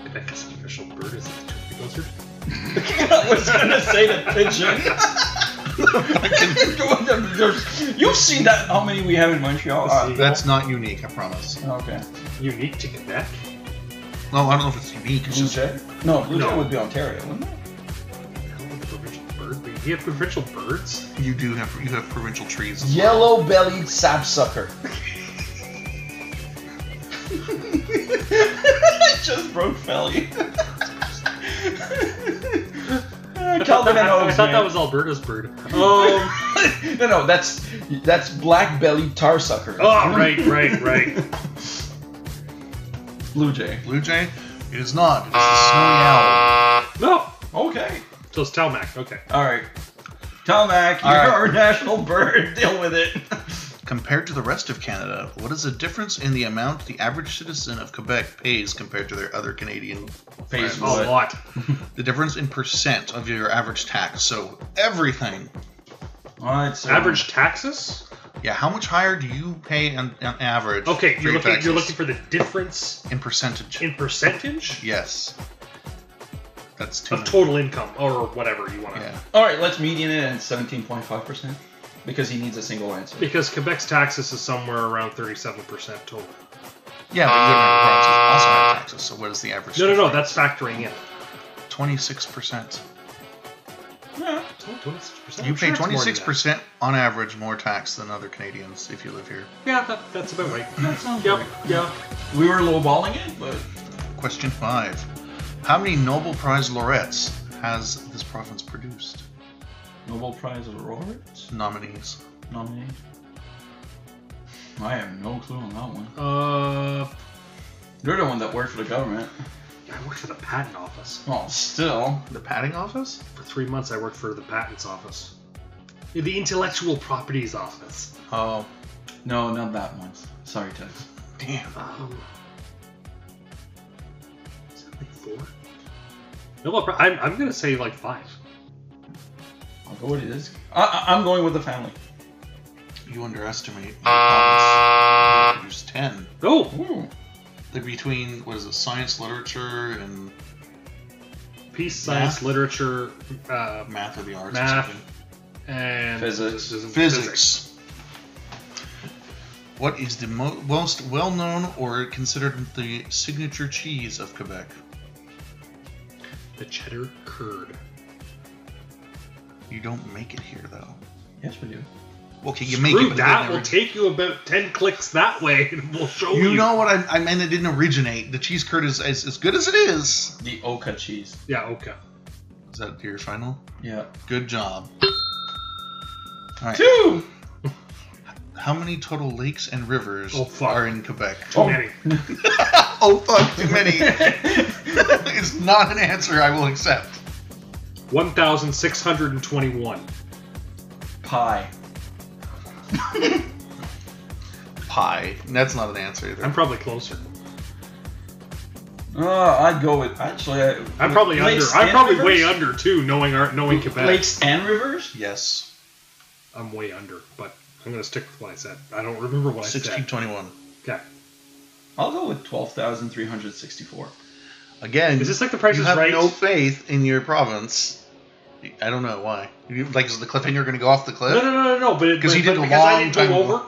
Speaker 3: Quebec is the official bird. Is it the turkey buzzard?
Speaker 4: I was going to say the pigeon. You've seen that, how many we have in Montreal. Uh,
Speaker 3: That's not unique, I promise.
Speaker 4: okay.
Speaker 5: Unique to Quebec.
Speaker 3: No, I don't know if it's unique. It's
Speaker 4: Blue
Speaker 3: just
Speaker 4: Jay? No, Blue Jay
Speaker 5: No.
Speaker 4: would be Ontario, wouldn't it?
Speaker 5: Provincial bird. Do you have provincial birds?
Speaker 3: you do have you have provincial trees. as well.
Speaker 4: Yellow bellied sapsucker. Just broke Felly. Calvin and
Speaker 5: I, I
Speaker 4: Hobbes.
Speaker 5: thought that
Speaker 4: man.
Speaker 5: was Alberta's bird. Um,
Speaker 4: no, no, that's that's black bellied tarsucker.
Speaker 5: oh, right, right, right.
Speaker 4: Blue Jay.
Speaker 3: Blue jay? It is not. It is the snowy owl.
Speaker 5: No.
Speaker 4: Okay.
Speaker 5: So it's Telmac. Okay.
Speaker 4: All right. Tomac,
Speaker 3: All
Speaker 4: you're
Speaker 3: right.
Speaker 4: our national bird. Deal with it.
Speaker 3: Compared to the rest of Canada, what is the difference in the amount the average citizen of Quebec pays compared to their other Canadian?
Speaker 4: Pays
Speaker 3: friends?
Speaker 5: Oh,
Speaker 4: What?
Speaker 5: a lot.
Speaker 3: The difference in percent of your average tax. So everything.
Speaker 4: All right. So
Speaker 5: Average taxes?
Speaker 3: Yeah, how much higher do you pay on, on average?
Speaker 5: Okay,
Speaker 3: for your
Speaker 5: you're looking
Speaker 3: taxes?
Speaker 5: you're looking for the difference
Speaker 3: in percentage.
Speaker 5: in percentage
Speaker 3: yes, that's too.
Speaker 5: of total income or whatever you want to.
Speaker 3: Yeah,
Speaker 4: All right. Let's median it at seventeen point five percent because he needs a single answer.
Speaker 5: Because Quebec's taxes is somewhere around 37% total.
Speaker 3: yeah, but you have taxes. Also have taxes. So what is the average?
Speaker 5: No, no, no, that's factoring in.
Speaker 3: twenty-six percent.
Speaker 4: Yeah.
Speaker 3: You pay twenty-six percent on average more tax than other Canadians if you live here.
Speaker 5: Yeah, that, that's about right.
Speaker 4: That sounds
Speaker 5: Yep,
Speaker 4: right.
Speaker 5: yeah.
Speaker 4: We were lowballing it, but
Speaker 3: Question five: How many Nobel Prize laureates has this province produced?
Speaker 4: Nobel Prize laureates
Speaker 3: Nominees.
Speaker 4: nominee. I have no clue on that one.
Speaker 5: Uh,
Speaker 4: You're the one that worked for the government.
Speaker 5: I worked for the patent office.
Speaker 4: Well, still.
Speaker 3: The padding office?
Speaker 5: For three months, I worked for the patents office. The intellectual properties office.
Speaker 3: Oh,
Speaker 4: No, not that one. Sorry, Ted.
Speaker 3: damn.
Speaker 5: Um, is that like four? Nobel Prize. I'm, I'm gonna say like five.
Speaker 4: I'll go with it is. I, I, I'm going with the family.
Speaker 3: You underestimate the province. They produce ten.
Speaker 5: Oh,
Speaker 4: Ooh.
Speaker 3: They're between what is it, science, literature, and
Speaker 5: peace, science,
Speaker 3: Math?
Speaker 5: literature, uh,
Speaker 3: math or the arts.
Speaker 5: Math.
Speaker 3: Or something.
Speaker 5: and
Speaker 4: Physics.
Speaker 5: physics.
Speaker 3: Physics. What is the mo- most well known or considered the signature cheese of Quebec?
Speaker 5: The cheddar curd.
Speaker 3: You don't make it here, though.
Speaker 4: Yes, we do.
Speaker 3: Okay, you make it,
Speaker 5: Screw
Speaker 3: but
Speaker 5: that.
Speaker 3: it
Speaker 5: We'll
Speaker 3: didn't
Speaker 5: take you about ten clicks that way, and we'll show
Speaker 3: orig-
Speaker 5: you.
Speaker 3: you know what I, I meant? It didn't originate. The cheese curd is as, as good as it is.
Speaker 4: The Oka cheese.
Speaker 5: Yeah. Okay.
Speaker 3: Is that your final?
Speaker 4: Yeah.
Speaker 3: Good job. All right.
Speaker 4: Two.
Speaker 3: How many total lakes and rivers
Speaker 5: Oh, fuck.
Speaker 3: are in Quebec?
Speaker 5: Too many.
Speaker 3: oh fuck, too many. it's not an answer I will accept.
Speaker 5: One thousand six hundred and twenty-one.
Speaker 4: Pie.
Speaker 3: Pie. That's not an answer either.
Speaker 5: I'm probably closer.
Speaker 4: Uh, I'd go with actually. I,
Speaker 5: I'm probably under.
Speaker 4: Lakes
Speaker 5: I'm
Speaker 4: and
Speaker 5: probably way
Speaker 4: rivers?
Speaker 5: under too, knowing our knowing Quebec.
Speaker 4: Lakes and rivers.
Speaker 3: yes.
Speaker 5: I'm way under, but I'm gonna stick with what I said. I don't remember what I
Speaker 3: Sixteen
Speaker 5: said.
Speaker 3: twenty-one.
Speaker 5: Okay.
Speaker 4: I'll go with twelve thousand three hundred sixty-four.
Speaker 3: Again,
Speaker 5: Is this like the Price
Speaker 3: you
Speaker 5: is
Speaker 3: have
Speaker 5: Right?
Speaker 3: no faith in your province. I don't know why. You, like, is the cliffhanger going to go off the cliff?
Speaker 5: No, no, no, no, no. But it-
Speaker 3: 'Cause he
Speaker 5: but-
Speaker 3: did a
Speaker 5: but because I
Speaker 3: long
Speaker 5: didn't
Speaker 3: time
Speaker 5: go
Speaker 3: ago.
Speaker 5: over.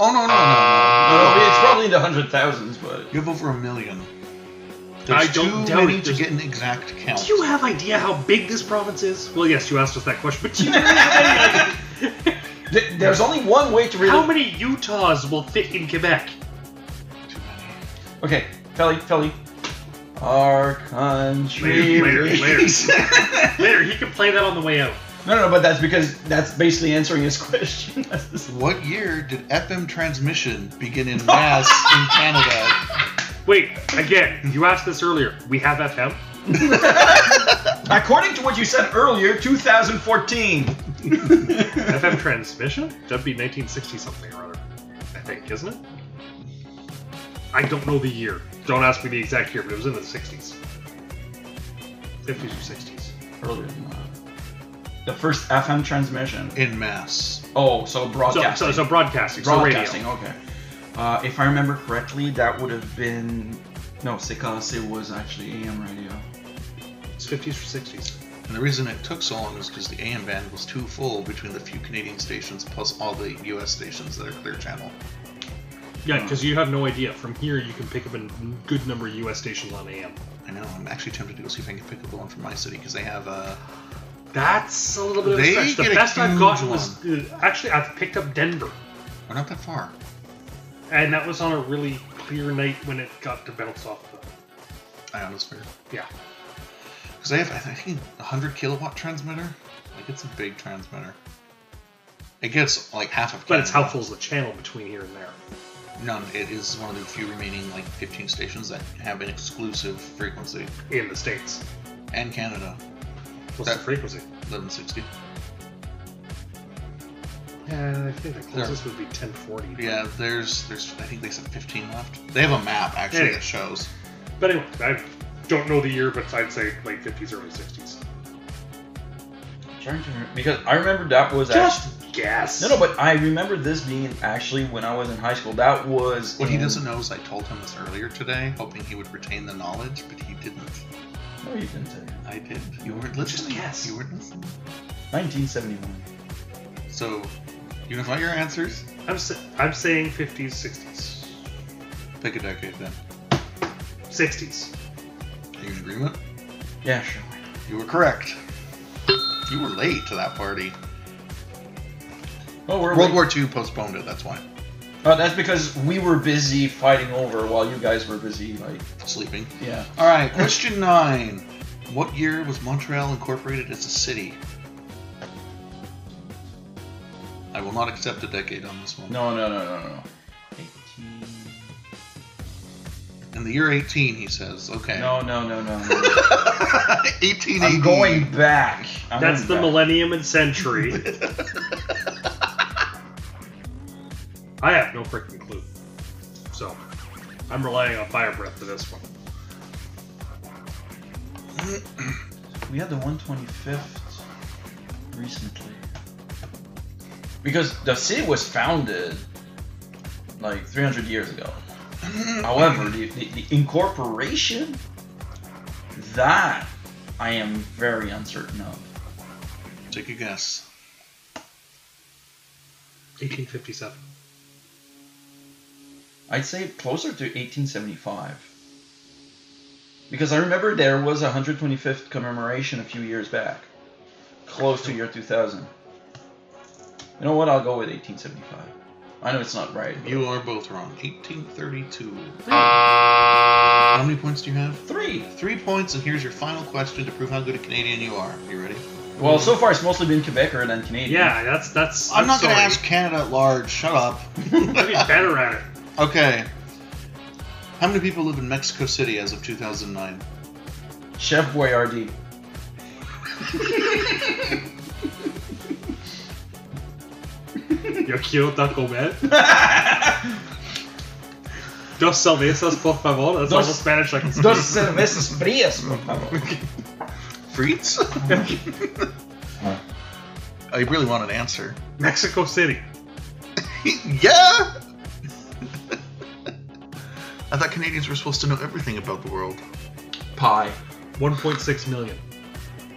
Speaker 3: Oh no, no, no,
Speaker 4: I
Speaker 3: no,
Speaker 4: mean,
Speaker 3: no.
Speaker 4: it's probably in the hundred thousands, but
Speaker 3: You have over a million.
Speaker 5: I
Speaker 3: There's
Speaker 5: don't
Speaker 3: too
Speaker 5: doubt
Speaker 3: many
Speaker 5: it.
Speaker 3: to
Speaker 5: There's-
Speaker 3: get an exact count.
Speaker 5: Do you have idea how big this province is? Well, yes, you asked us that question, but do you really have any idea?
Speaker 4: Th- there's only one way to really.
Speaker 5: How many Utahs will fit in Quebec?
Speaker 3: Too many.
Speaker 4: Okay, Felly, Felly. Our country.
Speaker 5: Later, later, later.
Speaker 4: reads-
Speaker 5: Later, he can play that on the way out.
Speaker 4: no, no, but that's because that's basically answering his question. That's just-
Speaker 3: What year did FM transmission begin in mass in Canada?
Speaker 5: Wait, again, you asked this earlier. We have FM?
Speaker 4: According to what you said earlier, 2014.
Speaker 5: FM transmission? That'd be 1960 something or other, I think, isn't it? I don't know the year. Don't ask me the exact year, but it was in the 60s. 50s or 60s.
Speaker 4: Earlier than that. The first FM transmission.
Speaker 3: in mass.
Speaker 4: Oh, so
Speaker 5: So,
Speaker 4: broadcasting.
Speaker 5: so, so broadcasting, so radio.
Speaker 4: broadcasting. Okay. Uh, if I remember correctly, that would have been no Sekase was actually AM radio.
Speaker 5: It's 50s or 60s.
Speaker 3: And the reason it took so long is because the AM band was too full between the few Canadian stations plus all the US stations that are clear channel.
Speaker 5: Yeah, because you have no idea. From here, you can pick up a n- good number of U.S. stations on AM.
Speaker 3: I know, I'm actually tempted to go see if I can pick up the one from my city because they have uh,
Speaker 5: That's a little bit of
Speaker 3: They
Speaker 5: a stretch. The
Speaker 3: get a
Speaker 5: best I've
Speaker 3: huge
Speaker 5: gotten was uh, actually I've picked up Denver,
Speaker 3: we're not that far.
Speaker 5: and that was on a really clear night when it got to bounce off. The,
Speaker 3: I honestly
Speaker 5: yeah,
Speaker 3: because they have I think a hundred kilowatt transmitter. Like it's a big transmitter. It gets like half of.
Speaker 5: but it's how
Speaker 3: Canada.
Speaker 5: full's the channel between here and there.
Speaker 3: None. It is one of the few remaining like 15 stations that have an exclusive frequency.
Speaker 5: in the states.
Speaker 3: And Canada,
Speaker 5: What's
Speaker 3: That-
Speaker 5: the frequency?
Speaker 3: 1160.
Speaker 5: Yeah, Uh, I think the
Speaker 3: closest
Speaker 5: closest would be 1040.
Speaker 3: Yeah, there's there's I think they said 15 left. They have a map actually
Speaker 5: Yeah.
Speaker 3: that shows.
Speaker 5: But anyway, I don't know the year, but I'd say late 50s, early 60s.
Speaker 4: I'm trying to remember, because I remember that was actually,
Speaker 5: Just guess.
Speaker 4: no, no, but I remember this being actually when I was in high school. That was
Speaker 3: What he
Speaker 4: in-
Speaker 3: doesn't know is I told him this earlier today, hoping he would retain the knowledge, but he didn't.
Speaker 4: No, you didn't say. that.
Speaker 3: I did. You weren't listening.
Speaker 4: guess.
Speaker 3: You weren't listening.
Speaker 4: 1971.
Speaker 3: So, unify your answers.
Speaker 5: I'm, sa- I'm saying 50s, 60s.
Speaker 3: Pick a decade then.
Speaker 5: 60s.
Speaker 3: Are you in agreement?
Speaker 4: Yeah, sure. why
Speaker 3: You were correct. You were late to that party.
Speaker 4: not? Well, Oh, we're
Speaker 3: World War II postponed it, that's why.
Speaker 4: Uh, that's because we were busy fighting over while you guys were busy like
Speaker 3: Sleeping.
Speaker 4: yeah.
Speaker 3: Alright, question nine. What year was Montreal incorporated as a city? I will not accept a decade on this one.
Speaker 4: No, no, no, no, no.
Speaker 3: In the year 18, he says. Okay.
Speaker 4: No, no, no, no. no.
Speaker 3: 1880.
Speaker 4: I'm going back. I'm
Speaker 5: That's the
Speaker 4: going back.
Speaker 5: millennium and century. I have no freaking clue. So, I'm relying on fire breath for this one.
Speaker 4: We had the 125th recently. Because the city was founded like 300 years ago. However, the, the, the incorporation, that I am very uncertain of.
Speaker 3: Take a guess.
Speaker 5: 1857.
Speaker 4: I'd say closer to 1875. Because I remember there was a 125th commemoration a few years back, close to year 2000. You know what? I'll go with 1875. I know it's not right. but-
Speaker 3: You are both wrong. 1832. How many points do you have?
Speaker 4: Three.
Speaker 3: Three points, and here's your final question to prove how good a Canadian you are. You ready?
Speaker 4: Well, so far it's mostly been Quebecer than Canadian.
Speaker 5: Yeah, that's that's.
Speaker 3: I'm, not going to
Speaker 5: sorry.
Speaker 3: ask Canada at large. Shut up.
Speaker 5: I'd be better at it.
Speaker 3: okay. How many people live in Mexico City as of 2009?
Speaker 4: Chef Boyardee.
Speaker 5: Yo quiero Taco Bell. Dos cervezas, por favor. That's
Speaker 4: Dos-
Speaker 5: all the Spanish I can speak.
Speaker 4: Dos cervezas frias, por favor.
Speaker 3: Freets? I really want an answer.
Speaker 5: Mexico City.
Speaker 3: yeah! I thought Canadians were supposed to know everything about the world.
Speaker 4: Pie.
Speaker 5: 1.6 million.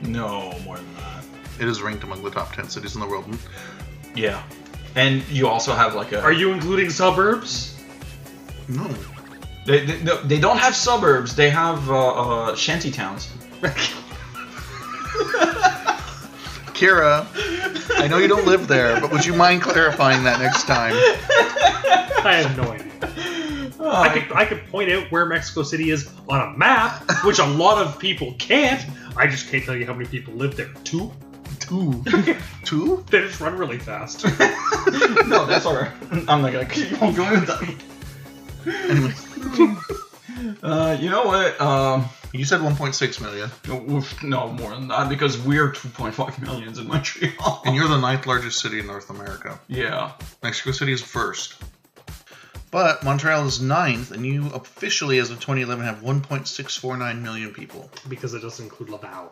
Speaker 4: No, more than that.
Speaker 3: It is ranked among the top 10 cities in the world.
Speaker 4: Yeah. And you also have like a.
Speaker 5: Are you including suburbs?
Speaker 3: No.
Speaker 4: They, they, no, they don't have suburbs. They have uh, uh, shanty towns.
Speaker 3: Kira, I know you don't live there, but would you mind clarifying that next time?
Speaker 5: I have no idea. I could I could point out where Mexico City is on a map, which a lot of people can't. I just can't tell you how many people live there. Two.
Speaker 3: Two. Two?
Speaker 5: They just run really fast.
Speaker 4: no, that's alright. I'm not gonna keep on going with that.
Speaker 3: Anyway.
Speaker 4: Uh, you know what? Um,
Speaker 3: You said 1.6 million,
Speaker 4: oof, no more than that because we're 2.5 millions in Montreal.
Speaker 3: and you're the ninth largest city in North America.
Speaker 4: yeah.
Speaker 3: Mexico City is first. But Montreal is ninth, and you officially, as of 2011, have 1.649 million people.
Speaker 5: because it doesn't include Laval.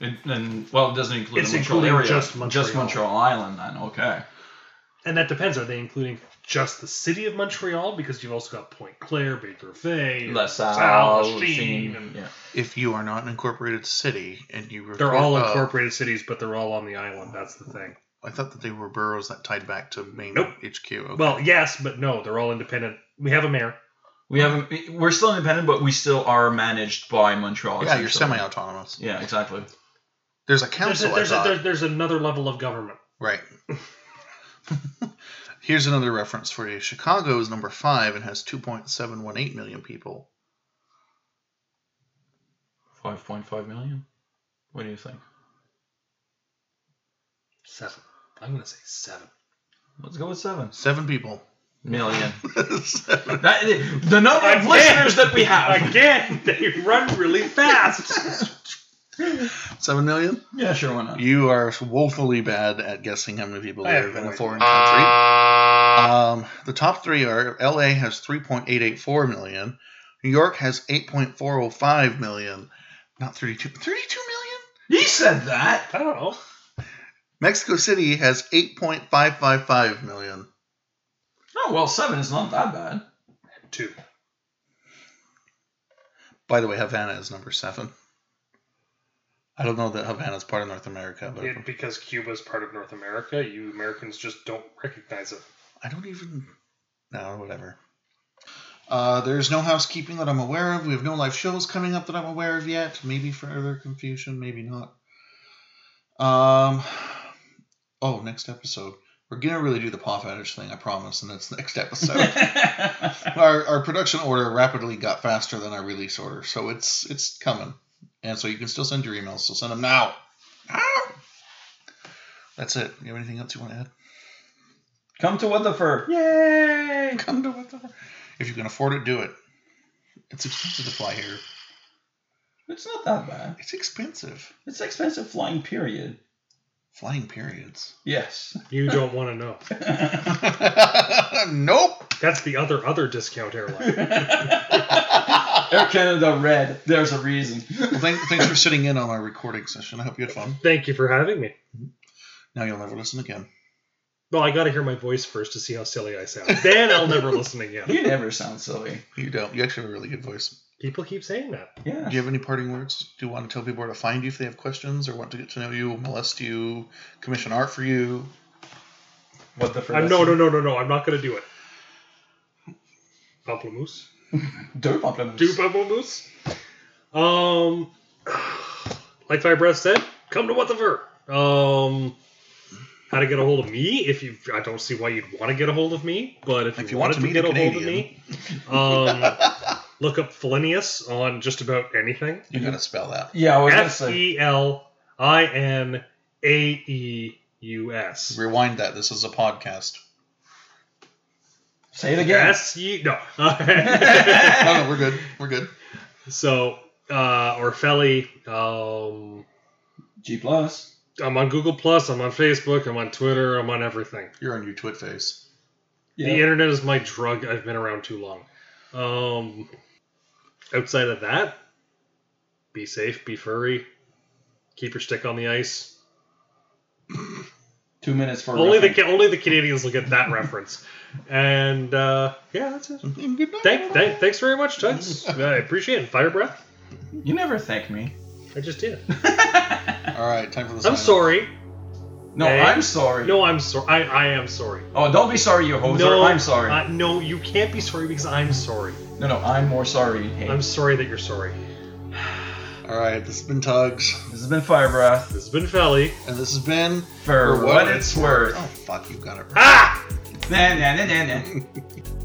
Speaker 4: It, and well, it doesn't include
Speaker 5: It's
Speaker 4: the Montreal
Speaker 5: including
Speaker 4: area,
Speaker 5: just Montreal.
Speaker 4: Montreal Island. Then okay.
Speaker 5: And that depends. Are they including just the city of Montreal? Because you've also got Point Claire, Baker Bay,
Speaker 4: LaSalle,
Speaker 5: Machine,
Speaker 4: Sheen,
Speaker 5: and
Speaker 4: yeah.
Speaker 3: If you are not an incorporated city, and you
Speaker 5: they're
Speaker 3: report
Speaker 5: all
Speaker 3: up-
Speaker 5: incorporated cities, but they're all on the island. That's the thing.
Speaker 3: I thought that they were boroughs that tied back to main
Speaker 5: Nope.
Speaker 3: HQ. Okay.
Speaker 5: Well, yes, but no, they're all independent. We have a mayor.
Speaker 4: We have a- we're still independent, but we still are managed by Montreal.
Speaker 3: yeah, you're
Speaker 4: essentially.
Speaker 3: semi-autonomous.
Speaker 4: Yeah, exactly.
Speaker 3: There's a
Speaker 5: There's, a,
Speaker 3: council.
Speaker 5: there's,
Speaker 3: I
Speaker 5: a,
Speaker 3: thought.
Speaker 5: there's, there's another level of government.
Speaker 3: Right. Here's another reference for you. Chicago is number five and has 2.718 million people.
Speaker 4: Five point five million. What do you think?
Speaker 5: Seven. I'm gonna say seven.
Speaker 4: Let's go with seven
Speaker 3: Seven people.
Speaker 4: million.
Speaker 3: Seven.
Speaker 4: that, the number of listeners that we have.
Speaker 5: Again, they run really fast.
Speaker 3: Seven million?
Speaker 4: Yeah, sure, why not?
Speaker 3: You are woefully bad at guessing how many people
Speaker 5: I have
Speaker 3: live
Speaker 5: no
Speaker 3: in a
Speaker 5: idea.
Speaker 3: foreign country. Um, the top three are LA has 3.884 million, New York has 8.405 million, not 32, 32 million?
Speaker 4: He said that.
Speaker 5: I don't know.
Speaker 3: Mexico City has 8.555 million.
Speaker 4: Oh well, seven is not that bad.
Speaker 5: Two.
Speaker 3: By the way, Havana is number seven. I don't know that Havana's part of North America, but
Speaker 5: It, because Cuba's part of North America, you Americans just don't recognize it.
Speaker 3: I don't even. No, whatever. Uh, there's no housekeeping that I'm aware of. We have no live shows coming up that I'm aware of yet. Maybe further confusion, maybe not. Um. Oh, next episode. We're gonna really do the paw fetish thing, I promise, and that's next episode. our, our production order rapidly got faster than our release order, so it's it's coming. And so you can still send your emails, so send them now. Now! That's it. You have anything else you want to add?
Speaker 4: Come to what the fur.
Speaker 3: Yay! Come to whatever. If you can afford it, do it. It's expensive to fly here.
Speaker 4: It's not that bad.
Speaker 3: It's expensive.
Speaker 4: It's expensive flying. Period.
Speaker 3: Flying periods.
Speaker 4: Yes.
Speaker 5: You don't want to know.
Speaker 3: nope.
Speaker 5: That's the other other discount airline.
Speaker 4: Air Canada red. There's a reason.
Speaker 3: Well, thank, thanks for sitting in on our recording session. I hope you had fun.
Speaker 5: Thank you for having me.
Speaker 3: Now you'll never listen again.
Speaker 5: Well, I got to hear my voice first to see how silly I sound. Then I'll never listen again.
Speaker 4: You never sound silly.
Speaker 3: You don't. You actually have a really good voice.
Speaker 5: People keep saying that.
Speaker 4: Yeah.
Speaker 3: Do you have any parting words? Do you want to tell people where to find you if they have questions or want to get to know you, molest you, commission art for you?
Speaker 4: What the fur?
Speaker 5: I'm, no, no, no, no, no. I'm not going to do it. Pamplemousse?
Speaker 4: Deux pamplemousses.
Speaker 5: Do pamplemousse? Um, like my breath said, come to what the ver. Um, how to get a hold of me? If you, I don't see why you'd want to get a hold of me, but if,
Speaker 3: If
Speaker 5: you
Speaker 3: you want
Speaker 5: wanted
Speaker 3: to
Speaker 5: to,
Speaker 3: meet
Speaker 5: get
Speaker 3: a
Speaker 5: a hold of me, um, look up Felinius on just about anything.
Speaker 3: You gotta spell that.
Speaker 4: Yeah, I was gonna
Speaker 5: F
Speaker 4: say.
Speaker 5: E L I N A E U S.
Speaker 3: Rewind that. This is a podcast.
Speaker 4: Say it again.
Speaker 5: S E no.
Speaker 3: No, no, we're good. We're good.
Speaker 5: so uh, Orfelli. Um,
Speaker 4: G plus.
Speaker 5: I'm on Google Plus. I'm on Facebook. I'm on Twitter. I'm on everything.
Speaker 3: You're on your twit face.
Speaker 5: The internet is my drug. I've been around too long. Um, outside of that, be safe. Be furry. Keep your stick on the ice.
Speaker 4: Two minutes for
Speaker 5: Only the
Speaker 4: reference.
Speaker 5: Ca- only the Canadians will get that reference. And uh, yeah, that's
Speaker 4: Hmm.
Speaker 5: it.
Speaker 3: Good night.
Speaker 5: Thank, thank, thanks very much, Tux. I appreciate it. Fire breath.
Speaker 4: You never thank me.
Speaker 5: I just did.
Speaker 3: All right, time for the sign
Speaker 5: I'm
Speaker 3: off.
Speaker 5: sorry.
Speaker 4: No,
Speaker 5: Hey.
Speaker 4: I'm sorry.
Speaker 5: No, I'm sorry. I, I am sorry.
Speaker 4: Oh, don't be sorry, you hoser.
Speaker 5: no,
Speaker 4: I'm sorry.
Speaker 5: uh, no, you can't be sorry because I'm sorry.
Speaker 4: No, no, I'm more sorry. Hey,
Speaker 5: I'm sorry that you're sorry.
Speaker 3: All right, this has been Tugs,
Speaker 4: this has been Fire Breath.
Speaker 5: This has been Felly.
Speaker 3: and this has been.
Speaker 4: For, what, it's worth.
Speaker 3: Oh, fuck, you got it right.
Speaker 5: Ah!
Speaker 4: Na, na, na, na, na.